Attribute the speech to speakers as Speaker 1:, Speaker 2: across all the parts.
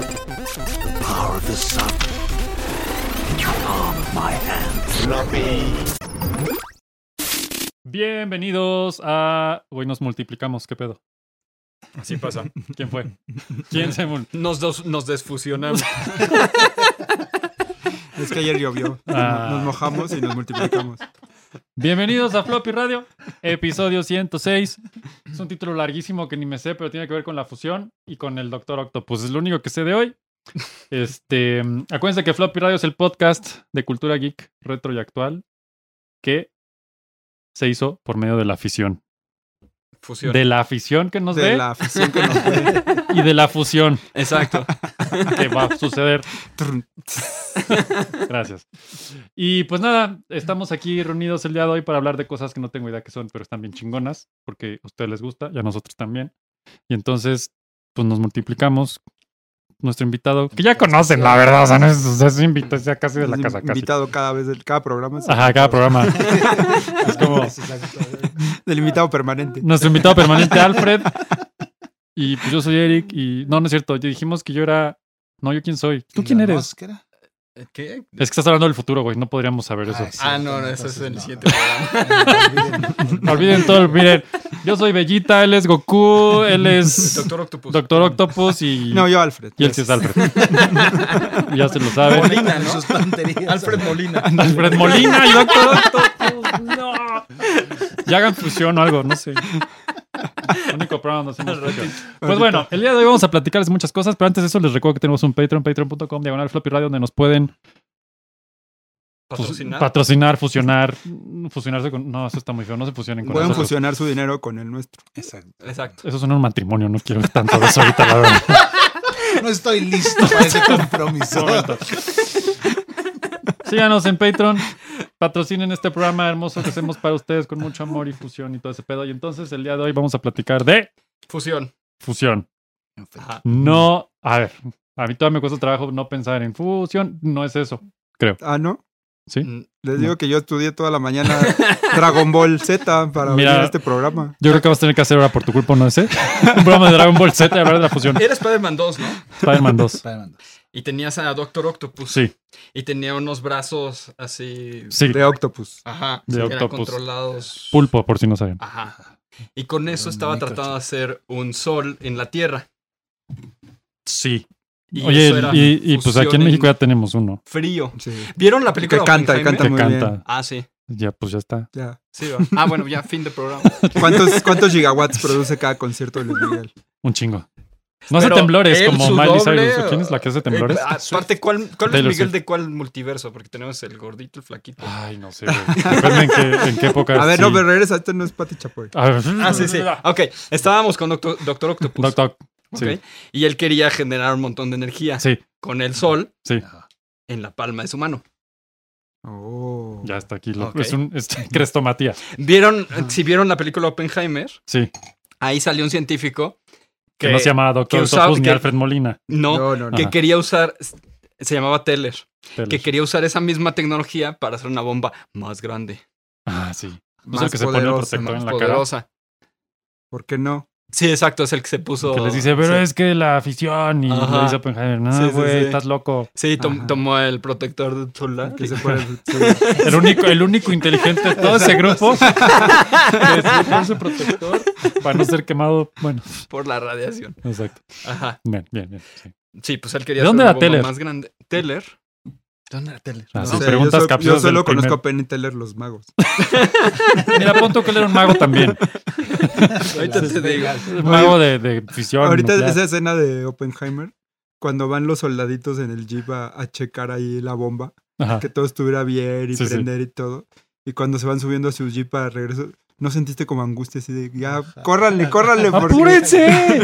Speaker 1: Power of the sun. In your palm of my hand. Floppy.
Speaker 2: Bienvenidos a. Güey, nos multiplicamos, ¿qué pedo?
Speaker 3: Así pasa.
Speaker 2: ¿Quién fue? ¿Quién se mul-
Speaker 3: Nos, dos- nos desfusionamos.
Speaker 4: Es que ayer llovió.
Speaker 2: Ah.
Speaker 4: Nos mojamos y nos multiplicamos.
Speaker 2: Bienvenidos a Floppy Radio, episodio 106. Es un título larguísimo que ni me sé, pero tiene que ver con la fusión y con el Doctor Octopus. Es lo único que sé de hoy. Este, acuérdense que Floppy Radio es el podcast de cultura geek, retro y actual que se hizo por medio de la afición.
Speaker 3: Fusión.
Speaker 2: De la afición que nos
Speaker 4: De
Speaker 2: ve
Speaker 4: la afición que nos ve.
Speaker 2: y de la fusión
Speaker 3: Exacto.
Speaker 2: que va a suceder.
Speaker 4: Trun.
Speaker 2: Gracias. Y pues nada, estamos aquí reunidos el día de hoy para hablar de cosas que no tengo idea que son, pero están bien chingonas, porque a ustedes les gusta y a nosotros también. Y entonces, pues nos multiplicamos. Nuestro invitado, que ya conocen, la verdad, o sea, no es, o sea, es invitado ya casi de la
Speaker 4: Es
Speaker 2: casa, casi.
Speaker 4: invitado cada vez del cada programa. es
Speaker 2: Ajá, cada programa. Es como
Speaker 4: Del invitado permanente.
Speaker 2: nuestro invitado permanente, Alfred. Y pues yo soy Eric y... No, no es cierto, ya dijimos que yo era... No, yo quién soy. ¿Tú quién eres?
Speaker 3: ¿Qué?
Speaker 2: Es que estás hablando del futuro, güey, no podríamos saber eso.
Speaker 3: Ah, no, no, eso es el siguiente
Speaker 2: No olviden todo, miren. Yo soy Bellita, él es Goku, él es Doctor,
Speaker 3: Doctor Octopus.
Speaker 2: Octopus y,
Speaker 4: No, yo Alfred.
Speaker 2: y él sí es Alfred. ya se lo saben.
Speaker 3: Molina, ¿no?
Speaker 5: Sus tonterías.
Speaker 3: Alfred Molina.
Speaker 2: Alfred Molina y Doctor Octopus. No. Ya hagan fusión o algo, no sé. Único programa donde hacemos fusión. Pues bueno, el día de hoy vamos a platicarles muchas cosas, pero antes de eso les recuerdo que tenemos un Patreon, patreon.com, diagonal floppy radio, donde nos pueden pues,
Speaker 3: Patrocinar.
Speaker 2: patrocinar, fusionar, fusionarse con... No, eso está muy feo, no se fusionen con
Speaker 4: Pueden
Speaker 2: nosotros.
Speaker 4: fusionar su dinero con el nuestro.
Speaker 5: Exacto.
Speaker 3: Exacto.
Speaker 2: Eso suena a un matrimonio, no quiero tanto de eso ahorita, la verdad.
Speaker 5: No estoy listo para ese compromiso.
Speaker 2: Momento. Síganos en Patreon. Patrocinen este programa hermoso que hacemos para ustedes con mucho amor y fusión y todo ese pedo. Y entonces el día de hoy vamos a platicar de
Speaker 3: Fusión.
Speaker 2: fusión.
Speaker 3: Ajá.
Speaker 2: No, a ver, a mí todavía me cuesta trabajo no pensar en fusión. No es eso.
Speaker 4: Ah, ¿no?
Speaker 2: Sí.
Speaker 4: Les digo que yo estudié toda la mañana Dragon Ball Z para
Speaker 2: Mira.
Speaker 4: venir a este programa.
Speaker 2: Yo creo que vas a tener que hacer ahora por tu culpa, no ese. Un programa de Dragon Ball Z y hablar de la fusión.
Speaker 3: Era Spider-Man 2, ¿no?
Speaker 2: Spider-Man 2.
Speaker 5: Spider-Man.
Speaker 3: Y tenías a Doctor Octopus.
Speaker 2: Sí,
Speaker 3: Y tenía unos brazos así.
Speaker 2: sí.
Speaker 4: De Octopus.
Speaker 3: Ajá.
Speaker 2: De
Speaker 3: que eran
Speaker 2: Octopus.
Speaker 3: controlados.
Speaker 2: Pulpo, por si no saben.
Speaker 3: Ajá. Y con eso
Speaker 5: Un
Speaker 3: estaba
Speaker 5: microchip.
Speaker 3: tratando de hacer un sol en la Tierra.
Speaker 2: Sí.
Speaker 3: Y
Speaker 2: Oye,
Speaker 3: eso era
Speaker 2: y, y, pues
Speaker 3: fusión
Speaker 2: aquí en México ya tenemos uno.
Speaker 3: Frío.
Speaker 4: Sí.
Speaker 3: ¿Vieron la
Speaker 4: Que
Speaker 3: película? de
Speaker 4: canta, que
Speaker 3: Oppenheimer?
Speaker 4: canta
Speaker 2: Que
Speaker 4: muy bien.
Speaker 2: canta.
Speaker 3: Ah, sí.
Speaker 2: Ya, pues ya está.
Speaker 4: Ya.
Speaker 3: Sí, va. Ah, bueno, ya, fin de programa.
Speaker 4: ¿Cuántos, ¿Cuántos gigawatts produce cada concierto de Luis Miguel?
Speaker 2: Un chingo. No hace
Speaker 3: Pero
Speaker 2: temblores
Speaker 3: él,
Speaker 2: como
Speaker 3: su
Speaker 2: Miley
Speaker 3: doble,
Speaker 2: Cyrus. ¿Quién es la que hace temblores?
Speaker 3: Eh, aparte, ¿cuál, cuál es
Speaker 2: Taylor
Speaker 3: Miguel
Speaker 2: Swift.
Speaker 3: de cuál multiverso? Porque tenemos el gordito, el flaquito.
Speaker 2: Ay, no sé. güey. Depende en qué, en qué época.
Speaker 4: A ver,
Speaker 2: sí.
Speaker 4: no, pero regresa, esto no es Pati Chapoy.
Speaker 2: A ver. Pues,
Speaker 3: Ah, sí, sí. Ok, estábamos con Doctor, Doctor Octopus.
Speaker 2: Toc, toc.
Speaker 3: ok,
Speaker 2: Sí,
Speaker 3: Y él quería generar un montón de energía
Speaker 2: sí,
Speaker 3: con el sol
Speaker 2: sí.
Speaker 3: en la palma de su mano.
Speaker 4: Oh.
Speaker 2: Ya está aquí. lo-
Speaker 3: Ok.
Speaker 2: Es un es crestomatía.
Speaker 3: ¿Vieron, si vieron la película Oppenheimer,
Speaker 2: Sí.
Speaker 3: ahí salió un científico
Speaker 2: Que no se llamaba Doctor
Speaker 3: que usaba-
Speaker 2: Octopus ni
Speaker 3: que-
Speaker 2: Alfred Molina.
Speaker 3: no,
Speaker 4: No, no, no.
Speaker 3: que quería usar, se llamaba Teller,
Speaker 2: Teles.
Speaker 3: que quería usar esa misma tecnología para hacer una bomba más grande,
Speaker 2: Ah, sí. No es
Speaker 4: Más
Speaker 2: el que se pone el
Speaker 4: poderosa,
Speaker 2: protector
Speaker 3: más
Speaker 2: en la cara.
Speaker 3: poderosa.
Speaker 4: ¿Por qué no?
Speaker 3: Sí, exacto, es el que se puso.
Speaker 2: Que les dice, pero
Speaker 3: sí.
Speaker 2: es que la afición. Y
Speaker 3: Ajá.
Speaker 2: le dice a Oppenheimer,
Speaker 3: Sí,
Speaker 2: no,
Speaker 3: sí,
Speaker 2: güey,
Speaker 3: sí.
Speaker 2: estás loco.
Speaker 3: Sí, tom-
Speaker 4: Ajá.
Speaker 3: tomó el protector de solar.
Speaker 4: Que se puede- sí.
Speaker 2: El único, el único inteligente de todo ese grupo. que se puso protector para no ser quemado. Bueno,
Speaker 3: por la radiación.
Speaker 2: exacto.
Speaker 3: Ajá.
Speaker 2: Bien, bien, bien. sí.
Speaker 3: Sí, pues él quería
Speaker 2: ¿De dónde
Speaker 3: hacer
Speaker 2: era
Speaker 3: una bomba
Speaker 2: Teller?
Speaker 3: más grande. Teller. ¿De dónde era Teller?
Speaker 2: Ah,
Speaker 4: No
Speaker 2: sí,
Speaker 4: sé,
Speaker 2: preguntas
Speaker 4: yo, so- yo
Speaker 2: capciosas del
Speaker 4: solo conozco
Speaker 2: primer.
Speaker 4: a Penny Teller, los magos.
Speaker 2: Mira, pon tú que él era un mago también.
Speaker 3: Ahorita te digo.
Speaker 2: Un mago de, de fisión.
Speaker 4: Ahorita
Speaker 2: nuclear.
Speaker 4: esa escena de Oppenheimer, cuando van los soldaditos en el jeep a, a checar ahí la bomba,
Speaker 2: Ajá.
Speaker 4: que todo estuviera bien y
Speaker 2: Sí, sí.
Speaker 4: prender y todo, y cuando se van subiendo a su jeep para regreso, ¿no sentiste como angustia así de, ya, córranle, córranle? porque-
Speaker 2: ¡Ah, ¡Apúrense!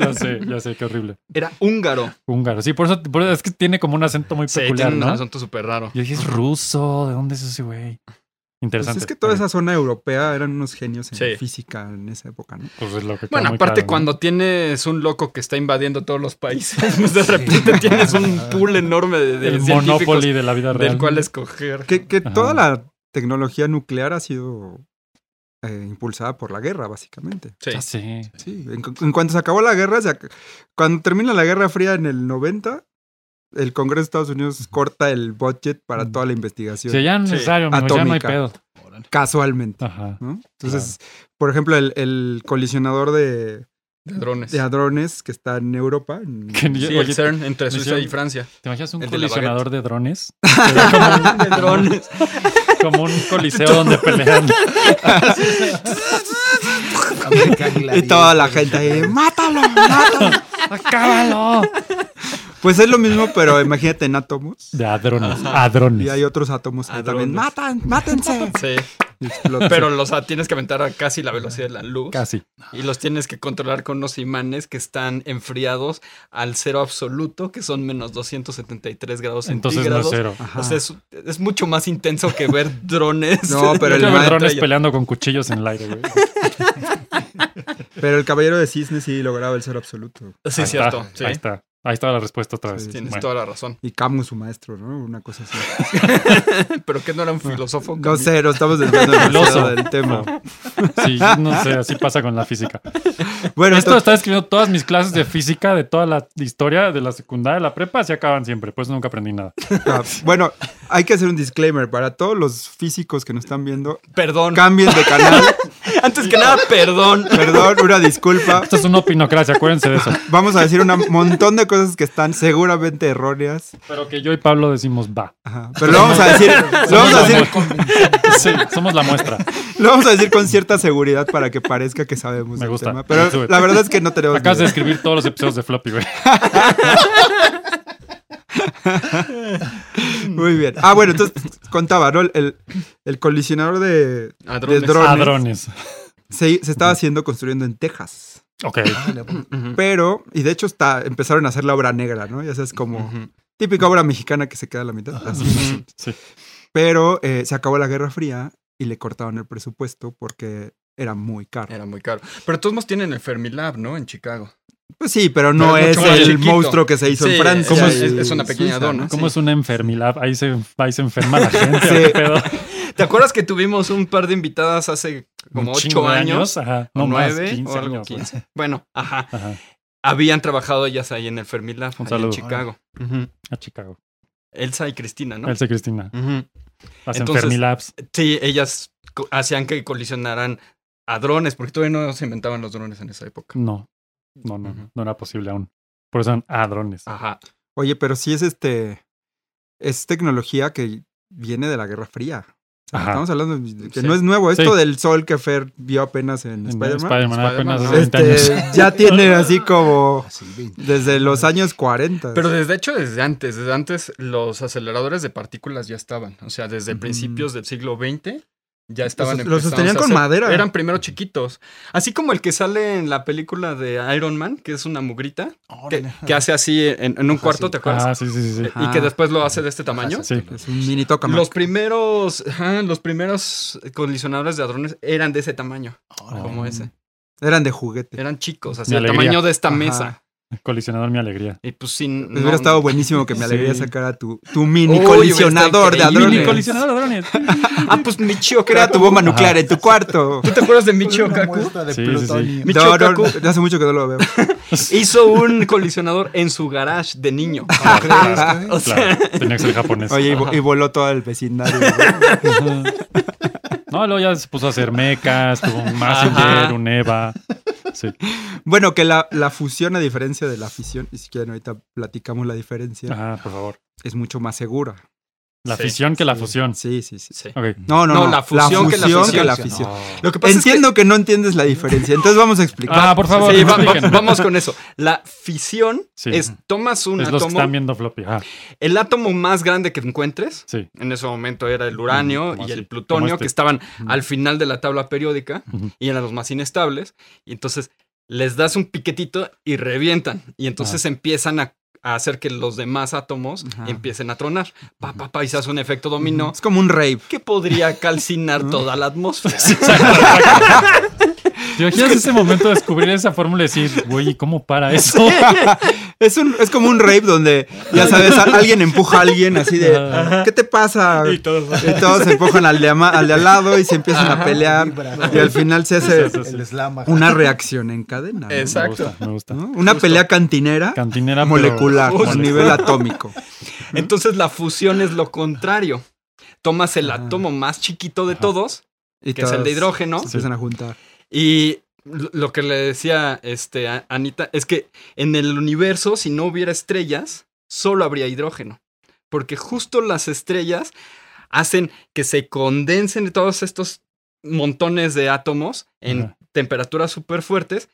Speaker 2: ya sé, ya sé, qué horrible.
Speaker 3: Era húngaro.
Speaker 2: Húngaro. Sí, por eso, por eso es que tiene como un acento muy
Speaker 3: Sí,
Speaker 2: peculiar,
Speaker 3: tiene un
Speaker 2: ¿no?
Speaker 3: asunto súper raro.
Speaker 2: Yo dije, es ruso. ¿De dónde es ese güey?
Speaker 4: Pues
Speaker 2: Interesante.
Speaker 4: es que toda esa zona europea eran unos genios en
Speaker 3: Sí.
Speaker 4: física en esa época, ¿no?
Speaker 2: Pues es lo que queda
Speaker 3: Bueno,
Speaker 2: muy
Speaker 3: aparte
Speaker 2: claro, ¿no?
Speaker 3: cuando tienes un loco que está invadiendo todos los países, pues de repente tienes un pool enorme de, de
Speaker 2: El
Speaker 3: científicos
Speaker 2: Monopoly de la vida real.
Speaker 3: del cual escoger.
Speaker 4: Que, que
Speaker 2: Ajá.
Speaker 4: toda la tecnología nuclear ha sido eh, impulsada por la guerra, básicamente.
Speaker 3: Sí.
Speaker 2: Ya sé.
Speaker 4: Sí, en, cu- en cuanto se acabó la guerra, se ac- cuando termina la Guerra Fría en el 90, el Congreso de Estados Unidos corta el budget
Speaker 3: Mm.
Speaker 4: para toda la investigación,
Speaker 2: Si ya no es
Speaker 3: Sí.
Speaker 2: necesario, amigos, ya no hay
Speaker 4: Atómica.
Speaker 2: pedo.
Speaker 4: casualmente.
Speaker 2: Ajá.
Speaker 4: ¿no?
Speaker 3: Ah,
Speaker 4: Entonces, por ejemplo, el, el colisionador de,
Speaker 3: De drones.
Speaker 4: de hadrones que está en Europa, en-
Speaker 2: Que ni-
Speaker 3: Sí,
Speaker 2: oye,
Speaker 3: el CERN entre
Speaker 2: me
Speaker 3: Suiza y
Speaker 2: hicieron-
Speaker 3: Francia.
Speaker 2: ¿Te imaginas un
Speaker 4: el de la
Speaker 2: colisionador de drones?
Speaker 3: De drones.
Speaker 2: Como un coliseo donde pelean.
Speaker 5: American
Speaker 4: y
Speaker 5: Gladiator.
Speaker 4: toda la gente ahí, mátalo, mátalo.
Speaker 2: ¡Acábalo!
Speaker 4: Pues es lo mismo, pero imagínate en átomos.
Speaker 2: De hadrones. Hadrones.
Speaker 4: Y hay otros átomos que también matan,
Speaker 3: Hadrones.
Speaker 4: mátense.
Speaker 3: Sí.
Speaker 4: Y explotan.
Speaker 3: Pero los ah, tienes que aventar a casi la velocidad de la luz.
Speaker 2: Casi.
Speaker 3: Y los tienes que controlar con unos imanes que están enfriados al cero absoluto, que son menos 273 grados
Speaker 2: Entonces no es
Speaker 3: centígrados.
Speaker 2: cero.
Speaker 4: Ajá.
Speaker 3: O sea, es, es mucho más intenso que ver drones.
Speaker 4: No, pero el
Speaker 2: Yo veo
Speaker 4: maestro-
Speaker 2: drones peleando con cuchillos en el aire, güey.
Speaker 4: Pero el caballero de cisne sí lograba el ser absoluto.
Speaker 3: Sí,
Speaker 2: Ahí
Speaker 3: cierto.
Speaker 2: está,
Speaker 3: Sí.
Speaker 2: Ahí está. Ahí estaba la respuesta otra vez.
Speaker 4: Sí,
Speaker 3: Tienes
Speaker 2: Bueno,
Speaker 3: toda la razón.
Speaker 4: Y Camus, su maestro, ¿no? Una cosa así.
Speaker 3: Pero que no era un filósofo.
Speaker 4: No sé, nos estamos desviando demasiado
Speaker 2: Filoso.
Speaker 4: del tema.
Speaker 2: sí, no sé, así pasa con la física.
Speaker 4: Bueno,
Speaker 2: Esto
Speaker 4: entonces,
Speaker 2: está escribiendo todas mis clases de física de toda la historia de la secundaria, de la prepa, se acaban siempre, pues nunca aprendí nada.
Speaker 4: ah, bueno, hay que hacer un disclaimer para todos los físicos que nos están viendo.
Speaker 3: Perdón.
Speaker 4: Cambien de canal,
Speaker 3: Antes que nada, perdón.
Speaker 4: perdón, una disculpa.
Speaker 2: Esto es una opinocracia, acuérdense de eso.
Speaker 4: Vamos a decir un montón de cosas que están seguramente erróneas,
Speaker 2: Pero que yo y Pablo decimos va.
Speaker 4: Ajá. pero lo vamos a decir, lo vamos a decir,
Speaker 2: Sí, somos la muestra.
Speaker 4: lo vamos a decir con cierta seguridad para que parezca que sabemos
Speaker 2: Me
Speaker 4: del
Speaker 2: gusta.
Speaker 4: tema. Pero
Speaker 2: Sube.
Speaker 4: la verdad es que no tenemos.
Speaker 2: Acabas de
Speaker 4: ni idea.
Speaker 2: escribir todos los episodios de Floppy, güey.
Speaker 4: Muy bien. Ah, bueno, entonces contaba, ¿no? El, el colisionador de,
Speaker 3: A
Speaker 4: de
Speaker 3: drones.
Speaker 4: drones
Speaker 2: Hadrones.
Speaker 4: se, se estaba haciendo construyendo en Texas.
Speaker 2: Ok.
Speaker 3: pues.
Speaker 4: Pero, y de hecho está, empezaron a hacer la obra negra, ¿no? Ya sabes, como típica obra mexicana que se queda a la mitad. así.
Speaker 2: Sí.
Speaker 4: Pero eh, se acabó la Guerra Fría y le cortaron el presupuesto porque era muy caro.
Speaker 3: Era muy caro. Pero todos modos tienen el Fermilab, ¿no? En Chicago.
Speaker 4: Pues sí, pero no
Speaker 3: Pero es
Speaker 4: es
Speaker 3: mucho más
Speaker 4: el
Speaker 3: chiquito.
Speaker 4: monstruo que se hizo
Speaker 3: Sí,
Speaker 4: en Francia.
Speaker 2: ¿cómo es-
Speaker 4: y
Speaker 3: es- es una pequeña
Speaker 4: Suiza,
Speaker 3: dona?
Speaker 2: ¿Cómo
Speaker 3: Sí.
Speaker 2: es una enfermedad? Ahí se, ahí se enferma la gente.
Speaker 4: Sí.
Speaker 2: ¿qué pedo?
Speaker 3: ¿Te acuerdas que tuvimos un par de invitadas hace como
Speaker 2: Un chingo
Speaker 3: ocho
Speaker 2: de
Speaker 3: años?
Speaker 2: Ajá.
Speaker 3: o
Speaker 2: No más,
Speaker 3: nueve,
Speaker 2: 15
Speaker 3: o algo
Speaker 2: años. güey.
Speaker 3: 15. Bueno, ajá.
Speaker 2: Ajá.
Speaker 3: Habían trabajado ellas ahí en el Fermilab,
Speaker 2: Un
Speaker 3: ahí
Speaker 2: saludo.
Speaker 3: en Chicago. Ujú.
Speaker 2: A Chicago.
Speaker 3: Elsa y Cristina, ¿no?
Speaker 2: Elsa y Cristina.
Speaker 3: Ujú.
Speaker 2: Las
Speaker 3: Entonces- eh,
Speaker 2: enfermilabs.
Speaker 3: Sí, ellas co- hacían que colisionaran a drones, porque todavía no se inventaban los drones en esa época.
Speaker 2: No. No, no,
Speaker 3: Ujú.
Speaker 2: no era posible aún. Por eso eran hadrones.
Speaker 3: Ajá.
Speaker 4: Oye, pero sí es este. Es tecnología que viene de la Guerra Fría. O sea,
Speaker 2: Ajá.
Speaker 4: Estamos hablando de que
Speaker 3: Sí.
Speaker 4: no es nuevo. Esto
Speaker 2: Sí.
Speaker 4: del sol que Fer vio apenas en,
Speaker 2: En
Speaker 4: Spider-Man.
Speaker 2: Spider-Man ah, apenas
Speaker 3: Spider-Man, ah.
Speaker 2: hace 20 años.
Speaker 4: este, ya tiene así como.
Speaker 5: Así, Ah, veinte.
Speaker 4: Desde los años 40.
Speaker 3: Pero desde hecho, desde antes, desde antes los aceleradores de partículas ya estaban. O sea, desde
Speaker 4: Ujú.
Speaker 3: principios del siglo XX ya estaban
Speaker 4: Los- los
Speaker 3: empezando
Speaker 4: sostenían
Speaker 3: a
Speaker 4: con
Speaker 3: hacer-
Speaker 4: madera.
Speaker 3: Eran primero chiquitos. Así como el que sale en la película de Iron Man, que es una mugrita, que,
Speaker 5: Órale.
Speaker 3: que hace así en, en un
Speaker 5: Ajá,
Speaker 3: cuarto,
Speaker 5: sí.
Speaker 3: ¿te acuerdas?
Speaker 2: Ah, sí, sí, sí. sí.
Speaker 3: Eh, Y que
Speaker 4: Ajá.
Speaker 3: después lo hace de este tamaño.
Speaker 2: Sí.
Speaker 4: es un mini tocamak.
Speaker 3: Los primeros, ajá, los primeros colisionadores de hadrones eran de ese tamaño,
Speaker 5: Órale.
Speaker 4: Oh.
Speaker 3: como ese.
Speaker 4: Eran de juguete.
Speaker 3: Eran chicos, así
Speaker 2: Mi
Speaker 3: el
Speaker 2: alegría.
Speaker 3: tamaño de esta
Speaker 4: Ajá.
Speaker 3: mesa.
Speaker 2: Colisionador mi alegría.
Speaker 3: Y pues sin.
Speaker 4: Hubiera
Speaker 3: no-
Speaker 4: estado buenísimo que me alegría
Speaker 2: Sí.
Speaker 4: sacar a tu, tu mini
Speaker 3: Uy,
Speaker 4: colisionador de hadrones.
Speaker 3: hubiera estado increíble.
Speaker 2: Mini colisionador de hadrones.
Speaker 3: Ah, pues Michio
Speaker 4: Crea tu
Speaker 3: Kaku.
Speaker 4: bomba nuclear en tu cuarto.
Speaker 3: ¿Tú te acuerdas de Michio
Speaker 5: Una
Speaker 3: Kaku?
Speaker 5: muestra de
Speaker 2: Sí, sí, sí.
Speaker 5: plutonio.
Speaker 3: Mi-
Speaker 4: No, no,
Speaker 3: Chocacu.
Speaker 4: no, hace mucho que no lo veo.
Speaker 3: hizo un colisionador en su garage de niño. Ah,
Speaker 5: Claro.
Speaker 3: O sea,
Speaker 2: Ah, Claro, tenía que ser japonés. Ah.
Speaker 4: Oye, y, vo- y voló todo el vecindario.
Speaker 2: Ajá. No, luego ya se puso a hacer mecas, tuvo un Messenger,
Speaker 3: Ajá.
Speaker 2: un Eva. Sí.
Speaker 4: Bueno, que la, la fusión, a diferencia de la fisión, y si quieren ahorita platicamos la diferencia,
Speaker 3: Ah.
Speaker 2: Ajá, Ah, por favor.
Speaker 4: es mucho más segura.
Speaker 2: La
Speaker 3: Sí,
Speaker 2: fisión que la fusión.
Speaker 4: Sí, sí, sí.
Speaker 3: sí.
Speaker 2: Ok.
Speaker 4: No, no, no.
Speaker 3: Mm. No, la fusión que la fisión.
Speaker 4: que la
Speaker 5: No.
Speaker 4: fisión.
Speaker 3: Lo que pasa
Speaker 4: Entiendo que... no entiendes la diferencia, entonces vamos a explicar.
Speaker 2: Ah, por
Speaker 3: es que.
Speaker 2: favor,
Speaker 3: Sí, va- va-
Speaker 2: expliquen.
Speaker 3: vamos con eso. La fisión
Speaker 2: Sí.
Speaker 3: es tomas un
Speaker 2: Es los que están
Speaker 3: átomo,
Speaker 2: viendo floppy. Ajá,
Speaker 3: el átomo más grande que encuentres.
Speaker 2: sí.
Speaker 3: En ese momento era el uranio
Speaker 2: Como así,
Speaker 3: y el
Speaker 2: como
Speaker 3: plutonio
Speaker 2: este.
Speaker 3: que estaban al final de la tabla periódica
Speaker 2: Ujú.
Speaker 3: y eran los más inestables. Y entonces les das un piquetito y revientan. Y
Speaker 2: Ah.
Speaker 3: entonces empiezan a, a hacer que los demás átomos
Speaker 4: Ajá.
Speaker 3: empiecen a tronar. Pa, pa, pa, y se hace un efecto dominó
Speaker 4: Es como un rave.
Speaker 3: que podría calcinar
Speaker 2: Mm.
Speaker 3: toda la atmósfera.
Speaker 2: ¿Te imaginas ese momento de descubrir esa fórmula y decir, güey, ¿y ¿cómo para eso?
Speaker 4: Es, un, es como un rape donde, ya sabes, a- alguien empuja a alguien así de,
Speaker 2: Ajá.
Speaker 4: ¿qué te pasa?
Speaker 6: Y todos.
Speaker 4: Y todos se empujan al de, ama- al de al lado y se empiezan a pelear.
Speaker 5: Vibra.
Speaker 4: Y al final se hace
Speaker 2: Sí, sí,
Speaker 5: El slam. ajá.
Speaker 4: una reacción en cadena. ¿no?
Speaker 3: Exacto. Ah,
Speaker 2: Me gusta. Me
Speaker 4: ¿No?
Speaker 2: gusta.
Speaker 4: Una pelea cantinera
Speaker 2: Cantinera pero-
Speaker 4: molecular
Speaker 3: Justo.
Speaker 4: a nivel atómico.
Speaker 3: Entonces la fusión es lo contrario. Tomas el
Speaker 4: Ajá.
Speaker 3: átomo más chiquito de
Speaker 2: Ah. Ajá.
Speaker 3: todos,
Speaker 4: Y
Speaker 3: que es el de
Speaker 4: todas
Speaker 3: hidrógeno,
Speaker 4: Se empiezan a juntar.
Speaker 3: y lo lo que le decía este, a Anita es que en el universo, si no hubiera estrellas, solo habría hidrógeno. Porque justo las estrellas hacen que se condensen todos estos montones de átomos en
Speaker 2: Ajá.
Speaker 3: temperaturas súper fuertes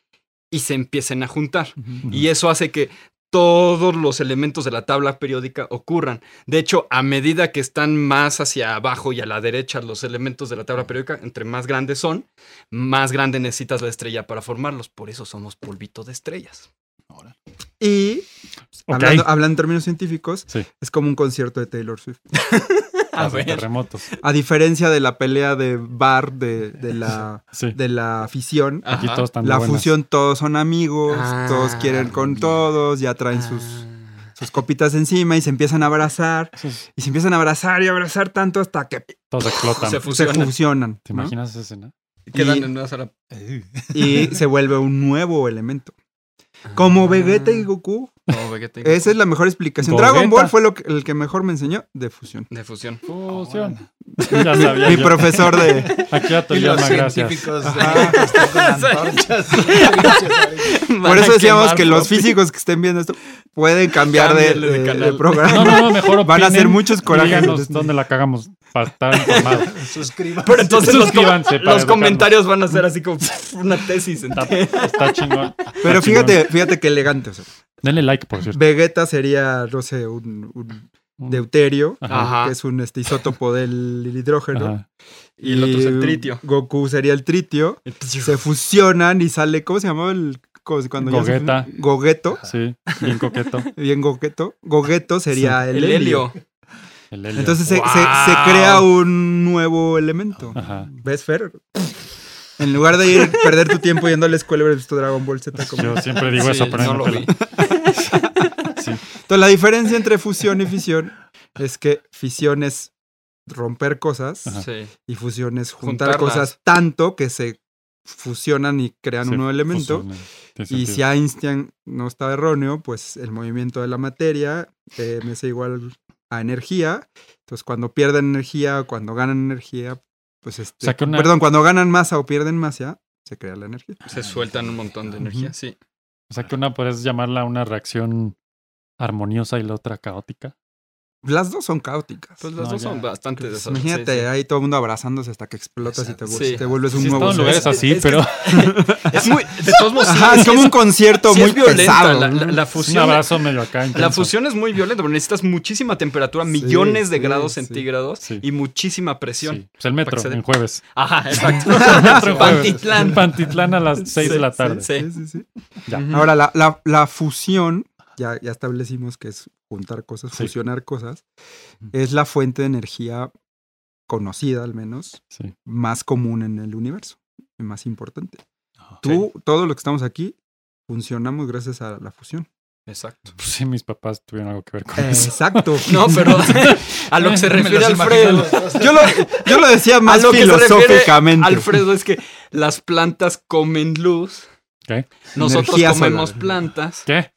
Speaker 3: y se empiecen a juntar.
Speaker 4: Ujú.
Speaker 3: Y eso hace que todos los elementos de la tabla periódica ocurran. De hecho, a medida que están más hacia abajo y a la derecha los elementos de la tabla periódica, entre más grandes son, más grande necesitas la estrella para formarlos. Por eso somos polvito de estrellas.
Speaker 4: Y
Speaker 2: Ok.
Speaker 4: hablando, hablando en términos científicos,
Speaker 2: Sí.
Speaker 4: es como un concierto de Taylor Swift.
Speaker 3: A
Speaker 2: Hace
Speaker 3: ver.
Speaker 2: terremotos.
Speaker 4: A diferencia de la pelea de bar de, de la,
Speaker 2: Sí.
Speaker 4: de la afición,
Speaker 3: Ajá.
Speaker 2: Aquí todos están
Speaker 4: la
Speaker 2: buenas.
Speaker 4: fusión todos son amigos,
Speaker 3: Ah,
Speaker 4: todos quieren con todos, ya traen sus, sus copitas encima y se empiezan a abrazar.
Speaker 2: Sí, sí.
Speaker 4: Y se empiezan a abrazar y abrazar tanto hasta que
Speaker 2: Todos explotan.
Speaker 3: Se
Speaker 4: se Ah,
Speaker 3: fusionan.
Speaker 4: fusionan.
Speaker 2: ¿Te
Speaker 4: ¿no?
Speaker 2: imaginas esa escena?
Speaker 3: y quedan
Speaker 4: y-
Speaker 3: en una sola.
Speaker 5: Eh,
Speaker 4: Y se vuelve un nuevo elemento. Como Vegeta y Goku.
Speaker 3: Como Ah. Vegeta y Goku.
Speaker 4: Esa es la mejor explicación.
Speaker 2: Gogeta.
Speaker 4: Dragon Ball fue lo que- el que mejor me enseñó de fusión.
Speaker 3: de fusión.
Speaker 2: Fusión. Ya sabía.
Speaker 4: Mi
Speaker 2: yo.
Speaker 4: profesor de...
Speaker 2: Aquí
Speaker 5: Y
Speaker 2: a
Speaker 5: los
Speaker 2: Toyama, gracias.
Speaker 5: científicos eh, que están con antorchas.
Speaker 4: Por eso decíamos que los físicos que estén viendo esto pueden cambiar de,
Speaker 3: Cámbiale de
Speaker 4: de- de
Speaker 3: canal.
Speaker 4: programa.
Speaker 2: No, no, no, mejor
Speaker 4: Van a
Speaker 2: opinen
Speaker 4: hacer muchos
Speaker 2: y
Speaker 4: corajes.
Speaker 2: Díganos dónde la cagamos para estar informados.
Speaker 5: Suscríbanse.
Speaker 3: Pero entonces los, com-
Speaker 2: Suscríbanse para
Speaker 3: los
Speaker 2: educarnos.
Speaker 3: comentarios van a ser así como una tesis.
Speaker 2: Está, está chingón.
Speaker 4: Pero
Speaker 2: Está chingón.
Speaker 4: fíjate, fíjate qué elegante. o sea,
Speaker 2: Denle like, por cierto.
Speaker 4: Vegeta sería, no sé, un, un deuterio,
Speaker 2: Ajá.
Speaker 4: que es un este, isótopo del hidrógeno.
Speaker 2: Ajá.
Speaker 3: Y el otro es el tritio.
Speaker 4: Goku sería el tritio. Se fusionan y sale, ¿cómo se llamaba el...? cómo se- Cuando ya se-
Speaker 2: Gogeta.
Speaker 4: Gogeto,
Speaker 2: Sí, bien coqueto.
Speaker 4: bien Gogeto. Gogeto sería el,
Speaker 3: El
Speaker 4: helio.
Speaker 3: helio.
Speaker 2: El helio.
Speaker 4: Entonces se, se-
Speaker 3: ¡Wow!
Speaker 4: se crea un nuevo elemento.
Speaker 2: Ajá.
Speaker 4: ¿Ves, Fer? En lugar de ir perder tu tiempo yendo a la escuela, hubieras visto Dragon Ball Z. Como...
Speaker 2: Yo siempre digo eso,
Speaker 3: Sí,
Speaker 2: pero
Speaker 3: no
Speaker 2: no
Speaker 3: lo
Speaker 2: me
Speaker 3: vi.
Speaker 2: pela.
Speaker 4: Entonces, la diferencia entre fusión y fisión es que fisión es romper cosas
Speaker 2: Ajá.
Speaker 3: Sí.
Speaker 4: y fusión es juntar
Speaker 3: Juntarlas.
Speaker 4: cosas tanto que se fusionan y crean
Speaker 2: Se
Speaker 4: un nuevo elemento.
Speaker 2: fusionan. Tiene
Speaker 4: Y
Speaker 2: sentido.
Speaker 4: si Einstein no estaba erróneo, pues el movimiento de la materia, eh, es igual a energía. Entonces, cuando pierden energía o cuando ganan energía, pues este.
Speaker 2: sea, que una-
Speaker 4: Perdón, cuando ganan masa o pierden masa, se crea la energía.
Speaker 3: Se sueltan un montón de energía, sí.
Speaker 2: O sea que una puedes llamarla una reacción armoniosa y la otra caótica.
Speaker 4: Las dos son caóticas.
Speaker 3: Pues las
Speaker 2: No,
Speaker 3: dos
Speaker 2: ya.
Speaker 3: son bastante
Speaker 4: Pues,
Speaker 3: desastres.
Speaker 4: imagínate ahí todo el mundo abrazándose hasta que explotas y te, vuel-
Speaker 3: Sí.
Speaker 4: te vuelves un
Speaker 2: Sí, he
Speaker 4: nuevo
Speaker 2: estado en
Speaker 4: ser.
Speaker 2: lugares así,
Speaker 3: Es que-
Speaker 2: pero
Speaker 3: Es muy. De todos modos, sí,
Speaker 4: Ajá, es
Speaker 3: sí
Speaker 4: como un concierto
Speaker 3: sí
Speaker 4: muy
Speaker 3: es violenta.
Speaker 4: pesado.
Speaker 3: la, la-
Speaker 4: ¿no?
Speaker 3: la
Speaker 2: es un
Speaker 3: fusión.
Speaker 2: abrazo medio acá.
Speaker 3: La
Speaker 2: intenso.
Speaker 3: fusión es muy violenta, porque necesitas muchísima temperatura,
Speaker 4: Sí,
Speaker 3: millones de
Speaker 4: sí,
Speaker 3: grados
Speaker 4: sí.
Speaker 3: centígrados
Speaker 2: Sí.
Speaker 3: y muchísima presión.
Speaker 2: Sí, pues el
Speaker 3: Para
Speaker 2: metro
Speaker 3: que se dé-
Speaker 2: en jueves.
Speaker 3: Ajá, exacto.
Speaker 2: El metro en jueves.
Speaker 3: Pantitlán.
Speaker 2: En Pantitlán a las 6 de la tarde.
Speaker 3: Sí.
Speaker 4: Sí, sí, sí.
Speaker 2: Ya.
Speaker 3: Ujú.
Speaker 4: Ahora, la, la- la fusión, ya, ya establecimos que es juntar cosas,
Speaker 2: Sí.
Speaker 4: fusionar cosas, es la fuente de energía conocida al menos,
Speaker 2: Sí.
Speaker 4: más común en el universo, y más importante.
Speaker 3: Sí,
Speaker 4: Tú, todo lo que estamos aquí, funcionamos gracias a la fusión.
Speaker 3: Exacto.
Speaker 2: Pues sí, mis papás tuvieron algo que ver
Speaker 3: Eh.
Speaker 2: con eso.
Speaker 4: Exacto.
Speaker 3: No, pero a lo que se
Speaker 2: Me
Speaker 3: refiere
Speaker 5: los
Speaker 3: Alfredo.
Speaker 5: imagino los dos.
Speaker 4: Yo lo, yo lo decía más
Speaker 3: lo que se refiere
Speaker 4: filosóficamente.
Speaker 3: Alfredo es que las plantas comen luz.
Speaker 2: ¿Qué?
Speaker 3: Nosotros
Speaker 4: Energía
Speaker 3: comemos
Speaker 4: solar.
Speaker 3: plantas.
Speaker 2: ¿Qué?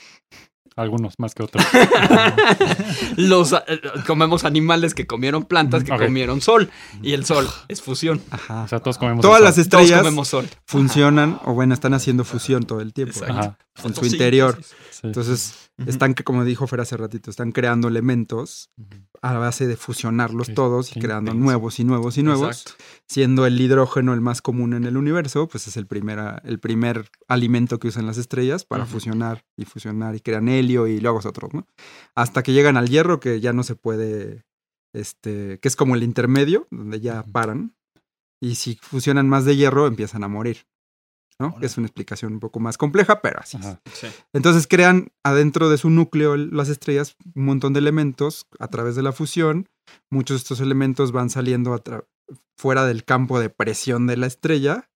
Speaker 2: Algunos más que otros.
Speaker 3: Los eh, comemos animales que comieron plantas que
Speaker 2: Ok.
Speaker 3: comieron sol. Y el sol es fusión.
Speaker 4: Ajá.
Speaker 2: O sea, todos comemos.
Speaker 4: Todas
Speaker 2: eso.
Speaker 4: las
Speaker 3: Todos
Speaker 4: estrellas
Speaker 3: comemos sol.
Speaker 4: funcionan, o bueno, están haciendo fusión todo el tiempo.
Speaker 3: Exacto.
Speaker 2: Ajá.
Speaker 4: en su interior.
Speaker 3: Fotosíntesis.
Speaker 2: sí.
Speaker 4: Entonces,
Speaker 3: Ujú.
Speaker 4: están, que, como dijo Fer hace ratito, están creando elementos a base de fusionarlos
Speaker 2: Qué-
Speaker 4: todos
Speaker 2: qué
Speaker 4: y creando
Speaker 2: intenso.
Speaker 4: nuevos y nuevos y nuevos.
Speaker 3: Exacto.
Speaker 4: Siendo el hidrógeno el más común en el universo, pues es el primer, el primer alimento que usan las estrellas para
Speaker 3: Ujú.
Speaker 4: fusionar y fusionar y crean helio y luego otros, ¿no? Hasta que llegan al hierro, que ya no se puede, este, que es como el intermedio, donde ya paran. Y si fusionan más de hierro, empiezan a morir. ¿no? Que es una explicación un poco más compleja, pero así es.
Speaker 2: Ajá.
Speaker 3: Sí.
Speaker 4: Entonces crean adentro de su núcleo el- las estrellas un montón de elementos a través de la fusión. Muchos de estos elementos van saliendo a tra- fuera del campo de presión de la estrella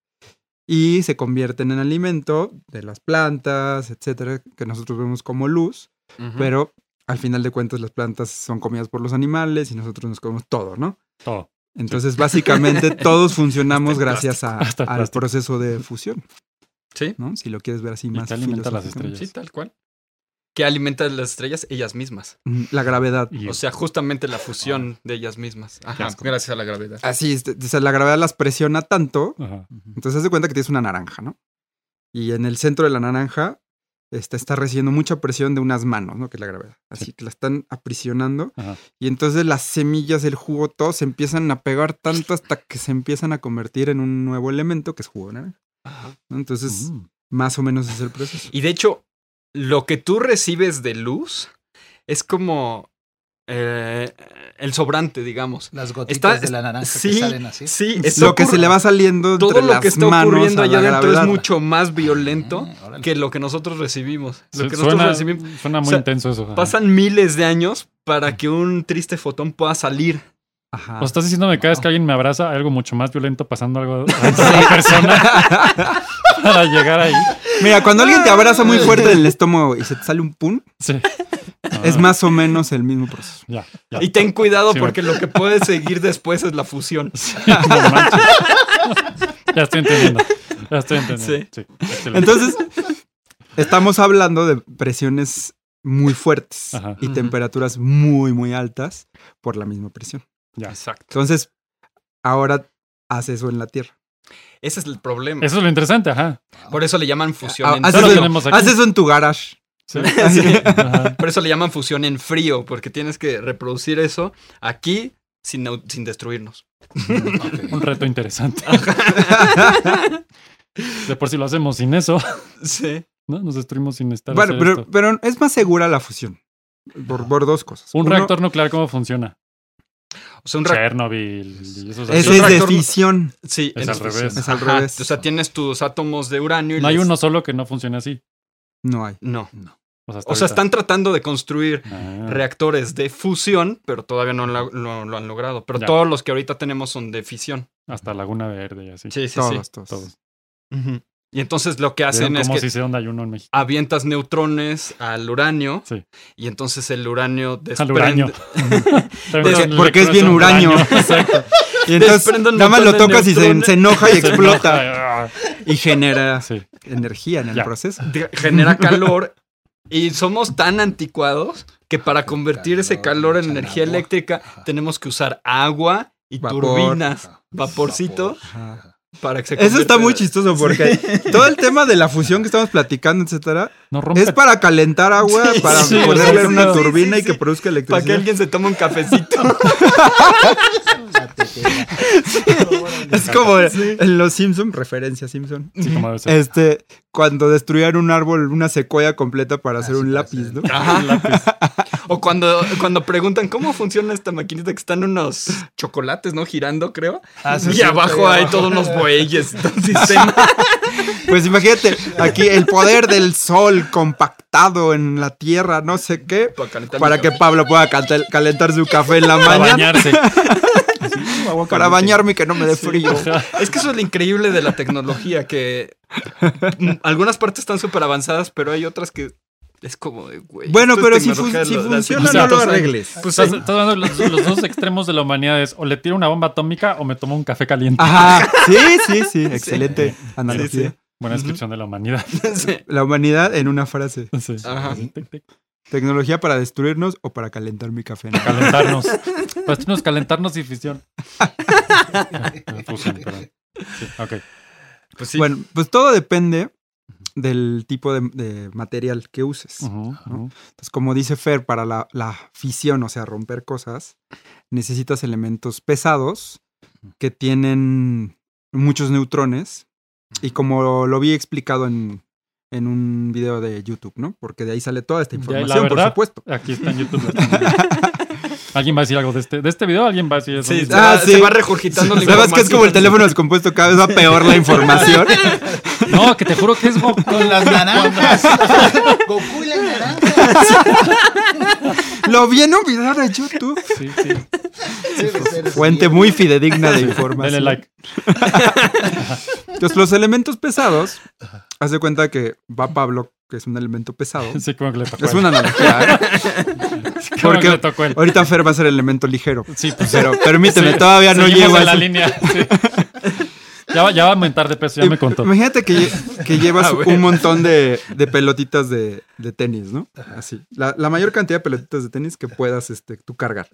Speaker 4: y se convierten en alimento de las plantas, etcétera, que nosotros vemos como luz,
Speaker 3: Ujú.
Speaker 4: pero al final de cuentas las plantas son comidas por los animales y nosotros nos comemos todo, ¿no?
Speaker 2: Todo.
Speaker 4: Entonces, básicamente todos funcionamos
Speaker 3: Hasta el
Speaker 4: gracias a-
Speaker 2: hasta el
Speaker 4: al
Speaker 2: plástico.
Speaker 4: proceso de fusión,
Speaker 3: Sí.
Speaker 4: ¿no? Si lo quieres ver así
Speaker 2: ¿Y
Speaker 4: más
Speaker 2: qué alimenta las
Speaker 4: filosóficamente.
Speaker 3: Sí, tal cual. Que alimentan las estrellas ellas mismas.
Speaker 4: Mm, La gravedad.
Speaker 2: Y-
Speaker 3: O sea, justamente la fusión de ellas mismas. Ajá,
Speaker 2: asco.
Speaker 3: gracias a la gravedad.
Speaker 4: Así, es, o sea, la gravedad las presiona tanto
Speaker 2: Ajá.
Speaker 4: Entonces, haz de cuenta que tienes una naranja, ¿no? Y en el centro de la naranja está, está recibiendo mucha presión de unas manos, ¿no? Que es la gravedad. Así que la están aprisionando.
Speaker 2: Ajá.
Speaker 4: Y entonces las semillas, el jugo, todo se empiezan a pegar tanto hasta que se empiezan a convertir en un nuevo elemento que es jugo de naranja. ¿no? Entonces,
Speaker 2: Mm.
Speaker 4: más o menos es el proceso.
Speaker 3: Y de hecho, lo que tú recibes de luz es como eh, el sobrante, digamos.
Speaker 5: Las
Speaker 3: Está-
Speaker 5: gotitas de la naranja
Speaker 3: sí,
Speaker 5: que salen así.
Speaker 3: Sí, está
Speaker 4: Lo que se
Speaker 3: ocurri-
Speaker 4: le va saliendo entre
Speaker 3: todo lo
Speaker 4: las
Speaker 3: que está
Speaker 4: manos
Speaker 3: ocurriendo
Speaker 4: a
Speaker 3: allá
Speaker 4: la
Speaker 3: adentro es
Speaker 4: gravedad.
Speaker 3: mucho más violento
Speaker 5: Ah, órale.
Speaker 3: que lo que nosotros recibimos. Lo
Speaker 2: Su-
Speaker 3: que nosotros
Speaker 2: suena,
Speaker 3: recibimos.
Speaker 2: suena muy
Speaker 3: o sea,
Speaker 2: intenso eso. ajá.
Speaker 3: Pasan miles de años para que un triste fotón pueda salir.
Speaker 4: Ajá.
Speaker 2: O estás diciéndome que cada vez que alguien me abraza, hay algo mucho más violento pasando algo adentro de la persona para llegar ahí.
Speaker 4: Mira, cuando alguien te abraza muy fuerte en el estómago y se te sale un pun,
Speaker 2: Sí.
Speaker 4: es
Speaker 2: Ah,
Speaker 4: más o menos el mismo proceso.
Speaker 2: Ya, ya.
Speaker 3: Y ten cuidado
Speaker 2: Sí,
Speaker 3: porque lo que puede seguir después es la fusión.
Speaker 2: No manches. ya estoy entendiendo. Ya estoy entendiendo.
Speaker 3: Sí.
Speaker 2: Sí, excelente.
Speaker 4: Entonces, estamos hablando de presiones muy fuertes
Speaker 2: Ajá.
Speaker 4: y
Speaker 3: Ujú.
Speaker 4: temperaturas muy, muy altas por la misma presión.
Speaker 3: Exacto.
Speaker 4: Entonces, ahora hace eso en la Tierra.
Speaker 3: Ese es el problema.
Speaker 2: Eso es lo interesante, ajá.
Speaker 3: Por eso le llaman fusión
Speaker 4: Ah,
Speaker 3: en
Speaker 4: haz
Speaker 2: Eso lo
Speaker 4: eso,
Speaker 3: frío.
Speaker 2: tenemos aquí.
Speaker 4: haz eso en tu garage.
Speaker 2: Sí.
Speaker 3: Sí.
Speaker 2: Ajá.
Speaker 3: Por eso le llaman fusión en frío, porque tienes que reproducir eso aquí sin, au- sin destruirnos.
Speaker 2: Un reto interesante. De por si lo hacemos sin eso,
Speaker 3: Sí.
Speaker 2: ¿no? Nos destruimos sin estar.
Speaker 4: Bueno,
Speaker 2: hacer
Speaker 4: pero,
Speaker 2: esto.
Speaker 4: pero es más segura la fusión. Por, por dos cosas.
Speaker 2: Ah. Un
Speaker 4: Uno,
Speaker 2: reactor nuclear, ¿cómo funciona?
Speaker 3: O sea, un ra-
Speaker 2: Chernobyl. y esos así.
Speaker 4: Ese es de
Speaker 3: reactor no-
Speaker 4: fisión.
Speaker 3: Sí,
Speaker 2: Es
Speaker 3: en
Speaker 2: al
Speaker 3: fusión.
Speaker 2: revés.
Speaker 4: Es al
Speaker 3: Ajá.
Speaker 4: revés.
Speaker 3: O sea, tienes tus átomos de uranio y
Speaker 2: No hay
Speaker 3: les-
Speaker 2: uno solo que no funcione así.
Speaker 4: No hay.
Speaker 3: No.
Speaker 2: O sea, hasta
Speaker 3: O sea,
Speaker 2: ahorita.
Speaker 3: están tratando de construir
Speaker 2: Ah.
Speaker 3: reactores de fusión, pero todavía no lo, lo- lo han logrado. Pero
Speaker 2: Ya.
Speaker 3: todos los que ahorita tenemos son de fisión.
Speaker 2: Hasta Laguna Verde y así.
Speaker 3: Sí, sí,
Speaker 4: todos,
Speaker 3: sí.
Speaker 4: todos.
Speaker 2: Todos.
Speaker 3: Ujú. Y entonces lo que hacen
Speaker 2: Vieron
Speaker 3: es
Speaker 2: ¿Cómo
Speaker 3: que
Speaker 2: si se onda hay uno en México?
Speaker 3: avientas neutrones al uranio
Speaker 2: Sí.
Speaker 3: y entonces el uranio desprende,
Speaker 2: Al uranio.
Speaker 3: Porque-
Speaker 2: También
Speaker 4: porque es
Speaker 2: electrones
Speaker 4: bien
Speaker 2: son
Speaker 4: uranio.
Speaker 2: Exacto.
Speaker 4: Y entonces,
Speaker 3: Desprende un
Speaker 4: nada más lo
Speaker 3: montón de
Speaker 4: tocas y se,
Speaker 3: neutrones.
Speaker 4: se enoja y
Speaker 2: Se
Speaker 4: explota.
Speaker 2: enoja. ah,
Speaker 4: Y genera
Speaker 2: Sí.
Speaker 4: energía en el
Speaker 2: Ya.
Speaker 4: proceso.
Speaker 3: de- genera calor y somos tan anticuados que para convertir ese
Speaker 5: Ah, Calor,
Speaker 3: calor en
Speaker 5: mucha
Speaker 3: energía
Speaker 5: agua.
Speaker 3: eléctrica
Speaker 5: Ajá. Ah,
Speaker 3: tenemos que usar agua y
Speaker 4: Vapor.
Speaker 3: turbinas,
Speaker 5: Ajá.
Speaker 3: vaporcito
Speaker 4: Ajá.
Speaker 3: para que se
Speaker 4: Eso está
Speaker 3: convierta-
Speaker 4: muy chistoso porque todo el tema de la fusión que estamos platicando, etcétera,
Speaker 2: No
Speaker 4: es
Speaker 2: rompe.
Speaker 4: para calentar agua,
Speaker 3: Sí,
Speaker 4: para
Speaker 2: sí,
Speaker 4: ponerle
Speaker 2: sí,
Speaker 4: una
Speaker 3: sí,
Speaker 4: turbina
Speaker 3: sí,
Speaker 4: y que
Speaker 3: sí.
Speaker 4: produzca
Speaker 3: Para que
Speaker 4: electricidad.
Speaker 3: alguien se tome un cafecito.
Speaker 4: Es como en los Simpsons, referencia a Simpson.
Speaker 2: Sí, como debe ser.
Speaker 4: Este, cuando destruían un árbol, una secuoya completa para hacer
Speaker 5: Así
Speaker 4: un
Speaker 5: para
Speaker 4: lápiz,
Speaker 5: hacer-
Speaker 4: ¿no?
Speaker 3: O cuando, cuando preguntan cómo funciona esta maquinita que están unos chocolates, ¿no? Girando, creo.
Speaker 5: Ah,
Speaker 4: Ah,
Speaker 3: y abajo hay todos unos bueyes, todo un sistema.
Speaker 4: Pues imagínate, aquí el poder del sol compactado en la tierra, no sé qué,
Speaker 3: Para calentar
Speaker 4: para
Speaker 3: mi
Speaker 4: que
Speaker 3: café.
Speaker 4: Pablo pueda calentar, calentar su café en la
Speaker 2: Para
Speaker 4: mañana,
Speaker 2: bañarse.
Speaker 4: para bañarme y que no me dé frío.
Speaker 3: Es que eso es lo increíble de la tecnología, que mm, algunas partes están súper avanzadas, pero hay otras que es como de, güey.
Speaker 4: Bueno,
Speaker 3: esto es
Speaker 4: pero si,
Speaker 3: tecnología
Speaker 4: fun-
Speaker 3: de
Speaker 4: si
Speaker 3: lo- de hace
Speaker 4: funciona, no
Speaker 3: 500
Speaker 4: lo
Speaker 3: años.
Speaker 4: arregles.
Speaker 3: Pues
Speaker 2: Estás,
Speaker 3: sí.
Speaker 2: estás dando los, los dos extremos de la humanidad es o le tiro una bomba atómica o me tomo un café caliente.
Speaker 4: Ajá, sí, sí, sí, excelente analogía.
Speaker 3: Sí, sí.
Speaker 2: Buena descripción de la humanidad.
Speaker 3: Sí.
Speaker 4: La humanidad en una frase.
Speaker 2: Sí.
Speaker 3: Ajá.
Speaker 2: Tic, tic.
Speaker 4: Tecnología para destruirnos o para calentar mi café. ¿no?
Speaker 2: Calentarnos. Para esto nos calentarnos y fisión. Ah, fusión, perdón. Sí, ok.
Speaker 3: Pues sí.
Speaker 4: Bueno, pues todo depende del tipo de, de material que uses.
Speaker 2: Ujú, ujú.
Speaker 4: Entonces, como dice Fer, para la, la fisión, o sea, romper cosas, necesitas elementos pesados que tienen muchos neutrones. Y como lo vi explicado en, en un video de YouTube, ¿no? Porque de ahí sale toda esta
Speaker 2: De ahí la
Speaker 4: información, por
Speaker 2: verdad.
Speaker 4: supuesto.
Speaker 2: Aquí está en YouTube. lo están viendo. ¿Alguien va a decir algo de este, de este video? ¿Alguien va a decir eso?
Speaker 3: Sí, se,
Speaker 2: mismo?
Speaker 4: ah,
Speaker 3: va,
Speaker 4: sí.
Speaker 3: se va regurgitando la
Speaker 4: ¿Sabes que es como el
Speaker 3: información.
Speaker 4: teléfono descompuesto? Cada vez va peor la información.
Speaker 2: No, que te juro que es bo-
Speaker 5: Con las naranjas. Goku y las naranjas.
Speaker 4: Lo vi en un video de YouTube.
Speaker 2: Sí, sí.
Speaker 5: Debe ser así.
Speaker 4: Fuente muy fidedigna de información.
Speaker 2: Denle like.
Speaker 4: Entonces, los elementos pesados, haz de cuenta que va Pablo, que es un elemento pesado.
Speaker 2: Sí, como que le tocó.
Speaker 4: Es una analogía, ¿eh?
Speaker 2: Como que
Speaker 4: porque-
Speaker 2: le tocó él.
Speaker 4: Ahorita Fer va a ser elemento ligero.
Speaker 2: Sí, pues
Speaker 4: Pero permíteme,
Speaker 2: Sí,
Speaker 4: todavía no
Speaker 2: seguimos
Speaker 4: llego a
Speaker 2: en la
Speaker 4: ese-
Speaker 2: línea. sí. Ya, va, ya va a aumentar de peso, ya me contó.
Speaker 4: Imagínate que, lle- que llevas
Speaker 3: A ver.
Speaker 4: un montón de, de pelotitas de, de tenis, ¿no? Así. La, la mayor cantidad de pelotitas de tenis que puedas este, tú cargar.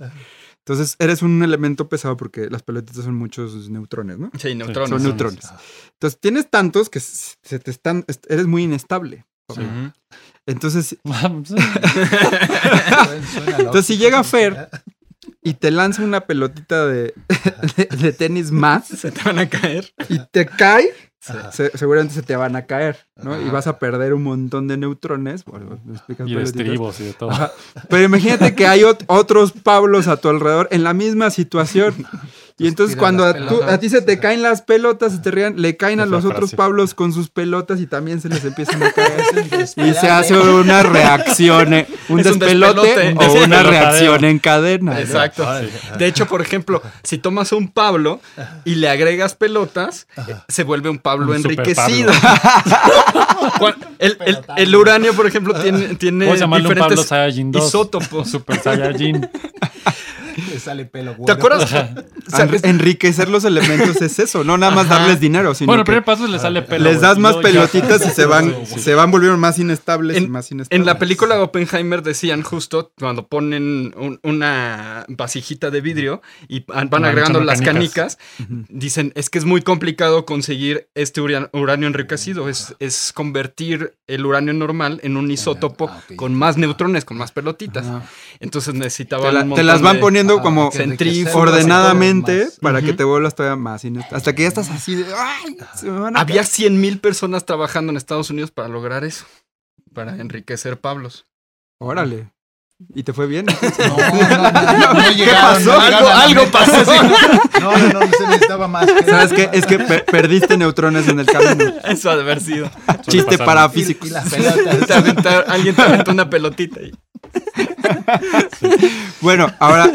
Speaker 4: Entonces, eres un elemento pesado porque las pelotitas son muchos neutrones, ¿no?
Speaker 3: Sí, neutrones.
Speaker 4: Son neutrones. Entonces, tienes tantos que s- se te están. est- Eres muy inestable.
Speaker 2: Sí.
Speaker 3: Ujú.
Speaker 4: Entonces,
Speaker 2: Sí,
Speaker 5: Suena lógico.
Speaker 4: entonces si llega Fer y te lanza una pelotita de, de- de tenis más
Speaker 3: Se te van a caer.
Speaker 4: y te cae,
Speaker 5: Ajá.
Speaker 4: se- seguramente se te van a caer, ¿no? Y
Speaker 5: Ajá.
Speaker 4: vas a perder un montón de neutrones. Bueno, me explicas
Speaker 2: Y de
Speaker 4: pelotitas.
Speaker 2: estribos y de todo.
Speaker 4: Ajá. Pero imagínate que hay ot- otros Pablos a tu alrededor en la misma situación. Y entonces
Speaker 5: Tiran
Speaker 4: cuando
Speaker 5: las
Speaker 4: a,
Speaker 5: pelotas.
Speaker 4: tú- a ti se te caen las pelotas, se te rían, le caen a
Speaker 2: Esa
Speaker 4: los otros
Speaker 2: frase.
Speaker 4: Pablos con sus pelotas y también se les empiezan a caer.
Speaker 5: Es inesperable.
Speaker 4: Y se hace una reacción, eh, un,
Speaker 3: Es un
Speaker 4: despelote,
Speaker 3: despelote.
Speaker 4: o una
Speaker 2: Despelotadero.
Speaker 4: reacción en cadena. ¿no?
Speaker 3: Exacto.
Speaker 2: Órale.
Speaker 3: De hecho, por ejemplo, si tomas a un Pablo y le agregas pelotas, eh, se vuelve un Pablo
Speaker 2: Un super
Speaker 3: enriquecido. Cuan- el, el- el uranio, por ejemplo, tiene, tiene
Speaker 2: Puedes llamarle un Pablo
Speaker 3: diferentes
Speaker 2: Saiyajin 2.
Speaker 3: isótopos.
Speaker 2: Super Saiyajin.
Speaker 5: Te sale pelo güero.
Speaker 3: ¿Te acuerdas?
Speaker 4: Enri- Enriquecer los elementos es eso, no nada más darles dinero, sino
Speaker 2: Bueno, el
Speaker 4: que Ah,
Speaker 2: primer paso es le sale pelo.
Speaker 4: les
Speaker 2: güey.
Speaker 4: das más
Speaker 2: Luego ya-
Speaker 4: pelotitas y se van,
Speaker 2: Sí, sí.
Speaker 4: se van volviendo más inestables y
Speaker 3: En-
Speaker 4: más inestables.
Speaker 3: En la película de Oppenheimer decían justo cuando ponen un- una vasijita de vidrio y van
Speaker 2: Van echando
Speaker 3: agregando las
Speaker 2: canicas.
Speaker 3: canicas, dicen es que es muy complicado conseguir este uran- uranio enriquecido, es, es convertir el uranio normal en un isótopo
Speaker 5: ah, ok.
Speaker 3: con más neutrones, con más pelotitas.
Speaker 4: Ajá.
Speaker 3: Entonces necesitaban
Speaker 4: Te, la-
Speaker 3: un
Speaker 4: te las
Speaker 3: montón
Speaker 4: van
Speaker 3: de-
Speaker 4: poniendo
Speaker 5: Ajá,
Speaker 4: como
Speaker 5: que enriquecer
Speaker 4: centrífugas
Speaker 5: más,
Speaker 4: ordenadamente
Speaker 5: más.
Speaker 4: para que
Speaker 3: Ujú.
Speaker 4: te vuelvas todavía más inestable. Hasta que ya estás así de. ¡Ay! Se me van a
Speaker 3: Había 100 mil personas trabajando en Estados Unidos para lograr eso, para enriquecer Pablos.
Speaker 4: caer". Órale. Y te fue bien.
Speaker 5: No, no, no, no, no llegaron,
Speaker 4: pasó?
Speaker 5: no llegaron a la
Speaker 3: Algo- algo
Speaker 5: meta. No, no, no, se necesitaba más.
Speaker 4: ¿Sabes qué? Es que per- perdiste neutrones en el camino.
Speaker 3: Eso ha de haber sido.
Speaker 4: Chiste
Speaker 2: pasando.
Speaker 4: para
Speaker 5: Y-
Speaker 4: físicos.
Speaker 5: Y las pelotas.
Speaker 3: Te aventa- alguien te aventó una pelotita y
Speaker 4: Bueno, ahora,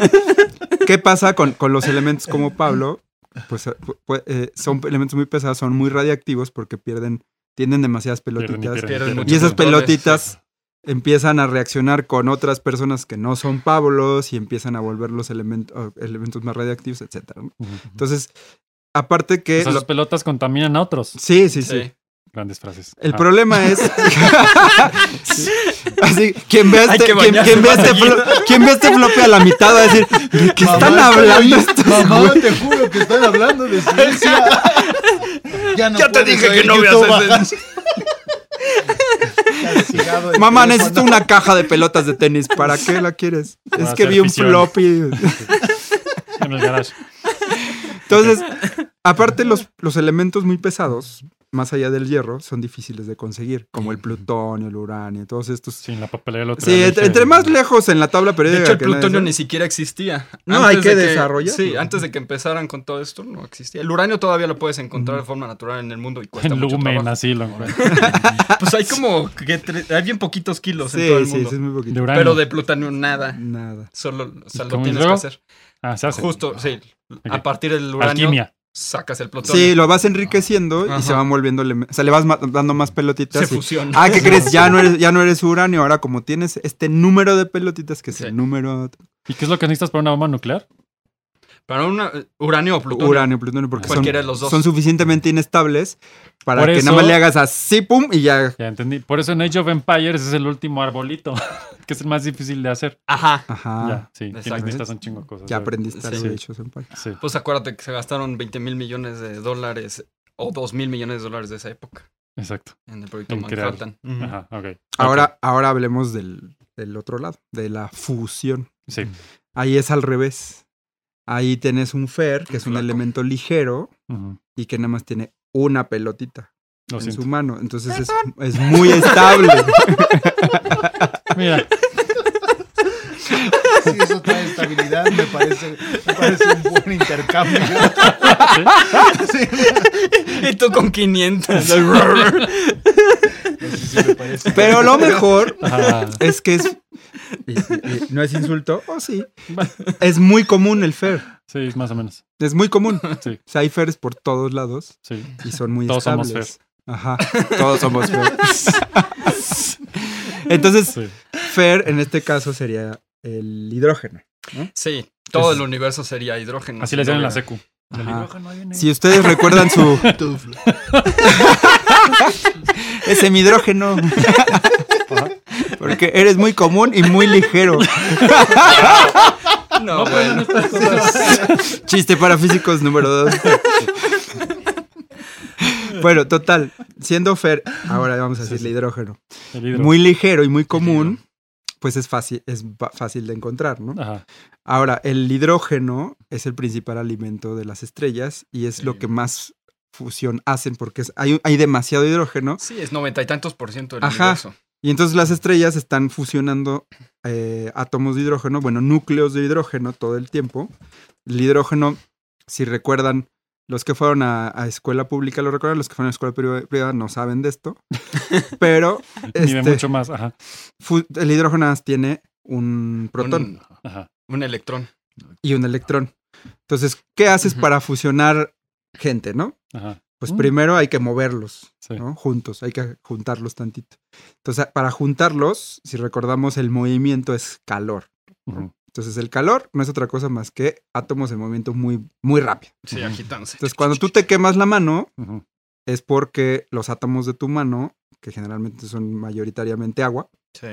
Speaker 4: ¿qué pasa con, con los elementos como Pablo? Pues eh, pu- pu- eh, son elementos muy pesados, son muy radiactivos porque pierden, tienen demasiadas
Speaker 2: Pierden y
Speaker 4: pelotitas.
Speaker 2: pierden
Speaker 3: pierden
Speaker 2: pierden.
Speaker 3: mucho
Speaker 4: Y esas
Speaker 3: neutrones.
Speaker 4: pelotitas empiezan a reaccionar con otras personas que no son Pablos y empiezan a volver los elementos, elementos más radiactivos, etc.
Speaker 2: Ujú.
Speaker 4: Entonces, aparte que...
Speaker 2: Esas
Speaker 4: lo-
Speaker 2: pelotas contaminan a otros.
Speaker 4: Sí, sí, sí.
Speaker 3: Sí.
Speaker 2: Grandes frases.
Speaker 4: El
Speaker 2: Ah,
Speaker 4: problema es... Sí. Así, quien ve a
Speaker 3: Hay
Speaker 4: este,
Speaker 3: que
Speaker 4: quien,
Speaker 3: bañarse
Speaker 4: quien ve a
Speaker 3: más
Speaker 4: este
Speaker 3: seguido.
Speaker 4: flo- quien ve a este flope a la mitad va a decir, ¿de qué
Speaker 5: Mamá,
Speaker 4: están
Speaker 5: estoy
Speaker 4: hablando
Speaker 5: ahí.
Speaker 4: estos
Speaker 5: Mamá,
Speaker 4: güeyes?"
Speaker 5: te juro que están hablando de ciencia. Ya, no
Speaker 3: Ya te
Speaker 5: puedes
Speaker 3: dije que
Speaker 5: oír
Speaker 3: no veas
Speaker 5: YouTube,
Speaker 3: ese-
Speaker 5: ajá. Castigado de
Speaker 4: Mamá,
Speaker 5: teléfono.
Speaker 4: necesito una caja de pelotas de tenis. ¿Para qué la quieres? Es que
Speaker 2: hacer
Speaker 4: vi un
Speaker 2: fisión.
Speaker 4: floppy.
Speaker 2: En el garage.
Speaker 4: Entonces, aparte los, los elementos muy pesados, más allá del hierro, son difíciles de conseguir, como el plutonio, el uranio, todos estos.
Speaker 2: Sí, en la papelera del otro
Speaker 4: Sí,
Speaker 2: día
Speaker 4: entre,
Speaker 2: dije-
Speaker 4: entre más lejos en la tabla
Speaker 3: De
Speaker 4: periódica.
Speaker 3: hecho, el
Speaker 4: que nadie
Speaker 3: plutonio
Speaker 4: sabe.
Speaker 3: ni siquiera existía.
Speaker 4: No, hay que desarrollarlo.
Speaker 3: Sí, antes de que empezaran con todo esto, no existía. El uranio todavía lo puedes encontrar de forma natural en el mundo y cuesta
Speaker 2: En
Speaker 3: mucho
Speaker 2: Lumen,
Speaker 3: trabajo.
Speaker 2: así lo encuentro.
Speaker 3: Pues hay como que tre- hay bien poquitos kilos en todo
Speaker 4: Sí,
Speaker 3: el
Speaker 4: sí,
Speaker 3: mundo.
Speaker 4: sí, es muy poquito.
Speaker 2: De uranio.
Speaker 3: Pero de plutonio nada.
Speaker 4: Nada.
Speaker 3: Solo, o sea, lo
Speaker 2: ¿Cómo y
Speaker 3: tienes que
Speaker 2: luego?
Speaker 3: hacer.
Speaker 2: Ah, se hace.
Speaker 3: Justo, sí.
Speaker 2: Ok.
Speaker 3: A partir del uranio
Speaker 2: Alquimia.
Speaker 3: sacas el plutonio.
Speaker 4: Sí, lo vas enriqueciendo y
Speaker 3: Ajá.
Speaker 4: se van volviendo. elemen- O sea, le vas ma- dando más pelotitas.
Speaker 3: se
Speaker 4: y-
Speaker 3: fusiona.
Speaker 4: Ah, ¿qué crees? Ya no, eres, ya no eres uranio. Ahora, como tienes este número de pelotitas, que es
Speaker 3: Sí.
Speaker 4: el número
Speaker 2: ¿Y qué es lo que necesitas para una bomba nuclear?
Speaker 3: Para un uranio o plutonio.
Speaker 4: uranio, plutonio, porque son,
Speaker 3: Cualquiera de los dos.
Speaker 4: son suficientemente inestables para
Speaker 2: Por
Speaker 4: que
Speaker 2: eso-
Speaker 4: nada más le hagas así, pum, y ya
Speaker 2: Ya entendí. Por eso en Age of Empires es el último arbolito, que es el más difícil de hacer.
Speaker 3: Ajá.
Speaker 4: Ajá.
Speaker 2: ya, sí. tienes-
Speaker 3: exacto.
Speaker 2: Necesitas un chingo de cosas.
Speaker 4: Ah, Ya
Speaker 2: ¿sabes?
Speaker 4: aprendiste algo
Speaker 2: Sí.
Speaker 4: de hecho, senpai.
Speaker 2: Sí.
Speaker 3: Pues acuérdate que se gastaron 20 mil millones de dólares o 2 mil millones de dólares de esa época
Speaker 2: Exacto.
Speaker 3: en el proyecto
Speaker 2: En crear.
Speaker 3: Manhattan. Ujú.
Speaker 2: Ajá, ok.
Speaker 4: Ahora, ahora hablemos del, del otro lado, de la fusión.
Speaker 2: Ok, Sí.
Speaker 4: Ahí es al revés. Ahí tienes un fer, que
Speaker 3: Un
Speaker 4: es un
Speaker 3: flaco.
Speaker 4: elemento ligero
Speaker 2: Ujú.
Speaker 4: y que nada más tiene una pelotita
Speaker 2: Lo
Speaker 4: en
Speaker 2: siento.
Speaker 4: su mano. Entonces es, es muy estable.
Speaker 2: Mira,
Speaker 5: Sí, eso trae estabilidad, me parece, me parece un buen intercambio. Sí,
Speaker 3: Y tú con 500.
Speaker 5: sí, sí, me parece.
Speaker 4: Pero lo mejor
Speaker 2: ajá,
Speaker 4: es que es, Y- y- y no es insulto, o sí. Es muy común el fair.
Speaker 2: Sí, más o menos.
Speaker 4: Es muy común.
Speaker 2: Sí.
Speaker 4: O sea, hay fairs por todos lados
Speaker 2: Sí.
Speaker 4: y son muy
Speaker 2: Todos somos
Speaker 4: estables. Ajá. Todos somos fair. Entonces,
Speaker 2: sí.
Speaker 4: fair en este caso sería el hidrógeno.
Speaker 3: Sí, todo el universo sería hidrógeno.
Speaker 2: Así le llaman en la
Speaker 3: Sin
Speaker 2: secu. El
Speaker 4: Ajá.
Speaker 2: hidrógeno ahí viene.
Speaker 4: Si ustedes recuerdan su es semidrógeno. Porque eres muy común y muy ligero.
Speaker 3: duda. No, bueno.
Speaker 2: pues,
Speaker 4: Chiste para físicos número 2. Bueno, total, siendo Fer, ahora vamos a decirle hidrógeno.
Speaker 2: El hidro.
Speaker 4: Muy ligero y muy común, pues es fácil, es ba- fácil de encontrar, ¿no?
Speaker 2: Ajá.
Speaker 4: Ahora, el hidrógeno es el principal alimento de las estrellas y es lo que más fusión hacen porque es- hay, hay demasiado hidrógeno
Speaker 3: Sí, es noventa y tantos por ciento del
Speaker 4: Ajá.
Speaker 3: universo.
Speaker 4: y entonces las estrellas están fusionando eh, átomos de hidrógeno, bueno, núcleos de hidrógeno todo el tiempo. El hidrógeno, si recuerdan, los que fueron a, a escuela pública lo recuerdan, los que fueron a escuela priva- privada no saben de esto, pero
Speaker 2: Ni de
Speaker 4: este,
Speaker 2: mucho más. Ajá.
Speaker 4: fu- el hidrógeno nada más tiene un protón.
Speaker 3: Un,
Speaker 2: Ajá.
Speaker 3: un electrón.
Speaker 4: y un electrón. Entonces, ¿qué haces
Speaker 3: Ujú.
Speaker 4: para fusionar gente, no?
Speaker 2: Ajá.
Speaker 4: Pues
Speaker 2: Mm.
Speaker 4: primero hay que moverlos,
Speaker 2: Sí.
Speaker 4: ¿no? Juntos, hay que juntarlos tantito. Entonces, para juntarlos, si recordamos, el movimiento es calor.
Speaker 2: Ujú.
Speaker 4: Entonces, el calor no es otra cosa más que átomos en movimiento muy, muy rápido.
Speaker 3: Sí,
Speaker 2: Ujú.
Speaker 3: agitándose.
Speaker 4: Entonces, cuando tú te quemas la mano,
Speaker 2: Ujú.
Speaker 4: es porque los átomos de tu mano, que generalmente son mayoritariamente agua,
Speaker 3: Sí,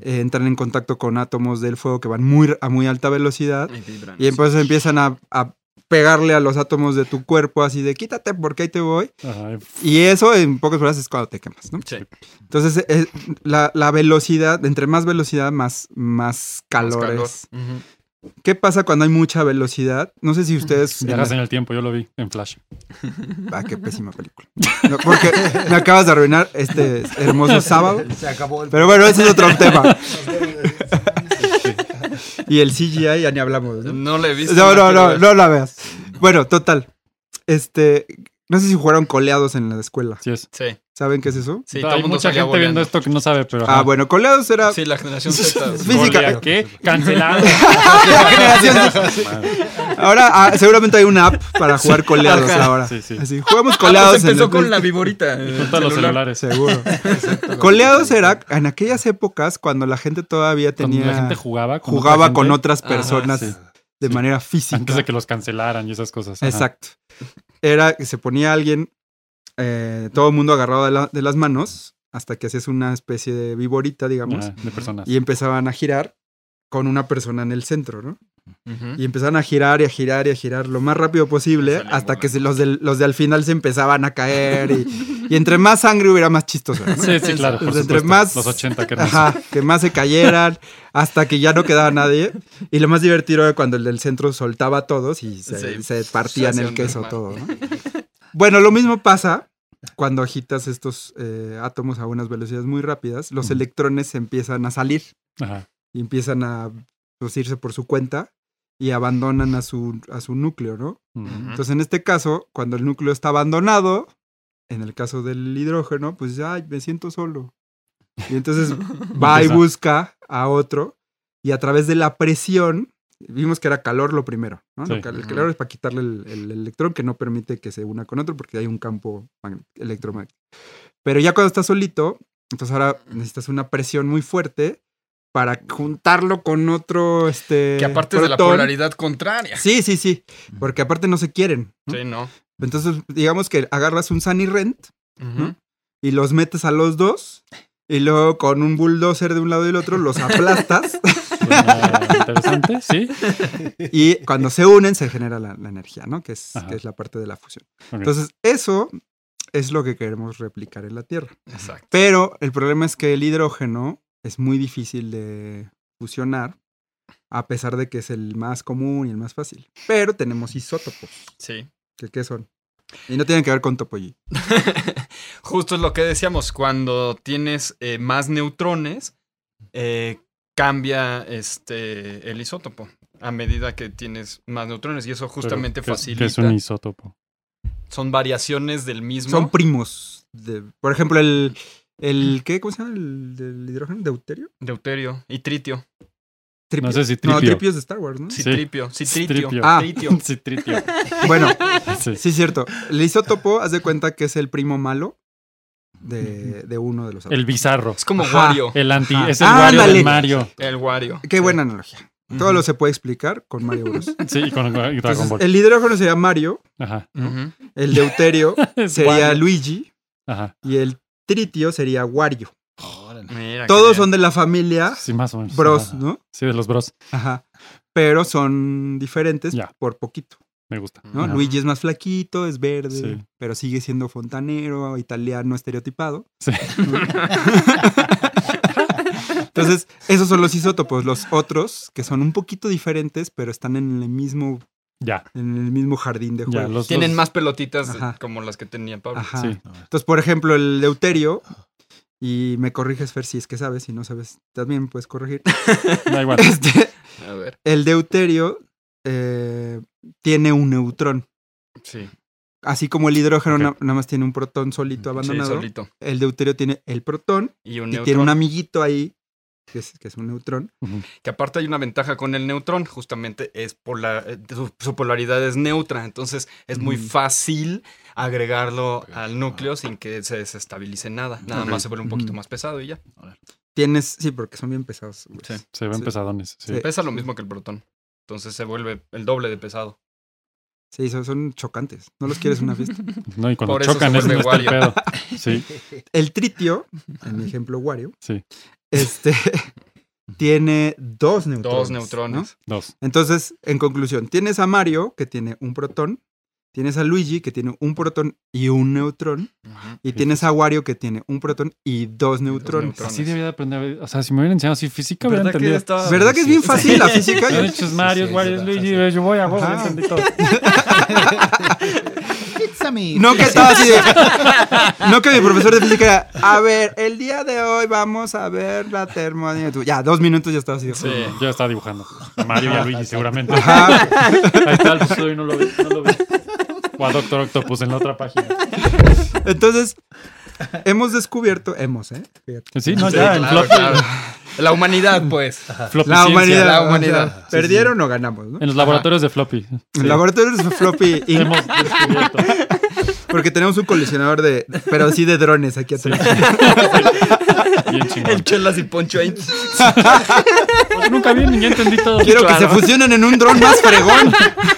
Speaker 4: eh, entran en contacto con átomos del fuego que van muy, a muy alta velocidad
Speaker 3: y vibran.
Speaker 4: Y entonces empiezan a, a pegarle a los átomos de tu cuerpo así de quítate porque ahí te voy.
Speaker 2: Ajá.
Speaker 4: Y eso en pocas palabras es cuando te quemas, ¿no?
Speaker 3: Sí,
Speaker 4: Entonces eh, la, la velocidad, entre más velocidad, más, más
Speaker 3: más
Speaker 4: calor
Speaker 3: calor.
Speaker 4: es.
Speaker 3: Ujú.
Speaker 4: ¿Qué pasa cuando hay mucha velocidad? No sé si ustedes...
Speaker 2: Viajas en el tiempo, yo lo vi en Flash.
Speaker 4: Ah, qué pésima película. No, porque me acabas de arruinar este hermoso sábado.
Speaker 5: Se acabó el
Speaker 4: Pero bueno, ese es otro tema. Y el CGI ya ni hablamos, ¿no?
Speaker 3: No le he visto.
Speaker 4: No, no,
Speaker 3: quiero
Speaker 4: no,
Speaker 3: ver.
Speaker 4: no la veas. Bueno, total. Este, no sé si jugaron coleados en la escuela.
Speaker 2: Sí es.
Speaker 3: Sí,
Speaker 4: ¿Saben qué es eso?
Speaker 3: sí, todo
Speaker 2: Hay
Speaker 3: el mundo
Speaker 2: mucha
Speaker 3: salía
Speaker 2: gente viendo
Speaker 3: boleando.
Speaker 2: esto que no sabe, pero.
Speaker 4: Ah, bueno, coleados era
Speaker 3: Sí, la generación Z.
Speaker 4: Sí. física.
Speaker 2: Golea, ¿Qué? Cancelado.
Speaker 4: la Ah, generación. Ahora ah, seguramente hay una app para jugar coleados
Speaker 3: Ajá.
Speaker 4: ahora.
Speaker 2: Sí, sí.
Speaker 4: Así, jugamos
Speaker 3: Ah,
Speaker 4: coleados
Speaker 3: pues empezó con
Speaker 4: en
Speaker 3: la viborita. el
Speaker 2: Junta los
Speaker 3: celular.
Speaker 2: celulares.
Speaker 4: Seguro. Coleados era en aquellas épocas cuando la gente todavía
Speaker 2: Cuando
Speaker 4: tenía
Speaker 2: la gente jugaba con
Speaker 4: jugaba
Speaker 2: otra
Speaker 4: con
Speaker 2: gente
Speaker 4: otras
Speaker 3: Ajá,
Speaker 4: personas
Speaker 2: sí.
Speaker 4: de
Speaker 2: Sí.
Speaker 4: manera física.
Speaker 2: Antes de que los cancelaran y esas cosas. Ajá.
Speaker 4: Exacto. Era que se ponía alguien, eh, todo el mundo agarrado de, la- de las manos, hasta que hacías una especie de viborita, digamos,
Speaker 2: Ajá, de personas.
Speaker 4: y empezaban a girar con una persona en el centro, ¿no?
Speaker 3: Ujú.
Speaker 4: Y empezaban a girar y a girar y a girar lo más rápido posible,
Speaker 3: Salían
Speaker 4: hasta que se- los, del- los de al final se empezaban a caer, y, y entre más sangre hubiera más chistoso. ¿no?
Speaker 2: Sí, sí, claro. Por
Speaker 4: Entre
Speaker 2: supuesto.
Speaker 4: más-
Speaker 2: Los 80 que no
Speaker 4: Ajá, que más se cayeran hasta que ya no quedaba nadie. Y lo más divertido era cuando el del centro soltaba a todos y se,
Speaker 3: Sí, pues,
Speaker 4: se partían
Speaker 3: se hacía
Speaker 4: el
Speaker 3: un
Speaker 4: queso
Speaker 3: desmadre.
Speaker 4: todo. ¿no? Bueno, lo mismo pasa cuando agitas estos eh, átomos a unas velocidades muy rápidas. Los
Speaker 2: Ujú.
Speaker 4: electrones empiezan a salir
Speaker 2: Ajá.
Speaker 4: y empiezan a pues, irse por su cuenta y abandonan a su, a su núcleo, ¿no?
Speaker 2: Ujú.
Speaker 4: Entonces, en este caso, cuando el núcleo está abandonado, en el caso del hidrógeno, pues ya "Ay, me siento solo. Y entonces va y
Speaker 2: Empieza.
Speaker 4: busca a otro y a través de la presión, vimos que era calor lo primero, ¿no? Lo
Speaker 2: Sí.
Speaker 4: cal- el
Speaker 3: Ujú.
Speaker 4: calor es para quitarle el, el electrón que no permite que se una con otro porque hay un campo mag- electromagnético. Pero ya cuando estás solito, entonces ahora necesitas una presión muy fuerte para juntarlo con otro, este...
Speaker 3: Que aparte es de la
Speaker 4: protón.
Speaker 3: polaridad contraria.
Speaker 4: Sí, sí, sí, porque aparte no se quieren. ¿no?
Speaker 3: Sí, no.
Speaker 4: Entonces, digamos que agarras un Sunny Rent
Speaker 3: Ujú.
Speaker 4: y los metes a los dos y luego con un bulldozer de un lado y del otro los aplastas
Speaker 2: Suena interesante, sí.
Speaker 4: y cuando se unen se genera la, la energía, ¿no? Que es,
Speaker 2: Ajá.
Speaker 4: que es la parte de la fusión.
Speaker 2: Ok.
Speaker 4: Entonces, eso es lo que queremos replicar en la Tierra.
Speaker 3: Exacto.
Speaker 4: Pero el problema es que el hidrógeno es muy difícil de fusionar, a pesar de que es el más común y el más fácil. Pero tenemos isótopos,
Speaker 3: Sí.
Speaker 4: que ¿qué son? Y no tienen que ver con topología.
Speaker 3: Justo es lo que decíamos, cuando tienes eh, más neutrones, eh, cambia este el isótopo a medida que tienes más neutrones y eso justamente
Speaker 2: Pero que es-
Speaker 3: facilita.
Speaker 2: Que es un isótopo.
Speaker 3: Son variaciones del mismo.
Speaker 4: Son primos. de- por ejemplo, el, ¿El qué? ¿Cómo se llama? ¿El del hidrógeno? ¿Deuterio?
Speaker 3: Deuterio y tritio.
Speaker 4: Tripio.
Speaker 2: No sé si
Speaker 4: No,
Speaker 2: tripio.
Speaker 4: tripio es de Star Wars, ¿no?
Speaker 2: Sí.
Speaker 3: Citripio. Citritio.
Speaker 2: Citripio.
Speaker 4: Ah.
Speaker 3: Tritio.
Speaker 2: Sí, tritio.
Speaker 4: Bueno,
Speaker 2: Sí.
Speaker 4: sí, es cierto. El isótopo, haz de cuenta que es el primo malo de, de uno de los otros.
Speaker 2: El bizarro.
Speaker 3: Es como
Speaker 4: Ajá.
Speaker 3: Wario.
Speaker 2: El anti.
Speaker 4: Ajá.
Speaker 2: Es el
Speaker 4: Ah,
Speaker 2: Wario
Speaker 4: ándale.
Speaker 2: del Mario.
Speaker 3: El Wario.
Speaker 4: Qué buena analogía. Todo
Speaker 3: Ujú.
Speaker 4: lo se puede explicar con Mario Bros.
Speaker 2: Sí, y con y Dragon
Speaker 4: Entonces,
Speaker 2: Ball.
Speaker 4: el hidrógeno sería Mario,
Speaker 2: Ajá.
Speaker 3: Ujú.
Speaker 4: el deuterio
Speaker 2: Es
Speaker 4: sería
Speaker 2: Wario.
Speaker 4: Luigi
Speaker 2: Ajá.
Speaker 4: y el tritio sería Wario.
Speaker 3: Mira, qué
Speaker 4: Todos
Speaker 3: bien.
Speaker 4: son de la familia
Speaker 2: Sí, más o menos.
Speaker 4: Bros,
Speaker 2: Ajá.
Speaker 4: ¿no?
Speaker 2: Sí, de los bros.
Speaker 4: Ajá. Pero son diferentes
Speaker 2: Ya.
Speaker 4: por poquito,
Speaker 2: Me gusta.
Speaker 4: ¿no?
Speaker 2: Ajá.
Speaker 4: Luigi es más flaquito, es verde,
Speaker 2: Sí.
Speaker 4: pero sigue siendo fontanero, italiano estereotipado.
Speaker 2: Sí.
Speaker 4: Entonces, esos son los isótopos. Los otros, que son un poquito diferentes, pero están en el mismo,
Speaker 2: Ya.
Speaker 4: en el mismo jardín de
Speaker 2: ya
Speaker 4: juego.
Speaker 2: los,
Speaker 3: Tienen
Speaker 2: los-
Speaker 3: más pelotitas
Speaker 4: Ajá.
Speaker 3: como las que tenía Pablo.
Speaker 4: Ajá.
Speaker 2: Sí.
Speaker 4: Entonces, por ejemplo, el deuterio, y me corriges, Fer, si es que sabes, si no sabes, también puedes corregir.
Speaker 2: Da igual.
Speaker 4: Este,
Speaker 3: A ver.
Speaker 4: el deuterio eh, tiene un neutrón.
Speaker 3: Sí.
Speaker 4: Así como el hidrógeno
Speaker 2: Ok.
Speaker 4: na- nada más tiene un protón solito
Speaker 3: Sí,
Speaker 4: abandonado,
Speaker 3: solito.
Speaker 4: el deuterio tiene el protón
Speaker 3: Y un
Speaker 4: y
Speaker 3: neutrón.
Speaker 4: tiene un amiguito ahí, que es, que es un neutrón.
Speaker 2: Ujú.
Speaker 3: Que aparte hay una ventaja con el neutrón, justamente es pola- eh, su, su polaridad es neutra, entonces es muy
Speaker 4: Mm.
Speaker 3: fácil agregarlo al núcleo sin que se desestabilice nada. Nada
Speaker 4: Ok.
Speaker 3: más se vuelve un poquito
Speaker 4: Ujú.
Speaker 3: más pesado y ya.
Speaker 4: Tienes, sí, porque son bien pesados. güey.
Speaker 3: Sí.
Speaker 2: Se ven
Speaker 4: Sí.
Speaker 2: pesadones. Eh, Sí.
Speaker 4: Sí.
Speaker 3: Pesa lo mismo que el protón. Entonces se vuelve el doble de pesado.
Speaker 4: Sí, son, son chocantes. No los quieres en una fiesta.
Speaker 2: No, y cuando
Speaker 3: Por eso
Speaker 2: chocan
Speaker 3: se
Speaker 2: es no
Speaker 3: vuelve
Speaker 2: está el
Speaker 3: Wario.
Speaker 2: pedo. Sí,
Speaker 4: El tritio, en mi ejemplo Wario,
Speaker 2: Sí.
Speaker 4: este, tiene dos neutrones.
Speaker 3: Dos
Speaker 4: ¿no?
Speaker 3: neutrones.
Speaker 2: dos.
Speaker 4: Entonces, en conclusión, tienes a Mario, que tiene un protón, tienes a Luigi, que tiene un protón y un neutrón,
Speaker 3: Ujú.
Speaker 4: y tienes a Wario, que tiene un protón y dos neutrones.
Speaker 3: neutrones.
Speaker 2: Así debía de aprender. O sea, si me hubieran enseñado así física, hubiera
Speaker 3: ¿Verdad que
Speaker 2: entendido.
Speaker 3: está-
Speaker 4: ¿Verdad que es bien
Speaker 3: Sí.
Speaker 4: fácil la física?
Speaker 2: Son hechos Mario,
Speaker 5: sí,
Speaker 2: Wario,
Speaker 5: sí,
Speaker 2: Luigi.
Speaker 5: sí.
Speaker 2: ve, Yo voy a huevo,
Speaker 4: Ajá.
Speaker 2: entendí todo.
Speaker 5: Pizza me.
Speaker 4: No que estaba así de... No que mi profesor de física era, a ver, el día de hoy vamos a ver la termodinámica. Ya, dos minutos ya estaba así de...
Speaker 3: Sí. Ah,
Speaker 2: Yo estaba dibujando. A Mario y a Luigi, seguramente.
Speaker 4: Ajá.
Speaker 2: Ahí está el episodio y no lo vi. No lo vi. O a Doctor Octopus en la otra página.
Speaker 4: Entonces, hemos descubierto, hemos, ¿eh? Fíjate.
Speaker 2: Sí, no,
Speaker 3: Sí,
Speaker 2: ya, en
Speaker 3: claro,
Speaker 2: flop,
Speaker 3: claro. La humanidad, pues.
Speaker 2: floppy
Speaker 4: La
Speaker 2: ciencia.
Speaker 4: humanidad.
Speaker 3: la
Speaker 4: o sea,
Speaker 3: humanidad.
Speaker 4: ¿Perdieron o ganamos? ¿no?
Speaker 2: En los laboratorios de floppy. Sí.
Speaker 4: El laboratorio es floppy, Inc,
Speaker 2: Hemos descubierto.
Speaker 4: porque tenemos un coleccionador de, pero así de drones aquí atrás.
Speaker 2: Bien chingón.
Speaker 3: Chelas y Poncho ahí.
Speaker 2: Pues nunca vi ni ya entendí todo.
Speaker 4: Quiero que se
Speaker 3: Claro.
Speaker 4: fusionen en un dron más fregón.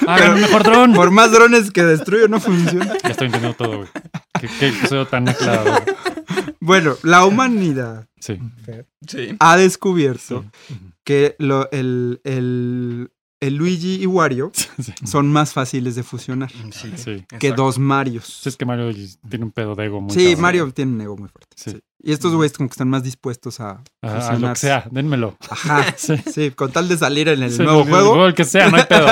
Speaker 2: Hagan un mejor dron.
Speaker 4: Por más drones que destruyo, no funciona.
Speaker 2: Ya estoy entendiendo todo, güey. Qué, qué episodio tan aclarado.
Speaker 4: Bueno, la humanidad
Speaker 2: Sí.
Speaker 3: Sí.
Speaker 4: ha descubierto que lo- el, el- el Luigi y Wario
Speaker 2: Sí.
Speaker 4: son más fáciles de fusionar
Speaker 3: Sí.
Speaker 2: Sí.
Speaker 4: que
Speaker 3: Exacto.
Speaker 4: dos Marios.
Speaker 2: Sí, es que Mario tiene un pedo de ego muy
Speaker 4: Sí,
Speaker 2: cabrón.
Speaker 4: Mario tiene un ego muy fuerte.
Speaker 2: Sí.
Speaker 4: sí. Y estos güeyes como que están más dispuestos a
Speaker 2: Ajá, a lo que
Speaker 4: fusionarse.
Speaker 2: sea, dénmelo.
Speaker 4: Ajá.
Speaker 2: Sí.
Speaker 4: Sí, con tal de salir en el
Speaker 2: Sí,
Speaker 4: nuevo juego.
Speaker 2: El que sea, no hay pedo.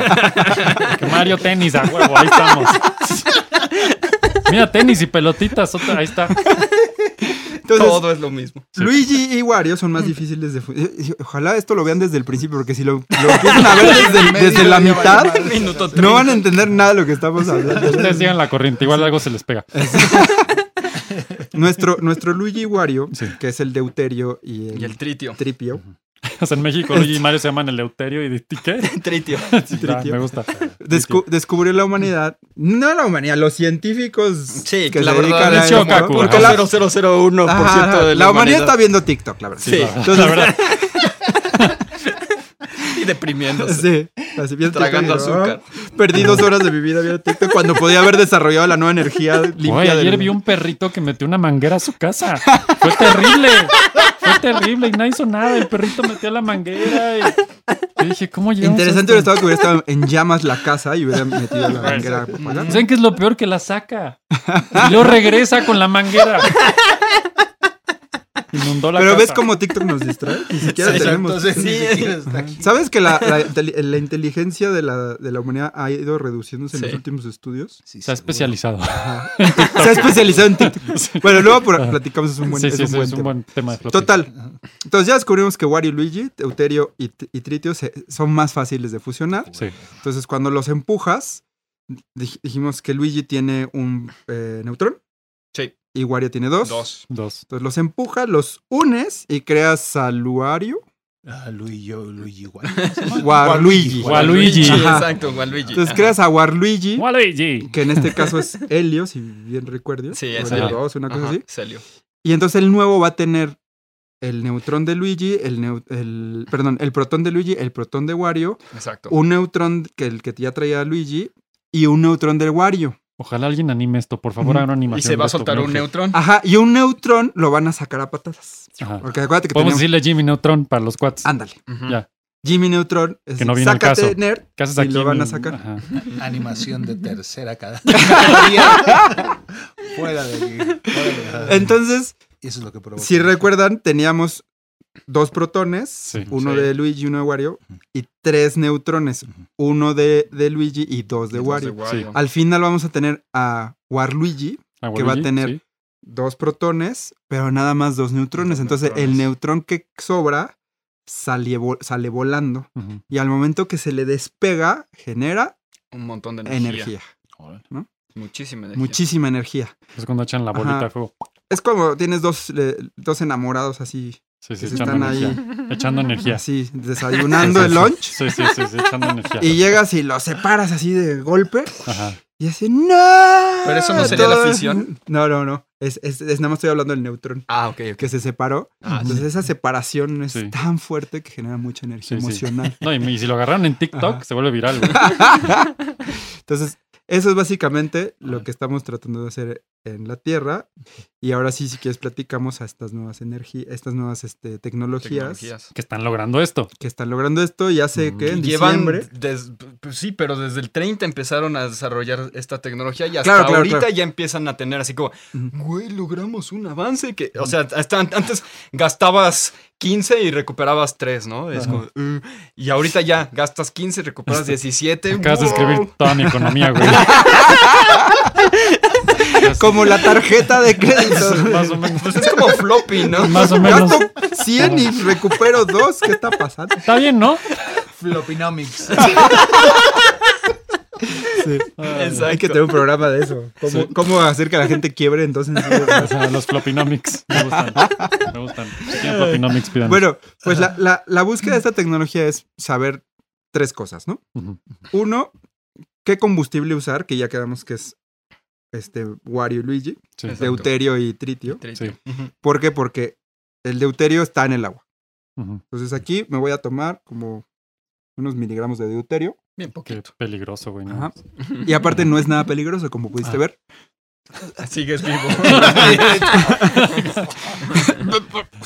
Speaker 2: Que Mario tenis a huevo, ahí estamos. Mira, tenis y pelotitas, otra- ahí está.
Speaker 4: Entonces,
Speaker 3: Todo es lo mismo.
Speaker 4: Luigi y Wario son más difíciles de... fu- eh, eh, Ojalá esto lo vean desde el principio, porque si lo, lo empiezan a ver desde, el- desde la mitad,
Speaker 3: Minuto
Speaker 4: no van a entender nada de lo que estamos hablando.
Speaker 2: Ustedes sigan la corriente, igual algo se les pega.
Speaker 4: Nuestro, nuestro Luigi y Wario,
Speaker 2: Sí.
Speaker 4: que es el deuterio y el,
Speaker 3: Y el tritio.
Speaker 4: tripio,
Speaker 2: O sea, en México
Speaker 4: Este-
Speaker 2: Luigi y Mario se llaman Eleuterio y ¿y ¿qué?
Speaker 3: Tritio.
Speaker 2: Sí, va, me gusta.
Speaker 4: descu- descubrió la humanidad. No la humanidad, los científicos
Speaker 3: Sí,
Speaker 4: que
Speaker 3: la
Speaker 4: se
Speaker 3: verdad,
Speaker 4: dedican a
Speaker 2: el
Speaker 4: eso,
Speaker 2: Shokaku,
Speaker 4: porque
Speaker 2: ajá.
Speaker 4: la,
Speaker 3: 0001%
Speaker 4: ajá, ajá, la humanidad, está viendo TikTok, la verdad.
Speaker 3: Sí.
Speaker 2: la-
Speaker 4: Entonces-
Speaker 2: la verdad.
Speaker 3: y deprimiéndose.
Speaker 4: Sí, así bien
Speaker 3: Tragando
Speaker 4: TikTok, ¿no?
Speaker 3: azúcar.
Speaker 4: Perdí dos horas de mi vida viendo TikTok cuando podía haber desarrollado la nueva energía limpia.
Speaker 2: Güey, ayer
Speaker 4: del-
Speaker 2: vi un perrito que metió una manguera a su casa. Fue terrible. Fue terrible y no hizo nada. El perrito metió la manguera y. Yo dije, ¿cómo llegamos a
Speaker 4: Interesante hubiera
Speaker 2: esto?
Speaker 4: estado que hubiera estado en llamas la casa y hubiera metido la manguera. para apagar.
Speaker 2: ¿Saben qué es lo peor? Que la saca. Y luego regresa con la manguera. Inundó la
Speaker 4: Pero
Speaker 2: casa.
Speaker 4: ves cómo TikTok nos distrae. Ni siquiera
Speaker 5: Exacto,
Speaker 4: tenemos.
Speaker 5: entonces, ni
Speaker 3: Sí.
Speaker 5: siquiera está aquí.
Speaker 4: ¿Sabes que la, la intel- la inteligencia de la, de la humanidad ha ido reduciéndose en
Speaker 3: Sí.
Speaker 4: los últimos estudios?
Speaker 5: Sí,
Speaker 2: Se ha
Speaker 5: seguro.
Speaker 2: especializado.
Speaker 4: Se ha especializado en TikTok. Bueno, luego por- platicamos, es un buen,
Speaker 2: sí,
Speaker 4: es
Speaker 2: sí,
Speaker 4: un
Speaker 2: eso
Speaker 4: buen
Speaker 2: es un
Speaker 4: tema.
Speaker 2: buen tema de flotilla.
Speaker 4: Total. Entonces ya descubrimos que Wario, Luigi, Euterio y, T- y Tritio se- son más fáciles de fusionar.
Speaker 2: Sí.
Speaker 4: Entonces, cuando los empujas, dij- dijimos que Luigi tiene un eh, neutrón
Speaker 3: Sí.
Speaker 4: y Wario tiene dos.
Speaker 3: Dos.
Speaker 2: Dos.
Speaker 4: Entonces los empuja, los unes y creas Saluario.
Speaker 5: Ah, Luigi, yo, Luigi, igual.
Speaker 4: Waluigi.
Speaker 2: Waluigi.
Speaker 3: Sí,
Speaker 4: Ajá.
Speaker 3: exacto, Waluigi.
Speaker 4: Entonces
Speaker 3: Ajá.
Speaker 4: creas a Warluigi,
Speaker 2: Waluigi.
Speaker 4: que en este caso es Helio, si bien recuerdo.
Speaker 3: Sí, es
Speaker 4: O Helio
Speaker 3: Helio.
Speaker 4: dos, una cosa
Speaker 3: Ajá,
Speaker 4: así.
Speaker 3: Celio.
Speaker 4: Y entonces el nuevo va a tener el neutrón de Luigi, el, neu- el- perdón, el protón de Luigi, el protón de Wario,
Speaker 3: Exacto.
Speaker 4: un neutrón que el que ya traía Luigi y un neutrón del Wario.
Speaker 2: Ojalá alguien anime esto, por favor, hagan una animación.
Speaker 3: Y se va a
Speaker 2: de esto,
Speaker 3: soltar
Speaker 2: me
Speaker 3: un
Speaker 2: urge.
Speaker 3: neutrón.
Speaker 4: Ajá, y un neutrón lo van a sacar a patadas.
Speaker 2: Ajá.
Speaker 4: Porque acuérdate que Ah,
Speaker 2: Podemos
Speaker 4: teníamos-
Speaker 2: decirle Jimmy Neutron para los cuates.
Speaker 4: Ándale.
Speaker 3: Ujú.
Speaker 2: Ya.
Speaker 4: Jimmy Neutron es
Speaker 2: Que no viene al
Speaker 4: sácate
Speaker 2: caso.
Speaker 4: nerd.
Speaker 2: ¿Qué haces
Speaker 4: y
Speaker 2: aquí?
Speaker 4: lo van a
Speaker 2: mi-
Speaker 4: sacar.
Speaker 2: Ajá.
Speaker 5: Animación de tercera cada cada día. Fuera de aquí. fuera de-
Speaker 4: Entonces,
Speaker 5: Eso es lo que provoca.
Speaker 4: si recuerdan, teníamos dos protones,
Speaker 2: Sí.
Speaker 4: uno
Speaker 3: Sí.
Speaker 4: de Luigi y uno de Wario,
Speaker 5: Ujú.
Speaker 4: y tres neutrones,
Speaker 5: Ujú.
Speaker 4: uno de, de Luigi y dos de Wario.
Speaker 3: Entonces, Wario.
Speaker 4: Al final vamos a tener a Warluigi,
Speaker 2: Ah,
Speaker 4: Que va a
Speaker 2: Waluigi,
Speaker 4: tener-
Speaker 2: sí.
Speaker 4: dos protones, pero nada más dos neutrones.
Speaker 3: Dos
Speaker 4: Entonces el
Speaker 3: neutrones.
Speaker 4: neutrón que sobra sale, vo- sale volando.
Speaker 2: Ujú.
Speaker 4: Y al momento que se le despega, genera
Speaker 3: Un montón de energía.
Speaker 4: energía.
Speaker 3: Muchísima energía.
Speaker 4: Muchísima energía.
Speaker 2: Es cuando echan la bolita
Speaker 4: Ajá.
Speaker 2: de fuego.
Speaker 4: Es como tienes dos, le- dos enamorados así,
Speaker 2: Sí, sí,
Speaker 4: que se
Speaker 2: echando
Speaker 4: están ahí,
Speaker 2: energía. Echando energía.
Speaker 4: así,
Speaker 2: Sí,
Speaker 4: desayunando
Speaker 2: sí,
Speaker 4: el
Speaker 2: sí.
Speaker 4: lunch.
Speaker 2: Sí, sí, sí, sí, echando energía.
Speaker 4: Y llegas y los separas así de golpe.
Speaker 2: Ajá.
Speaker 4: Y así, ¡no!
Speaker 3: Pero eso no sería la
Speaker 4: Todo-
Speaker 3: fisión.
Speaker 4: No, no, no. Es, es- es- nada más estoy hablando del neutrón
Speaker 3: Ah, ok, ok.
Speaker 4: que se separó.
Speaker 3: Ah,
Speaker 4: Entonces esa separación es
Speaker 2: Sí.
Speaker 4: tan fuerte que genera mucha
Speaker 2: Sí,
Speaker 4: energía
Speaker 2: sí.
Speaker 4: emocional.
Speaker 2: No, y, y si lo agarraron en TikTok,
Speaker 4: Ajá.
Speaker 2: se vuelve viral. güey.
Speaker 4: Entonces, eso es básicamente lo que estamos tratando de hacer en la Tierra. Y ahora sí, si quieres, platicamos a estas nuevas energías, estas nuevas este, tecnologías, Mm,
Speaker 3: Tecnologías.
Speaker 2: Que están logrando esto.
Speaker 4: que están logrando esto. Ya sé que en
Speaker 3: Llevan,
Speaker 4: diciembre.
Speaker 3: des- pues sí, pero desde el 30 empezaron a desarrollar esta tecnología y hasta
Speaker 4: Claro, claro,
Speaker 3: ahorita
Speaker 4: claro.
Speaker 3: ya empiezan a tener así como,
Speaker 4: Ujú.
Speaker 3: güey, logramos un avance que, o sea, hasta an- antes gastabas 15 y recuperabas 3, ¿no? Es como, "Uh", y ahorita ya gastas 15 y recuperas
Speaker 4: Este,
Speaker 3: 17.
Speaker 2: Acabas de
Speaker 3: ¡Wow!
Speaker 2: escribir toda mi economía, güey.
Speaker 4: Como la tarjeta de
Speaker 2: Más
Speaker 4: crédito.
Speaker 2: o menos.
Speaker 3: Pues es como floppy, ¿no?
Speaker 2: Más o menos.
Speaker 4: Gasto 100 y recupero 2. ¿Qué está pasando?
Speaker 2: Está bien, ¿no?
Speaker 5: Flopinomics.
Speaker 3: Exacto.
Speaker 4: Hay que tener un programa de eso. ¿Cómo,
Speaker 2: Sí.
Speaker 4: cómo hacer que la gente quiebre? Entonces.
Speaker 2: O sea, los flopinomics. Me gustan. Me gustan. Si tienen flopinomics, pidan.
Speaker 4: Bueno, pues la, la- la búsqueda de esta tecnología es saber tres cosas, ¿no?
Speaker 2: Ujú.
Speaker 4: Uno, qué combustible usar, que ya quedamos que es este Wario y Luigi,
Speaker 2: Sí.
Speaker 3: Exacto.
Speaker 4: deuterio y tritio.
Speaker 3: Trito.
Speaker 2: Sí.
Speaker 3: Ujú.
Speaker 4: ¿Por qué? Porque el deuterio está en el agua.
Speaker 2: Ujú.
Speaker 4: Entonces aquí me voy a tomar como unos miligramos de deuterio.
Speaker 3: Bien
Speaker 2: Qué
Speaker 3: poquito.
Speaker 2: peligroso, güey. ¿no?
Speaker 4: Ajá. Y aparte no es nada peligroso, como pudiste
Speaker 2: Ah.
Speaker 4: ver.
Speaker 3: Sigues vivo.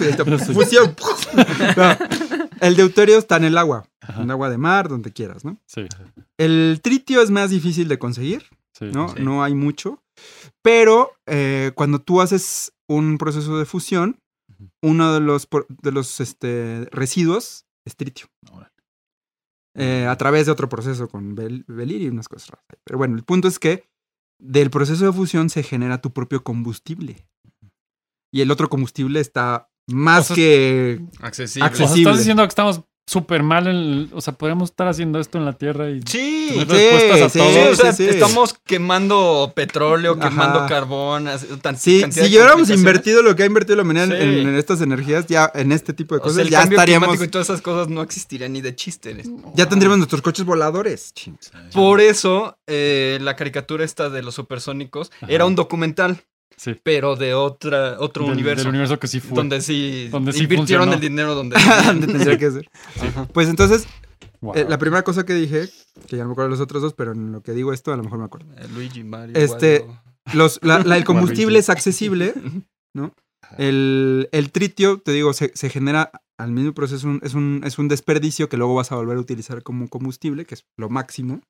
Speaker 4: Esta Fusión. No, El deuterio está en el agua, en agua de mar, donde quieras, ¿no?
Speaker 2: Sí,
Speaker 4: El tritio es más difícil de conseguir.
Speaker 2: sí.
Speaker 4: ¿no?
Speaker 3: Sí.
Speaker 4: No hay mucho. Pero eh, cuando tú haces un proceso de fusión, uno de los, por- de los este, residuos es tritio.
Speaker 5: Órale.
Speaker 4: Eh, a través de otro proceso con bel- belir y unas cosas raras. Pero bueno, el punto es que del proceso de fusión se genera tu propio combustible. Y el otro combustible está más
Speaker 2: O sea,
Speaker 4: que...
Speaker 3: Accesible.
Speaker 2: O sea,
Speaker 4: Accesible.
Speaker 2: estás diciendo que estamos súper mal en el- O sea, podríamos estar haciendo esto en la Tierra y...
Speaker 3: Sí.
Speaker 2: Tener respuestas a
Speaker 4: sí,
Speaker 3: Sí,
Speaker 2: todo.
Speaker 3: o sea,
Speaker 4: sí, sí.
Speaker 3: estamos quemando petróleo, quemando
Speaker 4: Ajá.
Speaker 3: carbón. así, tan-
Speaker 4: Sí,
Speaker 3: cantidad
Speaker 4: si
Speaker 3: de
Speaker 4: hubiéramos
Speaker 3: complicaciones.
Speaker 4: invertido lo que ha invertido la humanidad en-
Speaker 3: Sí.
Speaker 4: en, en estas energías, ya en este tipo de
Speaker 3: O
Speaker 4: cosas,
Speaker 3: sea, Pues, el
Speaker 4: ya
Speaker 3: cambio
Speaker 4: estaríamos...
Speaker 3: climático y todas esas cosas no existirían ni de chistes.
Speaker 4: Ya tendríamos nuestros coches voladores.
Speaker 3: Por eso, eh, la caricatura esta de los supersónicos
Speaker 2: Ajá.
Speaker 3: era un documental,
Speaker 2: Sí.
Speaker 3: pero de otra, otro
Speaker 2: Del-
Speaker 3: universo.
Speaker 2: Del universo que sí fue.
Speaker 3: donde sí,
Speaker 2: Donde sí
Speaker 3: invirtieron
Speaker 2: funcionó.
Speaker 3: el dinero donde.
Speaker 4: Donde tendría que ser.
Speaker 3: Ajá.
Speaker 4: Pues entonces,
Speaker 2: Wow.
Speaker 4: eh, la primera cosa que dije, que ya no me acuerdo de los otros dos, pero en lo que digo esto, a lo mejor me acuerdo.
Speaker 3: Eh, Luigi, Mario.
Speaker 4: Este-
Speaker 3: Wario.
Speaker 4: Los, la- la- el combustible
Speaker 2: Waluigi.
Speaker 4: es accesible, ¿no? El, el tritio, te digo, se, se genera al mismo proceso, un- es, un, es un desperdicio que luego vas a volver a utilizar como combustible, que es lo máximo,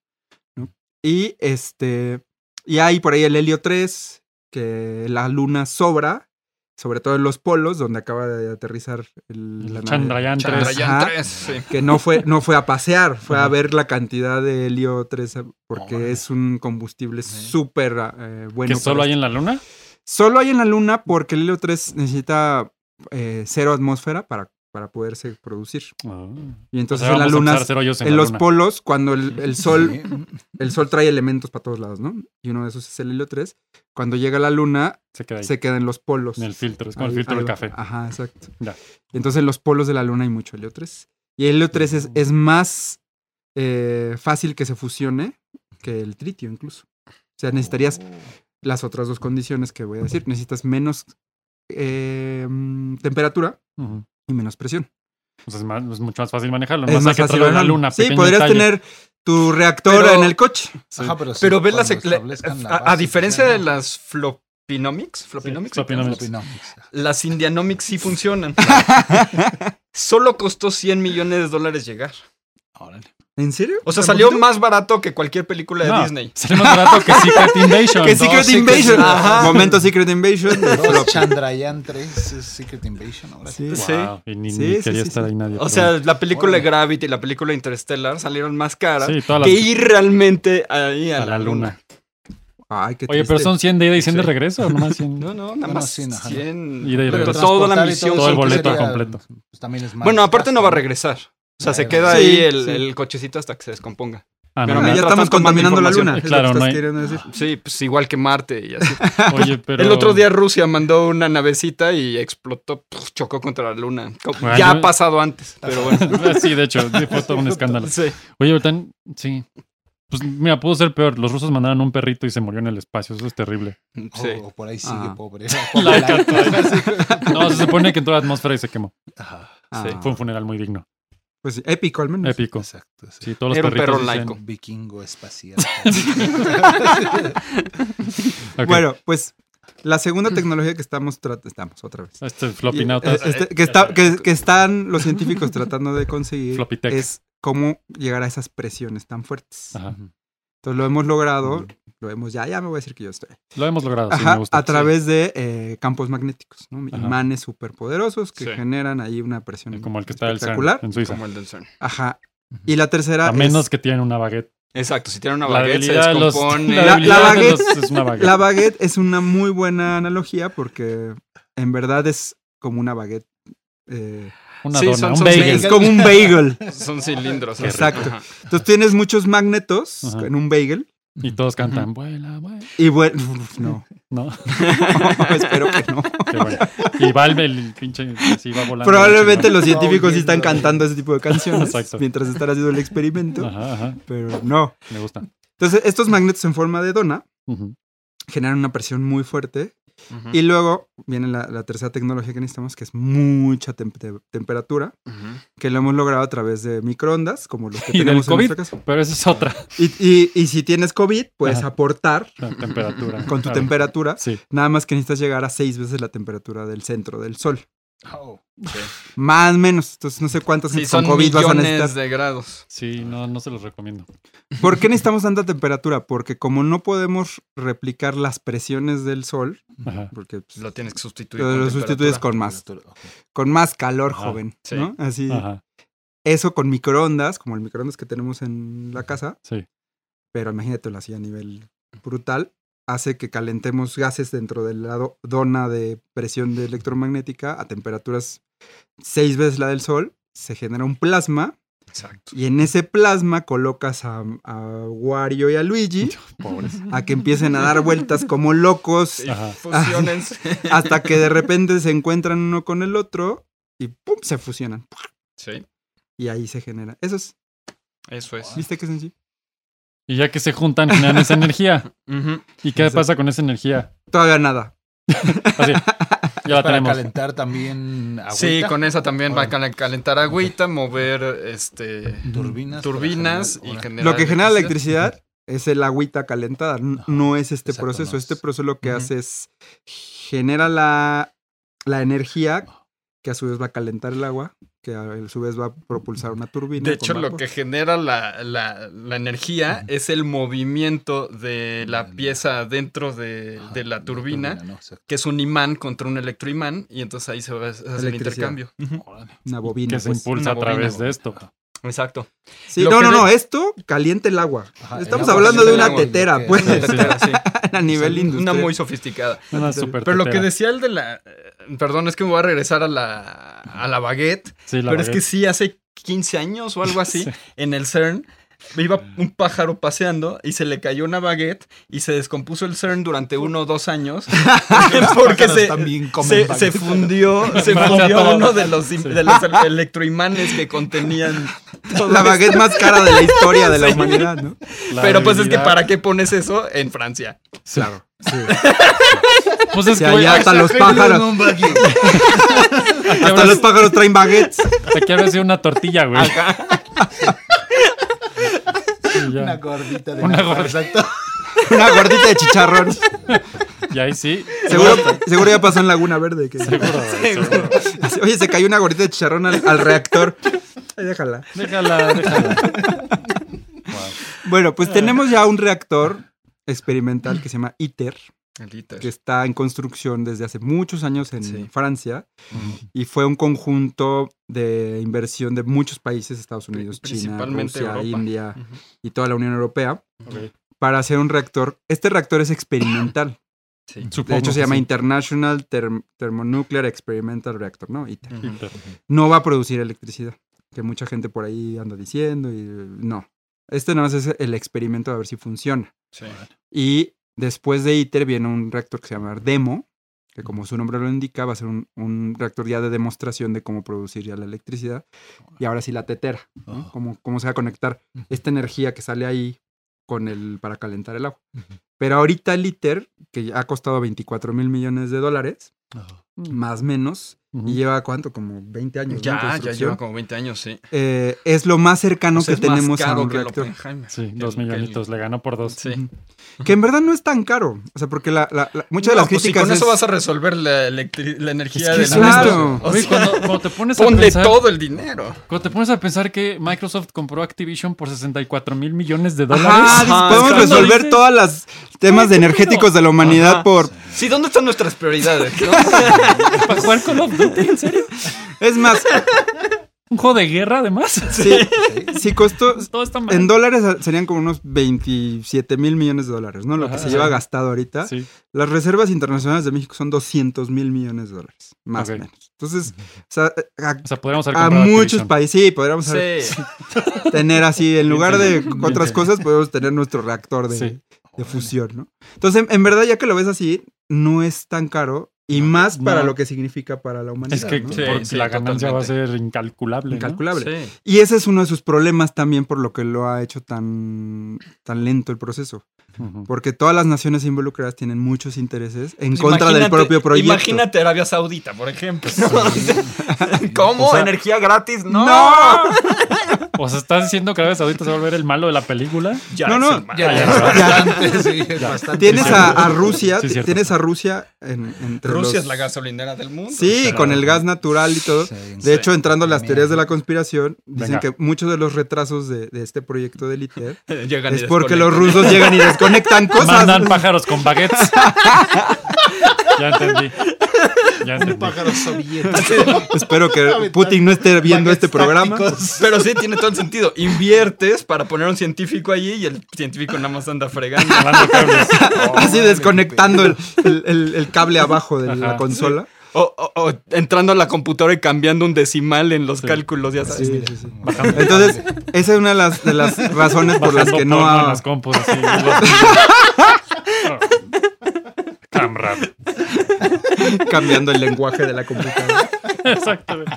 Speaker 4: ¿no? Y este, y hay por ahí el helio 3, que la luna sobra, sobre todo en los polos, donde acaba de aterrizar el, la nave.
Speaker 2: Chandrayaan 3.
Speaker 3: Chandrayaan
Speaker 4: Ajá.
Speaker 3: 3, sí.
Speaker 4: que no fue, no fue a pasear, fue a
Speaker 2: Ajá.
Speaker 4: ver la cantidad de helio 3 porque
Speaker 5: Órale.
Speaker 4: es un combustible
Speaker 3: Sí.
Speaker 4: súper eh, bueno.
Speaker 2: que solo
Speaker 4: para
Speaker 2: hay
Speaker 4: esto.
Speaker 2: en la luna.
Speaker 4: Solo hay en la Luna porque el helio 3 necesita eh, cero atmósfera para para poderse producir.
Speaker 2: Ah. O
Speaker 4: Y
Speaker 2: sea,
Speaker 4: entonces
Speaker 2: vamos a
Speaker 4: en las
Speaker 2: empezar
Speaker 4: lunas,
Speaker 2: a hacer hoyos en
Speaker 4: en
Speaker 2: la
Speaker 4: los
Speaker 2: luna.
Speaker 4: polos, cuando el, el sol,
Speaker 5: Sí.
Speaker 4: el sol trae elementos para todos lados, ¿no? Y uno de esos es el helio 3. Cuando llega la luna,
Speaker 2: Se queda ahí.
Speaker 4: se queda en los polos.
Speaker 2: En el filtro, es como
Speaker 4: Ahí-
Speaker 2: el filtro
Speaker 4: ahí
Speaker 2: del
Speaker 4: va. Ah.
Speaker 2: café.
Speaker 4: Ajá, exacto.
Speaker 2: Ya.
Speaker 4: Entonces en los polos de la luna hay mucho helio 3. Y el helio 3 es, es más eh, fácil que se fusione que el tritio incluso. O sea, necesitarías las otras dos condiciones que voy a decir. Necesitas menos eh, mm, temperatura
Speaker 2: Ujú.
Speaker 4: y menos presión.
Speaker 2: Pues es, más- es mucho más fácil manejarlo.
Speaker 4: es
Speaker 2: más
Speaker 4: más
Speaker 2: que
Speaker 4: fácil
Speaker 2: traerlo a la
Speaker 4: bajarlo.
Speaker 2: luna.
Speaker 4: Sí,
Speaker 2: pequeño
Speaker 4: podrías
Speaker 2: detalle.
Speaker 4: tener tu reactor
Speaker 3: Pero-
Speaker 4: en el coche.
Speaker 5: Ajá, pero sí,
Speaker 3: Pero ves las.
Speaker 5: cuando
Speaker 3: ecle-
Speaker 5: establezcan la
Speaker 3: a- A,
Speaker 5: base,
Speaker 3: diferencia
Speaker 5: ya,
Speaker 3: de
Speaker 5: ¿no?
Speaker 3: las flopinomics, flopinomics,
Speaker 2: flopinomics.
Speaker 5: Flopinomics.
Speaker 3: las indianomics sí funcionan. Solo costó 100 millones de dólares llegar.
Speaker 5: Órale.
Speaker 4: ¿En serio?
Speaker 3: O sea,
Speaker 4: ¿Tan
Speaker 3: salió
Speaker 4: poquito?
Speaker 3: más barato que cualquier película de
Speaker 2: No,
Speaker 3: Disney.
Speaker 2: Sale más barato que Secret Invasion.
Speaker 4: que
Speaker 2: No,
Speaker 4: Secret
Speaker 5: Secret
Speaker 4: Invasion.
Speaker 5: Invasion. Ajá.
Speaker 4: Momento Secret Invasion.
Speaker 5: Dos Chandrayaan 3 es Secret Invasion ahora sí.
Speaker 4: Sí.
Speaker 2: Wow, y ni,
Speaker 4: Sí,
Speaker 2: ni
Speaker 4: sí,
Speaker 2: quería
Speaker 4: sí,
Speaker 2: estar
Speaker 4: sí.
Speaker 2: ahí nadie.
Speaker 3: O
Speaker 2: pero
Speaker 3: sea, la película
Speaker 5: Órale.
Speaker 3: Gravity y la película Interstellar salieron más caras
Speaker 2: bueno. sí, todas las-
Speaker 3: que ir realmente ahí a,
Speaker 2: a la luna.
Speaker 4: Ay, qué
Speaker 2: Oye,
Speaker 4: triste. Ah,
Speaker 2: pero son 100 de ida y 100 de regreso, nomás 100.
Speaker 3: No, no, nada
Speaker 5: Bueno,
Speaker 3: más
Speaker 5: sí, ajá.
Speaker 3: 100.
Speaker 2: Ida y
Speaker 3: Pero
Speaker 2: regreso.
Speaker 3: toda la
Speaker 5: transportar y
Speaker 3: misión,
Speaker 5: eso,
Speaker 2: todo el
Speaker 5: que
Speaker 2: boleto completo.
Speaker 5: pues, también es más
Speaker 3: Bueno, aparte
Speaker 5: gasto,
Speaker 3: no va a regresar. O sea, se
Speaker 5: Claro.
Speaker 3: queda
Speaker 4: Sí,
Speaker 3: ahí el,
Speaker 4: sí.
Speaker 3: el cochecito hasta que se descomponga.
Speaker 2: Ah,
Speaker 3: Pero
Speaker 2: no, no.
Speaker 4: Ah, ya
Speaker 3: mientras
Speaker 4: estamos
Speaker 3: tanto, tomando
Speaker 4: contaminando la
Speaker 3: información.
Speaker 4: luna. es lo
Speaker 2: Claro,
Speaker 4: que estás
Speaker 2: no hay-
Speaker 4: queriendo decir.
Speaker 3: Sí, pues igual que Marte y así.
Speaker 2: Oye, pero.
Speaker 3: El otro día Rusia mandó una navecita y explotó, puf, chocó contra la luna. Como-
Speaker 2: Bueno.
Speaker 3: ya ha pasado antes, pero bueno.
Speaker 2: sí, de hecho, sí, fue todo un escándalo.
Speaker 3: Sí.
Speaker 2: Oye, ahorita, sí. Pues mira, pudo ser peor. Los rusos mandaron un perrito y se murió en el espacio. Eso es terrible.
Speaker 5: O,
Speaker 3: Sí.
Speaker 5: o por ahí sigue
Speaker 4: Ah.
Speaker 5: pobre.
Speaker 2: La No, se supone que entró a la atmósfera y se quemó.
Speaker 5: Ajá,
Speaker 4: Ah,
Speaker 3: Sí,
Speaker 2: Fue un funeral muy digno.
Speaker 4: Pues sí, épico al menos.
Speaker 2: Épico.
Speaker 5: exacto. sí.
Speaker 2: Sí, todos los
Speaker 3: Era un
Speaker 2: perritos
Speaker 3: perro
Speaker 2: dicen-
Speaker 3: laico.
Speaker 5: Vikingo espacial.
Speaker 2: Ok,
Speaker 4: Bueno, pues la segunda tecnología que estamos tratando, estamos otra vez.
Speaker 2: Este
Speaker 4: Y,
Speaker 2: flopinautas.
Speaker 4: eh, este- que, está- que- que están los científicos tratando de conseguir
Speaker 2: Flopitec.
Speaker 4: es cómo llegar a esas presiones tan fuertes.
Speaker 2: Ajá.
Speaker 4: Entonces lo hemos logrado, lo hemos ya, ya me voy a decir que yo estoy.
Speaker 2: Lo hemos logrado, Ah, sí,
Speaker 4: Ajá,
Speaker 2: me gusta.
Speaker 4: a través de eh, campos magnéticos, ¿no?
Speaker 2: Ajá.
Speaker 4: imanes superpoderosos que
Speaker 3: Sí.
Speaker 4: generan ahí una presión
Speaker 2: Sí, Como el que está el CERN
Speaker 4: espectacular.
Speaker 2: en Suiza.
Speaker 3: Como el del CERN.
Speaker 4: Ajá. Y la tercera
Speaker 2: A menos
Speaker 4: es-
Speaker 2: que tienen una baguette.
Speaker 3: Exacto, si tiene una
Speaker 2: La
Speaker 3: baguette se
Speaker 2: debilidad de los.
Speaker 3: descompone.
Speaker 2: La,
Speaker 4: La-
Speaker 2: debilidad
Speaker 4: la
Speaker 2: de los- es una baguette.
Speaker 4: La baguette es una muy buena analogía porque en verdad es como una baguette. eh,
Speaker 2: Una
Speaker 3: Sí,
Speaker 2: dona,
Speaker 3: son-
Speaker 2: un
Speaker 3: son
Speaker 2: bagel.
Speaker 4: es como un bagel.
Speaker 3: Son cilindros.
Speaker 2: Qué
Speaker 3: así.
Speaker 4: Exacto.
Speaker 3: Ajá.
Speaker 4: Entonces tienes muchos magnetos
Speaker 2: Ajá.
Speaker 4: en un bagel
Speaker 2: Y todos cantan, vuela, vuela.
Speaker 4: y bueno, no,
Speaker 2: No,
Speaker 4: espero que no.
Speaker 2: qué bueno. Y va el, el pinche, así va volando.
Speaker 4: Probablemente los
Speaker 5: Va
Speaker 4: científicos sí
Speaker 5: huyendo
Speaker 4: están
Speaker 5: de-
Speaker 4: cantando ese tipo de canciones
Speaker 2: Exacto.
Speaker 4: mientras están haciendo el experimento,
Speaker 2: Ajá, ajá,
Speaker 4: pero no.
Speaker 2: me gusta.
Speaker 4: Entonces estos magnetos en forma de dona
Speaker 2: Ujú.
Speaker 4: generan una presión muy fuerte
Speaker 3: Ujú.
Speaker 4: y luego viene la, la tercera tecnología que necesitamos que es mucha tem- te- temperatura
Speaker 3: Ujú.
Speaker 4: que lo hemos logrado a través de microondas, como los que
Speaker 2: Y del
Speaker 4: tenemos en
Speaker 2: COVID.
Speaker 4: nuestra casa.
Speaker 2: Pero esa es otra
Speaker 4: Y, y- y si tienes COVID, puedes
Speaker 2: Ajá.
Speaker 4: aportar
Speaker 2: la temperatura.
Speaker 4: con tu
Speaker 2: Claro.
Speaker 4: temperatura,
Speaker 2: Sí.
Speaker 4: nada más que necesitas llegar a seis veces la temperatura del centro del sol.
Speaker 5: Oh,
Speaker 4: Más o menos. Entonces, no sé cuántas
Speaker 3: Sí,
Speaker 4: gentes
Speaker 3: son
Speaker 4: con COVID vas a
Speaker 3: millones
Speaker 4: necesitar.
Speaker 3: de grados.
Speaker 2: Sí, no, no se los recomiendo.
Speaker 4: ¿Por qué necesitamos tanta temperatura? Porque como no podemos replicar las presiones del sol,
Speaker 2: Ajá.
Speaker 4: porque pues,
Speaker 3: Lo tienes que sustituir.
Speaker 4: lo,
Speaker 3: con
Speaker 4: lo sustituyes
Speaker 3: temperatura.
Speaker 4: con más,
Speaker 5: temperatura, ok.
Speaker 4: con más calor,
Speaker 2: Ajá,
Speaker 4: joven.
Speaker 3: sí.
Speaker 4: ¿no? Así.
Speaker 2: Ajá.
Speaker 4: Eso con microondas, como el microondas que tenemos en la casa,
Speaker 2: Sí.
Speaker 4: pero imagínatelo así a nivel brutal, hace que calentemos gases dentro del lado dona de presión de electromagnética a temperaturas seis veces la del sol, se genera un plasma
Speaker 3: Exacto.
Speaker 4: y en ese plasma colocas a, a Wario y a Luigi
Speaker 2: Pobres.
Speaker 4: a que empiecen a dar vueltas como locos
Speaker 2: Ajá.
Speaker 4: Ah.
Speaker 3: Fusiones.
Speaker 4: hasta que de repente se encuentran uno con el otro y ¡pum! se fusionan
Speaker 3: sí,
Speaker 4: y ahí se genera. Eso es,
Speaker 3: eso es.
Speaker 4: ¿viste qué sencillo?
Speaker 2: Y ya que se juntan, generan esa energía.
Speaker 3: Ujú.
Speaker 2: ¿Y qué
Speaker 4: Exacto.
Speaker 2: pasa con esa energía?
Speaker 4: Todavía nada.
Speaker 2: Así. Ya la
Speaker 5: Para
Speaker 2: tenemos.
Speaker 5: calentar también agüita.
Speaker 3: Sí, con esa también va a
Speaker 5: Órale.
Speaker 3: cal- calentar agüita, mover este
Speaker 5: turbinas. para
Speaker 3: turbinas
Speaker 5: generar-
Speaker 3: y
Speaker 5: órale.
Speaker 3: generar
Speaker 4: Lo que genera electricidad es el agüita calentada, n-
Speaker 5: Ajá.
Speaker 4: no es este
Speaker 5: Exacto,
Speaker 4: proceso.
Speaker 5: no
Speaker 4: Este
Speaker 5: es-
Speaker 4: proceso lo que
Speaker 3: Ujú.
Speaker 4: hace es genera la, la energía que a su vez va a calentar el agua, que a su vez va a propulsar una turbina.
Speaker 3: De
Speaker 4: con
Speaker 3: hecho, lo
Speaker 4: vapor.
Speaker 3: que genera la, la- la energía es el movimiento de la
Speaker 5: Del-
Speaker 3: pieza dentro de,
Speaker 4: Ah,
Speaker 5: Ajá,
Speaker 3: de la turbina,
Speaker 5: ¿no? Exacto.
Speaker 3: que es un imán contra un electroimán, y entonces ahí se va a hacer el
Speaker 4: Electricidad.
Speaker 3: intercambio. Ujú.
Speaker 5: Órale.
Speaker 4: Una bobina.
Speaker 2: Que se
Speaker 4: pues.
Speaker 2: impulsa a
Speaker 3: Una bobina,
Speaker 2: través
Speaker 3: bobina.
Speaker 2: de esto.
Speaker 3: Exacto.
Speaker 4: Sí,
Speaker 3: lo
Speaker 4: no,
Speaker 3: que
Speaker 4: no,
Speaker 3: de-
Speaker 4: no, esto calienta el agua.
Speaker 5: Ajá, el
Speaker 4: Estamos
Speaker 5: agua
Speaker 4: hablando de
Speaker 5: calienta
Speaker 4: una
Speaker 5: el agua.
Speaker 4: tetera,
Speaker 5: Ok.
Speaker 4: pues.
Speaker 2: Sí, sí.
Speaker 3: Etcétera, sí.
Speaker 4: a nivel industrial.
Speaker 3: Una muy sofisticada.
Speaker 2: Una super
Speaker 3: Pero lo que
Speaker 2: tetera.
Speaker 3: decía el de la. eh, Perdón, es que me voy a regresar a la, a la baguette.
Speaker 2: Sí, la
Speaker 3: pero es que
Speaker 2: baguette.
Speaker 3: sí, hace 15 años o algo así,
Speaker 2: Sí. Mm.
Speaker 3: en el CERN, iba un pájaro paseando y se le cayó una baguette y se descompuso el CERN durante uno o dos años. porque
Speaker 5: pájaros
Speaker 3: se,
Speaker 5: también comen
Speaker 3: se-
Speaker 5: baguettes.
Speaker 3: se fundió, se
Speaker 2: Mancha
Speaker 3: fundió
Speaker 2: todo.
Speaker 3: uno de los, im- de los electroimanes que contenían. todo
Speaker 4: La
Speaker 3: esto.
Speaker 4: baguette más cara de la historia de la humanidad, ¿no?
Speaker 2: La
Speaker 3: Pero pues es que
Speaker 2: debilidad.
Speaker 3: ¿para qué pones eso en Francia?
Speaker 2: Sí.
Speaker 4: Claro. Sí.
Speaker 2: Pues es
Speaker 4: Sí,
Speaker 2: que, güey,
Speaker 4: allá hasta
Speaker 2: hasta,
Speaker 4: los pájaros, hasta los pájaros traen baguettes.
Speaker 2: aquí habrá sido una tortilla, güey. Y ya.
Speaker 5: Una gordita de
Speaker 2: Una
Speaker 5: nata,
Speaker 2: gordita.
Speaker 5: Exacto.
Speaker 4: Una gordita de chicharrón.
Speaker 2: Y ahí sí.
Speaker 4: Seguro, seguro ya pasó en Laguna Verde. que-
Speaker 2: Seguro, güey, seguro.
Speaker 4: Así, Oye, se cayó una gordita de chicharrón al, al reactor. Ahí déjala.
Speaker 2: Déjala, déjala.
Speaker 4: Bueno, pues tenemos ya un reactor experimental que se llama ITER, que está en construcción desde hace muchos años en
Speaker 3: Sí.
Speaker 4: Francia y fue un conjunto de inversión de muchos países, Estados Unidos, China,
Speaker 3: Principalmente
Speaker 4: Rusia,
Speaker 3: Europa.
Speaker 4: India
Speaker 3: Ujú.
Speaker 4: y toda la Unión Europea
Speaker 2: Ok.
Speaker 4: para hacer un reactor. Este reactor es experimental.
Speaker 3: Sí.
Speaker 4: De
Speaker 2: Supongo
Speaker 4: hecho, se
Speaker 2: que
Speaker 4: llama
Speaker 2: sí.
Speaker 4: International Therm- Thermonuclear Experimental Reactor, ¿no? ITER.
Speaker 3: Ujú.
Speaker 4: no va a producir electricidad, que mucha gente por ahí anda diciendo y no. Este nada más es el experimento de ver si funciona.
Speaker 3: Sí.
Speaker 4: Y después de ITER viene un reactor que se llama Demo, que como su nombre lo indica, va a ser un, un reactor ya de demostración de cómo producir ya la electricidad. Y ahora sí la tetera, ¿no? cómo, cómo se va a conectar esta energía que sale ahí con el, para calentar el agua. Pero ahorita el ITER, que ya ha costado 24 mil millones de dólares, más menos,
Speaker 2: Ujú.
Speaker 4: y lleva cuánto, como 20 años. ¿no? en
Speaker 3: Ya, ya
Speaker 4: construcción
Speaker 3: lleva como 20 años, sí.
Speaker 4: eh, es lo más cercano
Speaker 3: O sea,
Speaker 4: que
Speaker 3: Pues es más
Speaker 4: tenemos a
Speaker 3: caro
Speaker 4: un
Speaker 3: que el
Speaker 4: reactor.
Speaker 3: Oppenheimer.
Speaker 2: Sí,
Speaker 3: Que
Speaker 2: dos
Speaker 3: el- que el-
Speaker 2: millonitos. Le ganó por dos.
Speaker 3: Sí.
Speaker 4: Que en verdad no es tan caro. O sea, porque la, la- la- muchas de
Speaker 3: No,
Speaker 4: las
Speaker 3: pues si
Speaker 4: críticas.
Speaker 3: con eso
Speaker 4: es-
Speaker 3: vas a resolver la, electri- la energía
Speaker 4: que
Speaker 3: de
Speaker 4: es
Speaker 3: la
Speaker 4: una
Speaker 3: nación.
Speaker 4: estupidez.
Speaker 3: O
Speaker 2: Güey,
Speaker 3: sea,
Speaker 2: cuando, cuando te pones a
Speaker 3: ponle
Speaker 2: pensar,
Speaker 3: todo el dinero.
Speaker 2: cuando te pones a pensar que Microsoft compró Activision por 64 mil millones de dólares.
Speaker 4: Ajá, dices, "Pues
Speaker 3: Ajá,
Speaker 4: podemos
Speaker 3: exacto.
Speaker 4: resolver
Speaker 2: Dices,
Speaker 4: todos los temas de
Speaker 2: qué
Speaker 4: energéticos de la humanidad
Speaker 3: Ajá,
Speaker 4: por.
Speaker 3: Sí, ¿dónde están nuestras prioridades? no?
Speaker 2: ¿Para jugar Call of Duty? ¿En serio?
Speaker 4: Es más,
Speaker 2: ¿Un juego de guerra además?
Speaker 4: si, si costó.
Speaker 2: Todo está mal.
Speaker 4: En dólares serían como unos 27 mil millones de dólares, ¿no? Lo que
Speaker 2: Ajá,
Speaker 4: se lleva
Speaker 2: sí.
Speaker 4: gastado ahorita.
Speaker 2: Sí.
Speaker 4: Las reservas internacionales de México son 200 mil millones de dólares, más
Speaker 2: Ok.
Speaker 4: o menos. Entonces, o sea, eh, a,
Speaker 2: O sea, podríamos haber
Speaker 4: a
Speaker 2: comprado
Speaker 4: muchos
Speaker 2: Activision.
Speaker 4: países, sí, podríamos haber
Speaker 3: Sí.
Speaker 4: tener así, en lugar de
Speaker 2: Bien,
Speaker 4: otras
Speaker 2: bien.
Speaker 4: cosas, podemos tener nuestro reactor de,
Speaker 2: Sí.
Speaker 4: de fusión, ¿no? Entonces, en, en verdad, ya que lo ves así, no es tan caro y más para
Speaker 2: No.
Speaker 4: lo que significa para la humanidad.
Speaker 2: Es que
Speaker 4: ¿no?
Speaker 3: Sí,
Speaker 2: por-
Speaker 3: sí,
Speaker 2: la ganancia
Speaker 3: totalmente.
Speaker 2: va a ser incalculable. ¿no?
Speaker 4: Incalculable.
Speaker 3: Sí.
Speaker 4: Y ese es uno de sus problemas también por lo que lo ha hecho tan, tan lento el proceso.
Speaker 2: Ujú.
Speaker 4: Porque todas las naciones involucradas tienen muchos intereses en
Speaker 3: Pues
Speaker 4: contra del
Speaker 3: imagínate-
Speaker 4: propio proyecto.
Speaker 3: Imagínate Arabia Saudita, por ejemplo. ¿no? ¿Cómo?
Speaker 2: O sea-
Speaker 3: ¿Energía gratis? No.
Speaker 2: O sea, ¿estás diciendo que Arabia Saudita se va a volver el malo de la película?
Speaker 3: Ya
Speaker 4: No,
Speaker 3: es
Speaker 4: no,
Speaker 3: el-
Speaker 5: Ya, ya, bastante, sí, es bastante.
Speaker 4: Tienes a, a Rusia,
Speaker 2: Sí, cierto.
Speaker 4: tienes a Rusia en, entre
Speaker 3: Rusia es
Speaker 4: los-
Speaker 3: la gasolinera del mundo.
Speaker 4: Sí,
Speaker 3: Pero-
Speaker 4: con el gas natural y todo. De hecho, entrando a las teorías de la conspiración,
Speaker 2: Venga.
Speaker 4: dicen que muchos de los retrasos de, de este proyecto del ITER
Speaker 3: Llegan y
Speaker 4: es porque
Speaker 3: desconectan.
Speaker 4: los rusos llegan y desconectan cosas.
Speaker 2: Mandan pájaros con baguettes. ya entendí. Ya
Speaker 5: Un
Speaker 2: entendí.
Speaker 5: pájaro soviético.
Speaker 4: Espero que Putin no esté viendo este programa.
Speaker 5: Tácticos.
Speaker 3: Pero sí, tiene todo el sentido. Inviertes para poner a un científico allí y el científico nada más anda fregando.
Speaker 2: Jalando cables.
Speaker 4: Así desconectando el, el- el- el cable abajo de la
Speaker 2: Ajá.
Speaker 4: consola.
Speaker 3: O, o- o entrando a la computadora y cambiando un decimal en los cálculos, ya sabes.
Speaker 4: Sí, sí, sí. Entonces, esa es una de las, de las razones por las
Speaker 2: Bajando
Speaker 4: que no
Speaker 2: porno en
Speaker 4: ha...
Speaker 2: las compus, así, los- Camrad.
Speaker 4: cambiando el lenguaje de la computadora.
Speaker 2: Exactamente.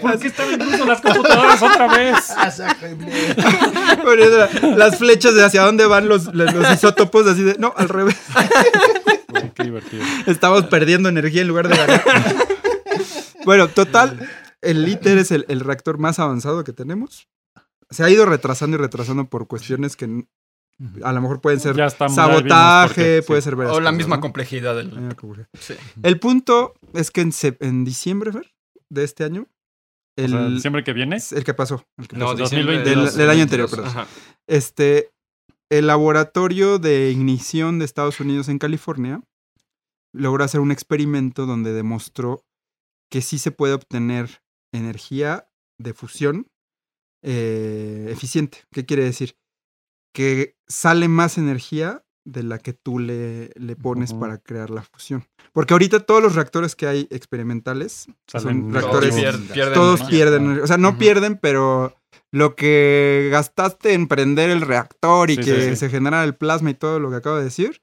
Speaker 2: ¿Por qué están en ruso las computadoras otra vez?
Speaker 4: Poniendo la- Las flechas de hacia dónde van los, los- los isótopos, así de... No, al revés.
Speaker 2: Güey, qué divertido.
Speaker 4: Estamos perdiendo energía en lugar de ganar. bueno, total, el ITER es el, el reactor más avanzado que tenemos. Se ha ido retrasando y retrasando por cuestiones que n- a lo mejor pueden ser
Speaker 2: Ya estamos, ya vimos por qué,
Speaker 4: sabotaje, pues,
Speaker 2: sí.
Speaker 4: puede ser varias
Speaker 3: O la
Speaker 4: cosas,
Speaker 3: misma
Speaker 4: ¿no? Eh,
Speaker 3: complejidad
Speaker 4: La
Speaker 3: del.
Speaker 4: misma complejidad.
Speaker 3: Sí.
Speaker 4: El punto es que en, sep- en diciembre Fer, de este año,
Speaker 2: O
Speaker 4: el,
Speaker 2: sea, ¿Diciembre que viene?
Speaker 4: el que pasó, el que pasó.
Speaker 2: de- 2022.
Speaker 4: pues, Del- del año anterior, perdón.
Speaker 3: Ajá.
Speaker 4: este, el laboratorio de ignición de Estados Unidos en California logró hacer un experimento donde demostró que sí se puede obtener energía de fusión eh, eficiente. ¿Qué quiere decir? que sale más energía de la que tú le, le pones
Speaker 2: Ujú.
Speaker 4: para crear la fusión. Porque ahorita todos los reactores que hay experimentales,
Speaker 2: Salen
Speaker 4: son
Speaker 2: mucho.
Speaker 4: reactores-
Speaker 2: Todos
Speaker 3: pier- pierden
Speaker 4: todos
Speaker 3: energía.
Speaker 4: pierden, energía. o sea, no
Speaker 2: Ujú.
Speaker 4: pierden, pero lo que gastaste en prender el reactor y
Speaker 2: Sí,
Speaker 4: que
Speaker 2: sí, sí.
Speaker 4: se generara el plasma y todo lo que acabo de decir,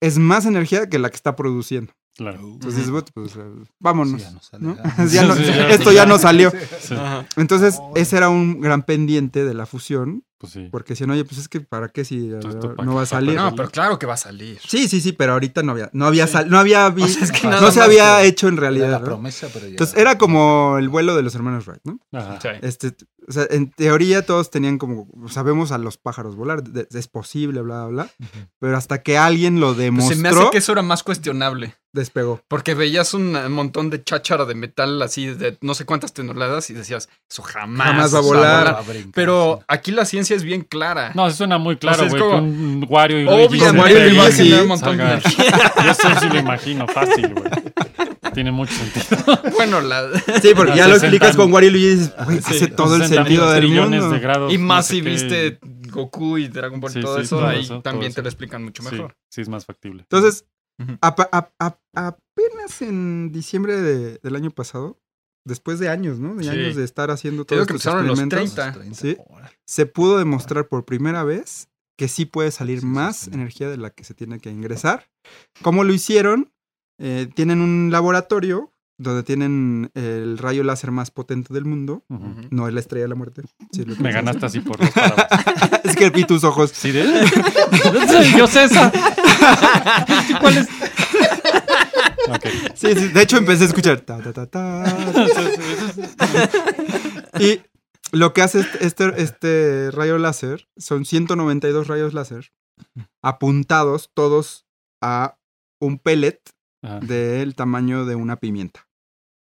Speaker 4: es más energía que la que está produciendo.
Speaker 2: Claro.
Speaker 4: Entonces,
Speaker 3: Ujú.
Speaker 4: pues, eh, vámonos.
Speaker 5: Sí, ya nos
Speaker 4: ¿no?
Speaker 5: alejamos.
Speaker 4: Ya no-
Speaker 2: Sí, ya,
Speaker 4: esto
Speaker 2: sí,
Speaker 4: ya no salió.
Speaker 2: Sí,
Speaker 3: Ajá.
Speaker 4: Entonces,
Speaker 5: Ay.
Speaker 4: ese era un gran pendiente de la fusión,
Speaker 2: pues sí.
Speaker 4: porque decían, oye, pues es que para qué si eh,
Speaker 2: Entonces, ¿tú pa'
Speaker 4: no
Speaker 2: qué?
Speaker 4: va a salir.
Speaker 2: Pa'
Speaker 3: No, pero claro que va a salir.
Speaker 4: Sí, sí, sí, pero ahorita no había, no había, sal- no había, vi-
Speaker 3: sea, es que
Speaker 4: no
Speaker 3: nada
Speaker 4: se
Speaker 3: más
Speaker 4: había
Speaker 5: que-
Speaker 4: hecho en
Speaker 5: Era la
Speaker 4: realidad. ¿no?
Speaker 5: promesa, pero ya.
Speaker 4: Entonces era como el vuelo de los hermanos Wright, ¿no?
Speaker 2: Ajá.
Speaker 4: Este, o sea, en teoría todos tenían como, sabemos a los pájaros volar, de- de- es posible, bla, bla, bla, pero hasta que alguien lo
Speaker 3: Pues
Speaker 4: demostró,
Speaker 3: se me hace que eso era más cuestionable.
Speaker 4: despegó.
Speaker 3: Porque veías un eh, montón de cháchara de metal así de no sé cuántas toneladas y decías, eso jamás,
Speaker 4: Jamás va a
Speaker 3: se
Speaker 4: volar.
Speaker 5: brincar,
Speaker 3: Pero aquí la ciencia es bien clara.
Speaker 2: No, eso suena muy claro,
Speaker 3: O sea, es
Speaker 2: güey.
Speaker 3: como-
Speaker 2: que un Wario y Luigi.
Speaker 4: Con
Speaker 3: Obviamente
Speaker 4: Wario y
Speaker 2: se
Speaker 3: Obviamente va a
Speaker 2: peguen,
Speaker 4: Luigi,
Speaker 3: generar un montón de
Speaker 2: salgan.
Speaker 3: energía.
Speaker 2: Yo eso sí lo imagino fácil, güey. Tiene mucho sentido.
Speaker 3: Bueno, la-
Speaker 4: Sí, porque
Speaker 3: Ah,
Speaker 2: Hace
Speaker 4: ya lo explicas
Speaker 2: 60
Speaker 4: con Wario y Luigi y dices, "Güey,
Speaker 3: Sí,
Speaker 4: hace todo el
Speaker 2: 60
Speaker 4: sentido del
Speaker 2: trillones
Speaker 4: mundo.
Speaker 2: de grados.
Speaker 3: y más
Speaker 2: no sé
Speaker 3: si
Speaker 2: qué.
Speaker 3: viste Goku y Dragon Ball y
Speaker 2: Sí,
Speaker 3: todo
Speaker 2: sí,
Speaker 3: eso,
Speaker 2: todo
Speaker 3: ahí
Speaker 2: eso, todo
Speaker 3: también
Speaker 2: eso.
Speaker 3: te lo explican mucho
Speaker 2: Sí,
Speaker 3: mejor.
Speaker 2: sí, es más factible.
Speaker 4: Entonces,
Speaker 3: Ujú.
Speaker 4: apa- ap- ap- apenas en diciembre de- del año pasado, después de años, ¿no? De
Speaker 3: Sí.
Speaker 4: años de estar haciendo
Speaker 3: Te
Speaker 4: todos
Speaker 3: digo que
Speaker 4: estos
Speaker 3: empezaron en los
Speaker 4: experimentos,
Speaker 5: los 30,
Speaker 4: Sí.
Speaker 5: órale.
Speaker 4: se pudo demostrar por primera vez que sí puede salir
Speaker 5: Sí, sí,
Speaker 4: más
Speaker 5: sí.
Speaker 4: energía de la que se tiene que ingresar. ¿Cómo lo hicieron? Eh, tienen un laboratorio donde tienen el rayo láser más potente del mundo.
Speaker 2: Ujú.
Speaker 3: Ujú.
Speaker 4: No es la estrella de la muerte. si lo
Speaker 2: Me
Speaker 4: piensas.
Speaker 2: ganaste así por dos palabras.
Speaker 4: Es que vi tus ojos.
Speaker 2: Sí, de... Yo sé esa. ¿Cuál es? Ok.
Speaker 4: Sí, sí, De hecho, empecé a escuchar. ta, ta, ta, ta. Y lo que hace este, este, este rayo láser son 192 rayos láser apuntados todos a un pellet
Speaker 2: Ajá.
Speaker 4: del tamaño de una pimienta.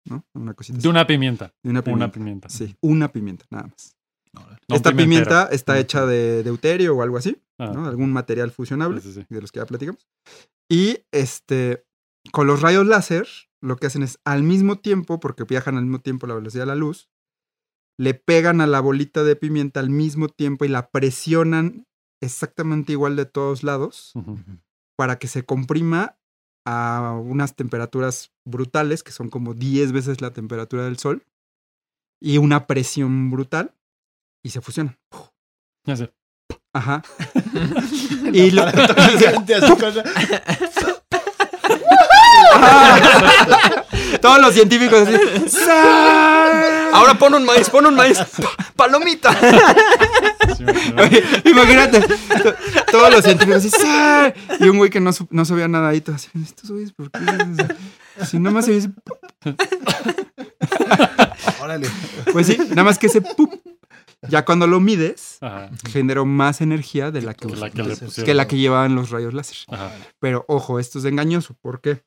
Speaker 4: ¿No? Una cosita.
Speaker 2: De
Speaker 4: así.
Speaker 2: una pimienta.
Speaker 4: De una
Speaker 2: Una
Speaker 4: pimienta.
Speaker 2: pimienta.
Speaker 4: Sí, una pimienta, nada más.
Speaker 2: No,
Speaker 4: Esta
Speaker 2: pimentera.
Speaker 4: pimienta está hecha de deuterio o algo así,
Speaker 2: Ah,
Speaker 4: ¿no? Algún material fusionable,
Speaker 2: sí, sí, sí.
Speaker 4: de los que ya platicamos. Y este, con los rayos láser, lo que hacen es al mismo tiempo, porque viajan al mismo tiempo a la velocidad de la luz, le pegan a la bolita de pimienta al mismo tiempo y la presionan exactamente igual de todos lados
Speaker 2: Ujú.
Speaker 4: para que se comprima a unas temperaturas brutales, que son como 10 veces la temperatura del Sol, y una presión brutal, y se fusionan.
Speaker 2: Ya sé.
Speaker 4: Ajá. y lo-
Speaker 5: Gente a su casa,
Speaker 4: todos los científicos así. "Sa-".
Speaker 3: Ahora pon un maíz, pon un maíz. Pa- Palomita.
Speaker 2: Sí, me acuerdo.
Speaker 4: Oye, Imagínate, to- todos los científicos así, "Sa-". y un güey que no, su- no sabía nada ahí, todo así, estos güeyes, ¿por qué? Si nada más se dice,
Speaker 5: Órale.
Speaker 4: pues sí, nada más que ese pum. Ya cuando lo mides,
Speaker 2: Ajá.
Speaker 4: generó más energía de la que,
Speaker 2: Que la que le pusieron.
Speaker 4: que la que llevaban los rayos láser.
Speaker 2: Ajá.
Speaker 4: Pero ojo, esto es engañoso. ¿Por qué?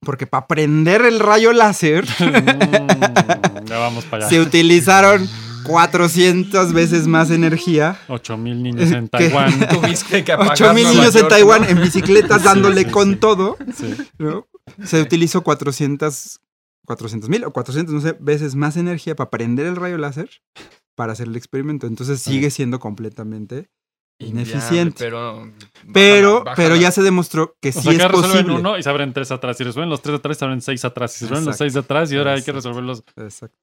Speaker 4: Porque para prender el rayo láser
Speaker 2: Mm, ya vamos para
Speaker 4: se
Speaker 2: allá.
Speaker 4: utilizaron 400 veces más energía.
Speaker 2: 8000 niños en
Speaker 4: ¿Qué?
Speaker 2: Taiwán.
Speaker 3: Tuviste que apagar
Speaker 4: 8000
Speaker 3: Nueva
Speaker 4: niños en
Speaker 3: York,
Speaker 4: Taiwán
Speaker 3: ¿no?
Speaker 4: en bicicletas
Speaker 2: Sí,
Speaker 4: dándole
Speaker 2: sí,
Speaker 4: con
Speaker 2: sí.
Speaker 4: todo.
Speaker 2: Sí.
Speaker 4: ¿no? Se utilizó 400 400 mil o 400 no sé, veces más energía para prender el rayo láser para hacer el experimento. Entonces sigue siendo completamente ineficiente.
Speaker 3: Pero,
Speaker 4: Pero,
Speaker 3: bájala,
Speaker 4: pero ya se demostró que
Speaker 2: O
Speaker 4: sí
Speaker 2: sea, que
Speaker 4: es
Speaker 2: resuelven
Speaker 4: posible.
Speaker 2: uno y se abren tres atrás. Si resuelven los tres atrás, se abren seis atrás. Si resuelven los
Speaker 4: Exacto.
Speaker 2: seis de atrás, y ahora hay que
Speaker 4: Exacto.
Speaker 2: resolverlos.
Speaker 4: Exacto.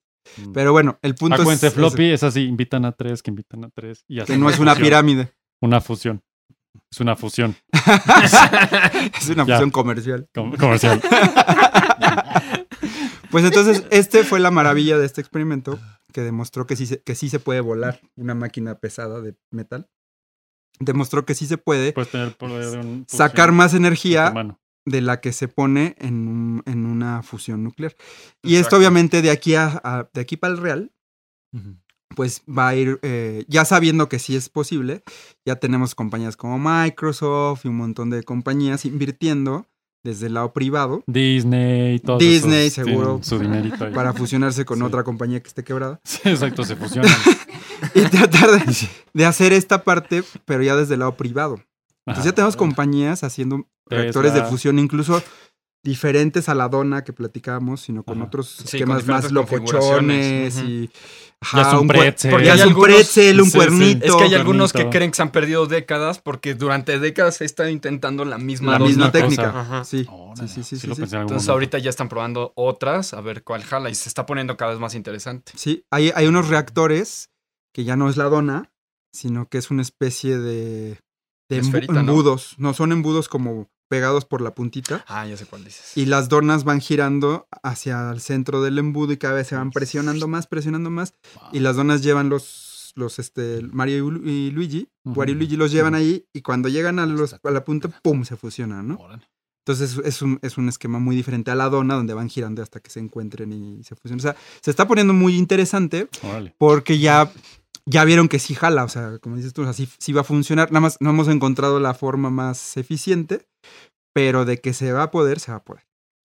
Speaker 2: Mm.
Speaker 4: Pero bueno, el punto
Speaker 2: Acuérdense,
Speaker 4: es, es
Speaker 2: floppy es así: invitan a tres, que invitan a tres. Y
Speaker 4: que no es una
Speaker 2: pirámide.
Speaker 4: pirámide,
Speaker 2: Una fusión. Es una fusión
Speaker 4: es una
Speaker 2: Ya.
Speaker 4: fusión comercial.
Speaker 2: com- comercial.
Speaker 4: Pues entonces, este fue la maravilla de este experimento que demostró que sí, se, que sí se puede volar una máquina pesada de metal. Demostró que sí se puede
Speaker 2: Puedes tener poder de un.
Speaker 4: sacar
Speaker 2: fusión
Speaker 4: más
Speaker 2: de
Speaker 4: energía
Speaker 2: tu mano.
Speaker 4: de la que se pone en, un- en una fusión nuclear. Y
Speaker 3: Exacto.
Speaker 4: esto obviamente de aquí, a, a- de aquí para el real, pues va a ir, eh, ya sabiendo que sí es posible, ya tenemos compañías como Microsoft y un montón de compañías invirtiendo desde el lado privado
Speaker 2: Disney, todo
Speaker 4: Disney, seguro.
Speaker 2: Su dinerito ahí.
Speaker 4: para fusionarse con
Speaker 2: Sí.
Speaker 4: otra compañía que esté quebrada
Speaker 2: Sí, exacto, se fusionan.
Speaker 4: y tratar de, de hacer esta parte, pero Pues ya desde el lado privado.
Speaker 2: Ajá.
Speaker 4: Entonces ya tenemos compañías haciendo reactores de
Speaker 2: Tesla.
Speaker 4: fusión, incluso diferentes a la dona que platicábamos, sino con
Speaker 2: Ajá.
Speaker 4: otros
Speaker 3: con
Speaker 4: esquemas más
Speaker 3: diferentes
Speaker 4: locochones
Speaker 3: configuraciones, ujú.
Speaker 4: y...
Speaker 2: Ya es un
Speaker 4: puer-
Speaker 2: pretzel.
Speaker 4: porque ya
Speaker 3: Ya hay
Speaker 4: es un
Speaker 3: algunos-
Speaker 4: pretzel, un
Speaker 2: sí, sí.
Speaker 4: cuernito.
Speaker 3: Es que hay
Speaker 2: Todo
Speaker 3: algunos que
Speaker 2: bonito.
Speaker 3: creen que se han perdido décadas porque durante décadas se están intentando la misma
Speaker 4: La
Speaker 3: dona.
Speaker 4: misma
Speaker 2: cosa.
Speaker 4: técnica.
Speaker 3: Ajá.
Speaker 4: Sí,
Speaker 2: Ah, Órale,
Speaker 4: sí, sí, sí, sí,
Speaker 2: lo
Speaker 4: sí.
Speaker 2: pensé en algún
Speaker 3: Entonces
Speaker 2: momento.
Speaker 3: ahorita ya están probando otras, a ver cuál jala y se está poniendo cada vez más interesante.
Speaker 4: Sí, hay, hay unos reactores que ya no es la dona, sino que es una especie de, de embu-
Speaker 3: Esferita, ¿no?
Speaker 4: embudos. ¿no? son embudos como pegados por la puntita.
Speaker 3: Ah, ya sé cuál dices.
Speaker 4: Y las donas van girando hacia el centro del embudo y cada vez se van presionando más, presionando más. Y las donas llevan los, los este, Mario y Lu- y Luigi.
Speaker 2: Ujú.
Speaker 4: Wario y Luigi los llevan
Speaker 2: Ujú.
Speaker 4: ahí y cuando llegan a, los- a la punta, ¡pum! se fusionan, ¿no?
Speaker 2: Órale.
Speaker 4: Entonces es un, es un esquema muy diferente a la dona donde van girando hasta que se encuentren y se fusionan. O sea, se está poniendo muy interesante
Speaker 2: Órale.
Speaker 4: porque ya, ya vieron que sí jala, o sea, como dices tú, o sea, sí, sí va a funcionar. Nada más no hemos encontrado la forma más eficiente, pero de que se va a poder, se va a poder.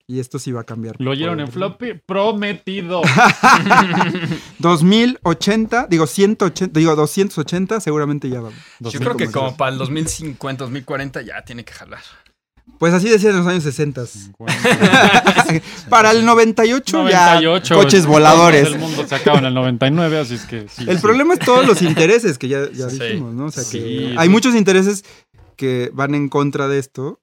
Speaker 4: Y esto sí va a cambiar.
Speaker 2: Lo oyeron
Speaker 4: Por-
Speaker 2: en floppy. Prometido.
Speaker 4: 2080, digo 180, digo 280, seguramente ya va.
Speaker 3: Yo creo que
Speaker 4: 250.
Speaker 3: como para el 2050, 2040 ya tiene que jalar.
Speaker 4: Pues así decían en los años 60.
Speaker 2: 250.
Speaker 4: Para el 98,
Speaker 2: 98.
Speaker 4: ya coches voladores.
Speaker 2: El mundo se acaba en el 99, así es que sí.
Speaker 4: El
Speaker 2: sí.
Speaker 4: problema es todos los intereses que ya, ya
Speaker 3: Sí.
Speaker 4: dijimos, ¿no? O sea, que
Speaker 2: Sí.
Speaker 4: hay muchos intereses que van en contra de esto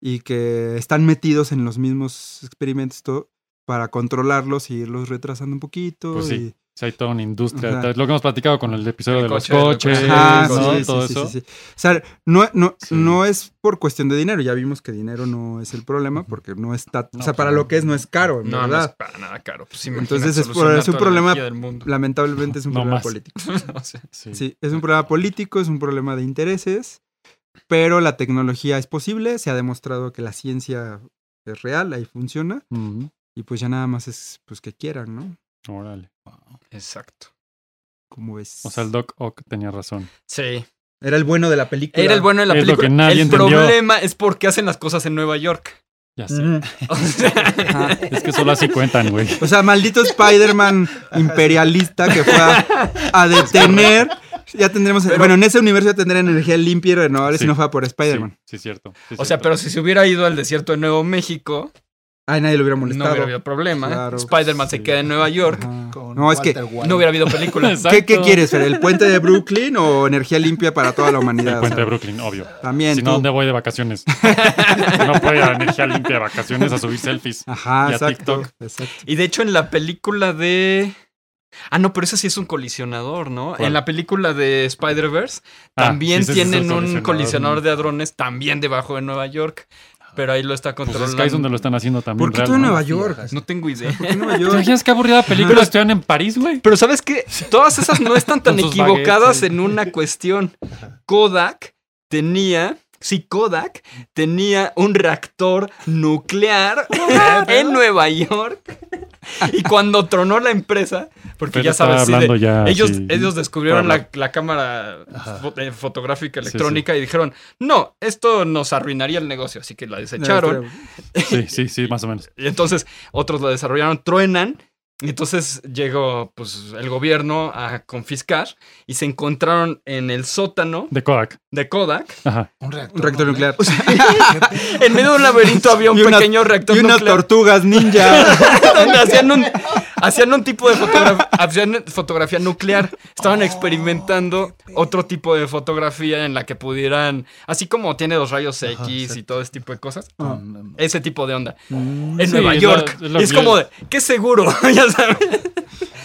Speaker 4: y que están metidos en los mismos experimentos todo, para controlarlos y irlos retrasando un poquito.
Speaker 2: Pues sí. O sea, hay toda una industria.
Speaker 4: Ajá.
Speaker 2: Lo que hemos platicado con el episodio
Speaker 3: El
Speaker 2: de
Speaker 3: coche,
Speaker 2: los
Speaker 3: el
Speaker 2: coches.
Speaker 4: y-
Speaker 3: coche.
Speaker 4: Ajá,
Speaker 2: ¿no?
Speaker 4: sí, sí,
Speaker 2: Todo
Speaker 4: sí,
Speaker 2: eso.
Speaker 4: sí, sí. O sea, no, no,
Speaker 2: Sí.
Speaker 4: no es por cuestión de dinero. Ya vimos que dinero no es el problema porque no está...
Speaker 2: No,
Speaker 4: o sea, para
Speaker 2: claro.
Speaker 4: lo que es no es caro, en
Speaker 3: No, no es
Speaker 4: verdad.
Speaker 3: para nada caro. Pues
Speaker 4: Entonces,
Speaker 3: Entonces
Speaker 4: es
Speaker 3: es
Speaker 4: por- es un
Speaker 3: un
Speaker 4: problema-
Speaker 3: problema del mundo.
Speaker 4: Lamentablemente es un
Speaker 2: No
Speaker 4: problema
Speaker 2: más.
Speaker 4: político.
Speaker 3: O sea,
Speaker 2: Sí.
Speaker 4: Sí, es un problema político, es un problema de intereses, pero la tecnología es posible, se ha demostrado que la ciencia es real, ahí funciona,
Speaker 2: Ujú.
Speaker 4: y pues ya nada más es pues que quieran, ¿no?
Speaker 2: Órale.
Speaker 3: exacto.
Speaker 4: Como ves.
Speaker 2: O sea, el Doc Ock tenía razón.
Speaker 3: Sí.
Speaker 4: Era el bueno de la película.
Speaker 3: Era el bueno de la
Speaker 2: Es lo
Speaker 3: película.
Speaker 2: que nadie
Speaker 3: el
Speaker 2: entendió.
Speaker 3: problema es porque hacen las cosas en Nueva York.
Speaker 2: Ya sé.
Speaker 4: Ujú.
Speaker 3: O sea,
Speaker 4: Ajá.
Speaker 2: Es que solo así cuentan, güey.
Speaker 4: O sea, maldito Spider-Man imperialista que fue a, a detener. Ya tendremos. bueno, en ese universo ya tendrían energía limpia y renovable
Speaker 2: Sí.
Speaker 4: si no fuera por Spider-Man.
Speaker 2: Sí, sí, cierto. sí,
Speaker 3: o sea,
Speaker 2: cierto.
Speaker 3: pero si se hubiera ido al desierto de Nuevo México,
Speaker 4: Ay, nadie lo hubiera
Speaker 3: no
Speaker 4: molestado.
Speaker 3: hubiera habido problema.
Speaker 4: Claro.
Speaker 3: Spider-Man
Speaker 2: Sí.
Speaker 3: se queda en Nueva York.
Speaker 4: Ajá.
Speaker 5: Con
Speaker 4: No, es que
Speaker 5: Walter White.
Speaker 3: No hubiera habido película.
Speaker 4: ¿Qué, qué
Speaker 2: Exacto.
Speaker 4: quieres, Fer? ¿El puente de Brooklyn o energía limpia para toda la humanidad?
Speaker 2: El puente de
Speaker 4: O sea,
Speaker 2: Brooklyn, obvio.
Speaker 4: También.
Speaker 2: Si no,
Speaker 4: tú.
Speaker 2: ¿dónde voy de vacaciones? no puede ir a energía limpia de vacaciones a subir selfies.
Speaker 4: Ajá,
Speaker 2: y a
Speaker 4: exacto,
Speaker 2: TikTok.
Speaker 4: exacto.
Speaker 3: Y de hecho, en la película de. Ah, no, pero esa sí es un colisionador, ¿no?
Speaker 2: ¿Cuál?
Speaker 3: En la película de Spider-Verse
Speaker 2: Ah,
Speaker 3: también
Speaker 2: sí, sí, sí, es
Speaker 3: tienen
Speaker 2: un
Speaker 3: un
Speaker 2: colisionador.
Speaker 3: colisionador de hadrones también debajo de Nueva York. Pero ahí lo está
Speaker 2: Pues
Speaker 3: controlando.
Speaker 2: es que ahí es donde lo están haciendo también.
Speaker 4: ¿Por qué
Speaker 2: real,
Speaker 4: tú en
Speaker 2: ¿no?
Speaker 4: Nueva York?
Speaker 3: No tengo idea.
Speaker 4: ¿Por qué en Nueva
Speaker 2: ¿Te
Speaker 4: York?
Speaker 2: imaginas qué aburrida película estuvieran en París, güey?
Speaker 3: Pero ¿sabes qué? Todas esas no están tan
Speaker 2: Con sus
Speaker 3: equivocadas
Speaker 2: baguettes ahí.
Speaker 3: en una cuestión. Kodak tenía, sí, Kodak tenía un reactor nuclear en Nueva York. Y cuando tronó la empresa, porque
Speaker 2: Pero
Speaker 3: ya
Speaker 2: estaba
Speaker 3: sabes, sí, de-
Speaker 2: hablando ya,
Speaker 3: ellos,
Speaker 2: sí,
Speaker 3: ellos descubrieron
Speaker 2: para-
Speaker 3: la, la cámara fo- eh, fotográfica
Speaker 2: Sí, sí.
Speaker 3: electrónica y dijeron, no, esto nos arruinaría el negocio, así que la desecharon.
Speaker 2: Sí, sí, sí, más o menos.
Speaker 3: Y entonces otros lo desarrollaron, truenan. Y entonces llegó pues, el gobierno a confiscar y se encontraron en el sótano
Speaker 2: De Kodak.
Speaker 3: de Kodak.
Speaker 2: Ajá.
Speaker 5: Un reactor,
Speaker 4: Un reactor nuclear.
Speaker 3: En medio de un laberinto había un
Speaker 4: Y una-
Speaker 3: pequeño reactor
Speaker 4: Y unas
Speaker 3: nuclear
Speaker 4: tortugas ninja.
Speaker 3: donde hacían un, hacían un tipo de fotogra- hacían fotografía nuclear. Estaban experimentando otro tipo de fotografía en la que pudieran, así como tiene los rayos X y todo ese tipo de cosas,
Speaker 4: Ah.
Speaker 3: ese tipo de onda.
Speaker 4: Mm.
Speaker 3: En
Speaker 2: Sí,
Speaker 3: Nueva
Speaker 2: es lo-
Speaker 3: York.
Speaker 2: es lo
Speaker 3: Y es
Speaker 2: que
Speaker 3: como
Speaker 2: yo-
Speaker 3: de, qué seguro, ya sabes.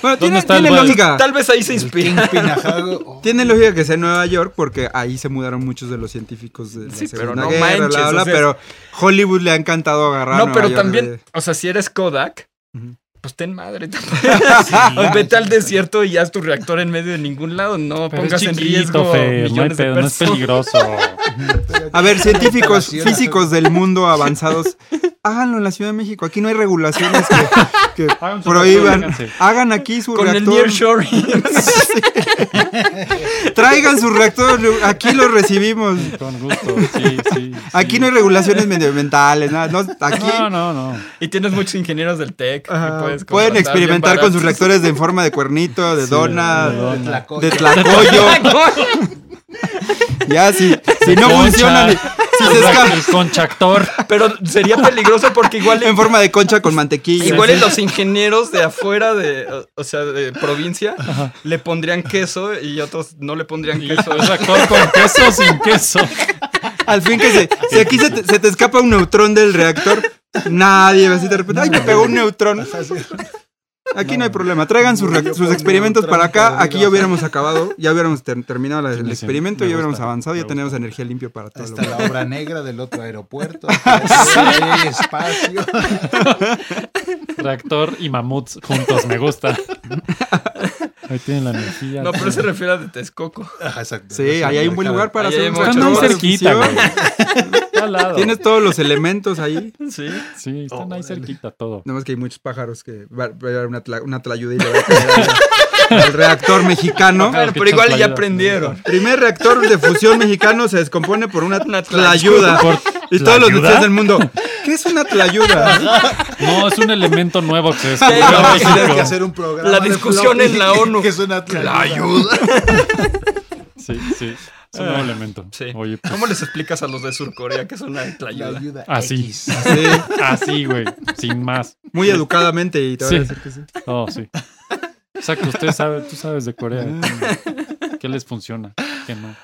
Speaker 4: Bueno, tiene,
Speaker 2: está el
Speaker 4: tiene
Speaker 2: bar?
Speaker 4: lógica.
Speaker 3: Tal vez ahí se
Speaker 5: El King
Speaker 3: inspira.
Speaker 5: Pinajago. Oh,
Speaker 4: Tiene lógica que sea en Nueva York porque ahí se mudaron muchos de los científicos de la
Speaker 3: Sí, pero
Speaker 4: Segunda
Speaker 3: no
Speaker 4: Guerra,
Speaker 3: manches,
Speaker 4: bla, bla,
Speaker 3: o sea-
Speaker 4: pero Hollywood le ha encantado agarrar a
Speaker 3: No,
Speaker 4: Nueva
Speaker 3: pero
Speaker 4: York
Speaker 3: también,
Speaker 4: de-
Speaker 3: o sea, si eres Kodak,
Speaker 4: Ujú.
Speaker 3: pues ten madre. tampoco. Vete al desierto y haz tu reactor en medio de ningún lado. No
Speaker 2: Pero
Speaker 3: pongas
Speaker 2: es
Speaker 3: en
Speaker 2: chiquito,
Speaker 3: riesgo
Speaker 2: Fer, no, hay
Speaker 3: millones de
Speaker 2: pedo, no es
Speaker 3: personas.
Speaker 2: peligroso.
Speaker 5: pero
Speaker 4: A ver, científicos
Speaker 5: Relaciona.
Speaker 4: físicos del mundo avanzados, háganlo en la Ciudad de México. Aquí no hay regulaciones que, que
Speaker 2: Hagan su
Speaker 4: prohíban.
Speaker 2: reactor, vénganse.
Speaker 4: Hagan aquí su
Speaker 3: Con el
Speaker 4: reactor.
Speaker 3: nearshoring.
Speaker 4: Traigan sus reactores, aquí los recibimos.
Speaker 2: Con gusto, sí, sí.
Speaker 4: Aquí
Speaker 2: sí.
Speaker 4: no hay regulaciones medioambientales, nada. No, aquí
Speaker 2: No, no, no.
Speaker 3: y tienes muchos ingenieros del tech. y
Speaker 4: ajá,
Speaker 3: puedes
Speaker 4: pueden
Speaker 3: contratar
Speaker 4: experimentar
Speaker 3: bien
Speaker 4: con sus
Speaker 3: baratos.
Speaker 4: reactores de en forma de cuernito, de dona,
Speaker 2: de dona.
Speaker 4: de,
Speaker 5: Tlacoyo.
Speaker 4: tlacoyo. ya, si, si no
Speaker 2: concha.
Speaker 4: funcionan, Si se escapa.
Speaker 2: El contractor.
Speaker 3: Pero sería peligroso porque igual,
Speaker 4: En forma de concha con mantequilla.
Speaker 3: igual y los ingenieros de afuera, de, o- o sea, de provincia, le pondrían queso y otros no le pondrían
Speaker 2: Y
Speaker 3: queso.
Speaker 2: contractor con queso o sin queso.
Speaker 4: Al fin que se. Si aquí se te, se te escapa un neutrón del reactor, nadie va a decir de repente. ¡Ay, me pegó un neutrón! Aquí no hay problema. Traigan sus, re- sus experimentos para acá. Aquí ya hubiéramos acabado, ya hubiéramos ter- terminado la- el
Speaker 2: sí,
Speaker 4: experimento,
Speaker 2: me
Speaker 4: ya hubiéramos
Speaker 2: gusta,
Speaker 4: avanzado,
Speaker 2: me
Speaker 4: ya teníamos energía limpia para todo lo
Speaker 5: Hasta la
Speaker 4: demás.
Speaker 5: obra negra del otro aeropuerto. Hay espacio.
Speaker 2: Tractor y mamuts juntos, me gusta. Ahí tienen la energía.
Speaker 3: No, pero se refiere a de Texcoco.
Speaker 5: Ajá, exacto.
Speaker 4: Sí, ahí hay un buen lugar para
Speaker 3: Ahí hay
Speaker 4: hacer un
Speaker 3: mucho
Speaker 2: Están ahí
Speaker 3: Ocho horas.
Speaker 2: cerquita, güey. Está al lado.
Speaker 4: Tienes todos los elementos ahí.
Speaker 3: Sí.
Speaker 2: Sí, están ahí cerquita todo.
Speaker 4: Nada más que hay muchos pájaros que va va a haber una, tla- una tlayuda y le va a caer al- al reactor mexicano.
Speaker 3: Bueno, pero
Speaker 2: Pinchas
Speaker 3: igual ya
Speaker 2: playeras, me
Speaker 3: aprendieron.
Speaker 4: Primer reactor de fusión mexicano se descompone por una
Speaker 3: Una
Speaker 4: tlayuda.
Speaker 2: Por-
Speaker 4: Y todos los
Speaker 2: ¿Tlayuda?
Speaker 4: noticias del mundo. ¿Qué es una tlayuda?
Speaker 2: No, es un elemento nuevo que se descubrió en
Speaker 3: no,
Speaker 2: México.
Speaker 5: Tienes que hacer un programa.
Speaker 3: La
Speaker 5: de
Speaker 3: discusión en la ONU.
Speaker 5: Que es una
Speaker 3: La ayuda.
Speaker 2: Sí, sí. Es un nuevo elemento.
Speaker 3: Sí.
Speaker 2: Oye, pues,
Speaker 3: ¿Cómo les explicas a los de Surcorea que son la
Speaker 5: La
Speaker 3: tlayuda?
Speaker 5: ayuda.
Speaker 2: Así.
Speaker 5: X.
Speaker 4: Sí,
Speaker 2: así, güey. Sin más.
Speaker 4: muy educadamente y te van a
Speaker 2: Sí.
Speaker 4: decir que sí.
Speaker 2: No, sí. Exacto, usted sabe, tú sabes de Corea. ¿Qué les funciona? ¿Qué no?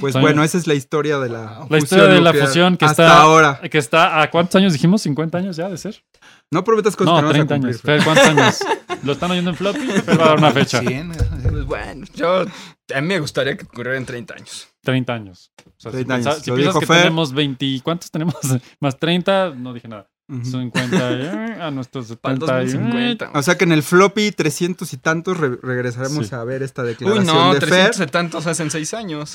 Speaker 4: Pues
Speaker 2: Soy-
Speaker 4: bueno, esa es la historia de la
Speaker 2: La historia de la
Speaker 4: nuclear
Speaker 2: fusión que
Speaker 4: hasta
Speaker 2: está-
Speaker 4: ahora.
Speaker 2: Que está a cuántos años dijimos? ¿50 años ya de ser?
Speaker 4: No prometas cosas
Speaker 2: No,
Speaker 4: que no vas a
Speaker 2: 30
Speaker 4: cumplir.
Speaker 2: años. Fer, ¿cuántos años? ¿Lo están oyendo en floppy? Fer va a dar una fecha.
Speaker 5: Cien.
Speaker 3: Pues bueno, yo a mí me gustaría que ocurriera en 30 años.
Speaker 2: 30 años. O sea,
Speaker 4: 30
Speaker 2: si pensa-
Speaker 4: años.
Speaker 2: si
Speaker 4: Lo
Speaker 2: piensas
Speaker 4: dijo
Speaker 2: que
Speaker 4: Fer.
Speaker 2: tenemos 20, ¿cuántos tenemos? Más 30, no dije nada.
Speaker 4: Ujú.
Speaker 2: 50, eh, a nuestros
Speaker 3: Para
Speaker 2: 70. y- eh.
Speaker 3: 2050.
Speaker 4: O sea que en el floppy 300 y tantos re- regresaremos
Speaker 2: Sí.
Speaker 4: a ver esta
Speaker 3: Uy,
Speaker 4: declaración
Speaker 3: no,
Speaker 4: de Fer.
Speaker 3: 300 y tantos hacen 6 años.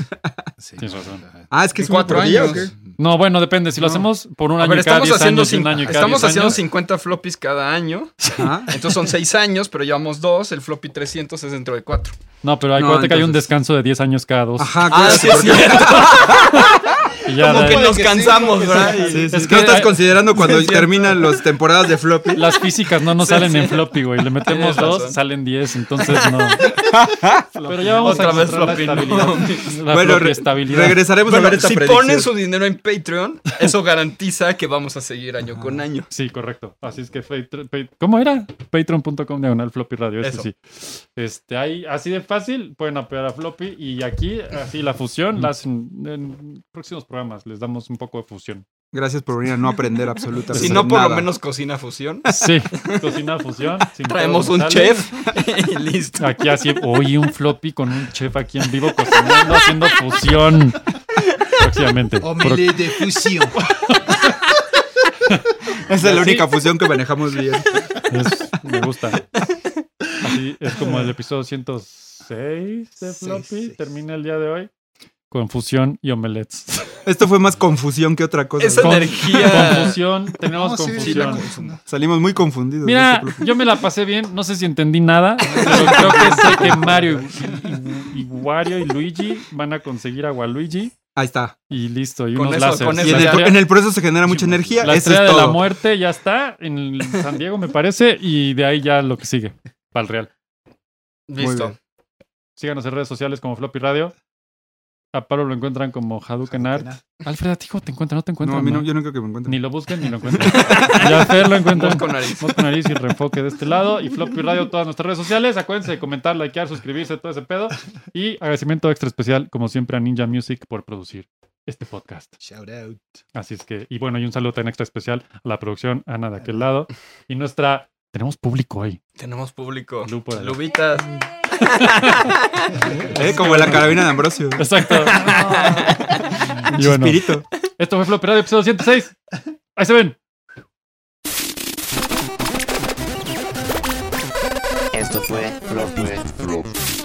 Speaker 5: Sí.
Speaker 2: Tienes razón.
Speaker 4: Ah, es que es uno
Speaker 3: cuatro
Speaker 4: por día, ¿o
Speaker 3: años.
Speaker 4: qué?
Speaker 2: No, bueno, depende. Si lo
Speaker 4: No.
Speaker 2: hacemos por un
Speaker 3: A
Speaker 2: año
Speaker 3: ver,
Speaker 2: y cada
Speaker 3: estamos
Speaker 2: 10
Speaker 3: haciendo,
Speaker 2: años, y un
Speaker 3: cin-
Speaker 2: año y cada
Speaker 3: estamos
Speaker 2: 10
Speaker 3: haciendo
Speaker 2: años.
Speaker 3: 50 floppies cada año.
Speaker 4: Ah.
Speaker 3: Entonces son 6 años, pero llevamos 2. El floppy 300 es dentro de 4.
Speaker 2: No, pero acuérdate que hay un
Speaker 4: entonces-
Speaker 2: descanso de 10 años cada dos.
Speaker 4: Ajá,
Speaker 3: Ah,
Speaker 4: claro,
Speaker 3: sí, es
Speaker 4: porque-
Speaker 3: cierto.
Speaker 2: Y ya
Speaker 3: Como
Speaker 2: de-
Speaker 3: que nos
Speaker 5: sí,
Speaker 3: cansamos,
Speaker 5: porque sí.
Speaker 3: ¿verdad?
Speaker 4: Sí, sí,
Speaker 2: Es
Speaker 4: no
Speaker 2: que-
Speaker 4: estás
Speaker 2: ay-
Speaker 4: considerando cuando
Speaker 3: Sí, es cierto.
Speaker 4: terminan las temporadas de floppy.
Speaker 2: las físicas no nos
Speaker 3: Sí,
Speaker 2: salen
Speaker 3: sí.
Speaker 2: en floppy, güey. Le metemos
Speaker 3: Tienes
Speaker 2: dos,
Speaker 3: razón.
Speaker 2: salen 10, entonces no. pero ya vamos
Speaker 3: Otra
Speaker 2: a encontrar la
Speaker 3: vez floppy, no.
Speaker 2: estabilidad. La
Speaker 4: bueno,
Speaker 2: floppy
Speaker 4: re-
Speaker 2: estabilidad.
Speaker 4: regresaremos a
Speaker 3: Bueno,
Speaker 4: ver esta
Speaker 3: si
Speaker 4: predicción.
Speaker 3: ponen su dinero en Patreon, eso garantiza que vamos a seguir año con año.
Speaker 2: Sí, correcto. Así es que Patreon- Pat- ¿Cómo era? Patreon.com diagonal floppy radio. Eso,
Speaker 3: Eso.
Speaker 2: sí. Este, ahí, así de fácil, pueden apoyar a floppy y aquí, así la fusión, la hacen en próximos programas. Les damos un poco de fusión.
Speaker 4: Gracias por venir a no aprender absolutamente
Speaker 3: Si no, por lo
Speaker 4: nada.
Speaker 3: menos cocina fusión.
Speaker 2: Sí, cocina fusión. sin
Speaker 3: Traemos
Speaker 2: pedos,
Speaker 3: un
Speaker 2: sale.
Speaker 3: chef y listo.
Speaker 2: Aquí así, oye, un floppy con un chef aquí en vivo cocinando, haciendo fusión. Próximamente. Pro-
Speaker 5: Omelette de fusión.
Speaker 4: Esa es la
Speaker 2: Sí.
Speaker 4: única fusión que manejamos bien.
Speaker 2: es- me gusta. Así es como el episodio 106 de
Speaker 5: Seis,
Speaker 2: floppy.
Speaker 5: seis.
Speaker 2: Termina el día de hoy con fusión y omelets.
Speaker 4: Esto fue más confusión que otra cosa.
Speaker 3: Esa
Speaker 2: Con-
Speaker 3: energía.
Speaker 2: Confusión, tenemos
Speaker 5: No, sí, sí, la
Speaker 2: confusión.
Speaker 5: confusión.
Speaker 4: Salimos muy confundidos. de
Speaker 2: Mira,
Speaker 4: este club.
Speaker 2: yo me la pasé bien, no sé si entendí nada, pero creo que sé que Mario y- y, y Wario y Luigi van a conseguir a Waluigi
Speaker 4: Ahí está.
Speaker 2: y listo, y
Speaker 3: Con
Speaker 2: unos
Speaker 3: eso-
Speaker 2: láseres.
Speaker 3: con
Speaker 4: Y
Speaker 2: La
Speaker 3: eso
Speaker 4: en el,
Speaker 3: ya-
Speaker 2: estrella-
Speaker 4: en el proceso se genera mucha energía.
Speaker 2: La
Speaker 4: Eso es
Speaker 2: estrella de
Speaker 4: todo.
Speaker 2: la muerte ya está en el San Diego, me parece, y de ahí ya lo que sigue, para el Real.
Speaker 3: Listo.
Speaker 4: bien.
Speaker 2: Síganos en redes sociales como Floppy Radio. A Pablo lo encuentran como Hadouken Art. Alfred, a ti cómo te encuentran, no te
Speaker 4: no, a
Speaker 2: encuentran.
Speaker 4: mí no,
Speaker 2: ¿no?
Speaker 4: yo no creo que me encuentre.
Speaker 2: Ni lo busquen ni lo encuentran. y a Fer lo encuentran.
Speaker 3: Mosco nariz.
Speaker 2: Mosco Nariz y Reenfoque de este lado. Y Floppy Radio, todas nuestras redes sociales. Acuérdense de comentar, likear, suscribirse, todo ese pedo. Y agradecimiento extra especial, como siempre, a Ninja Music por producir este podcast.
Speaker 5: Shout out.
Speaker 2: Así es que, y bueno, y un saludo tan extra especial a la producción, Ana de aquel lado. Y nuestra, tenemos público hoy.
Speaker 3: Tenemos público.
Speaker 2: Lu por allá.
Speaker 3: Lubitas.
Speaker 4: Eh, como la carabina de Ambrosio.
Speaker 2: Exacto. y bueno,
Speaker 4: Espíritu.
Speaker 2: esto fue Floppy Radio, episodio 106. Ahí se ven.
Speaker 6: Esto fue Flop. Flop.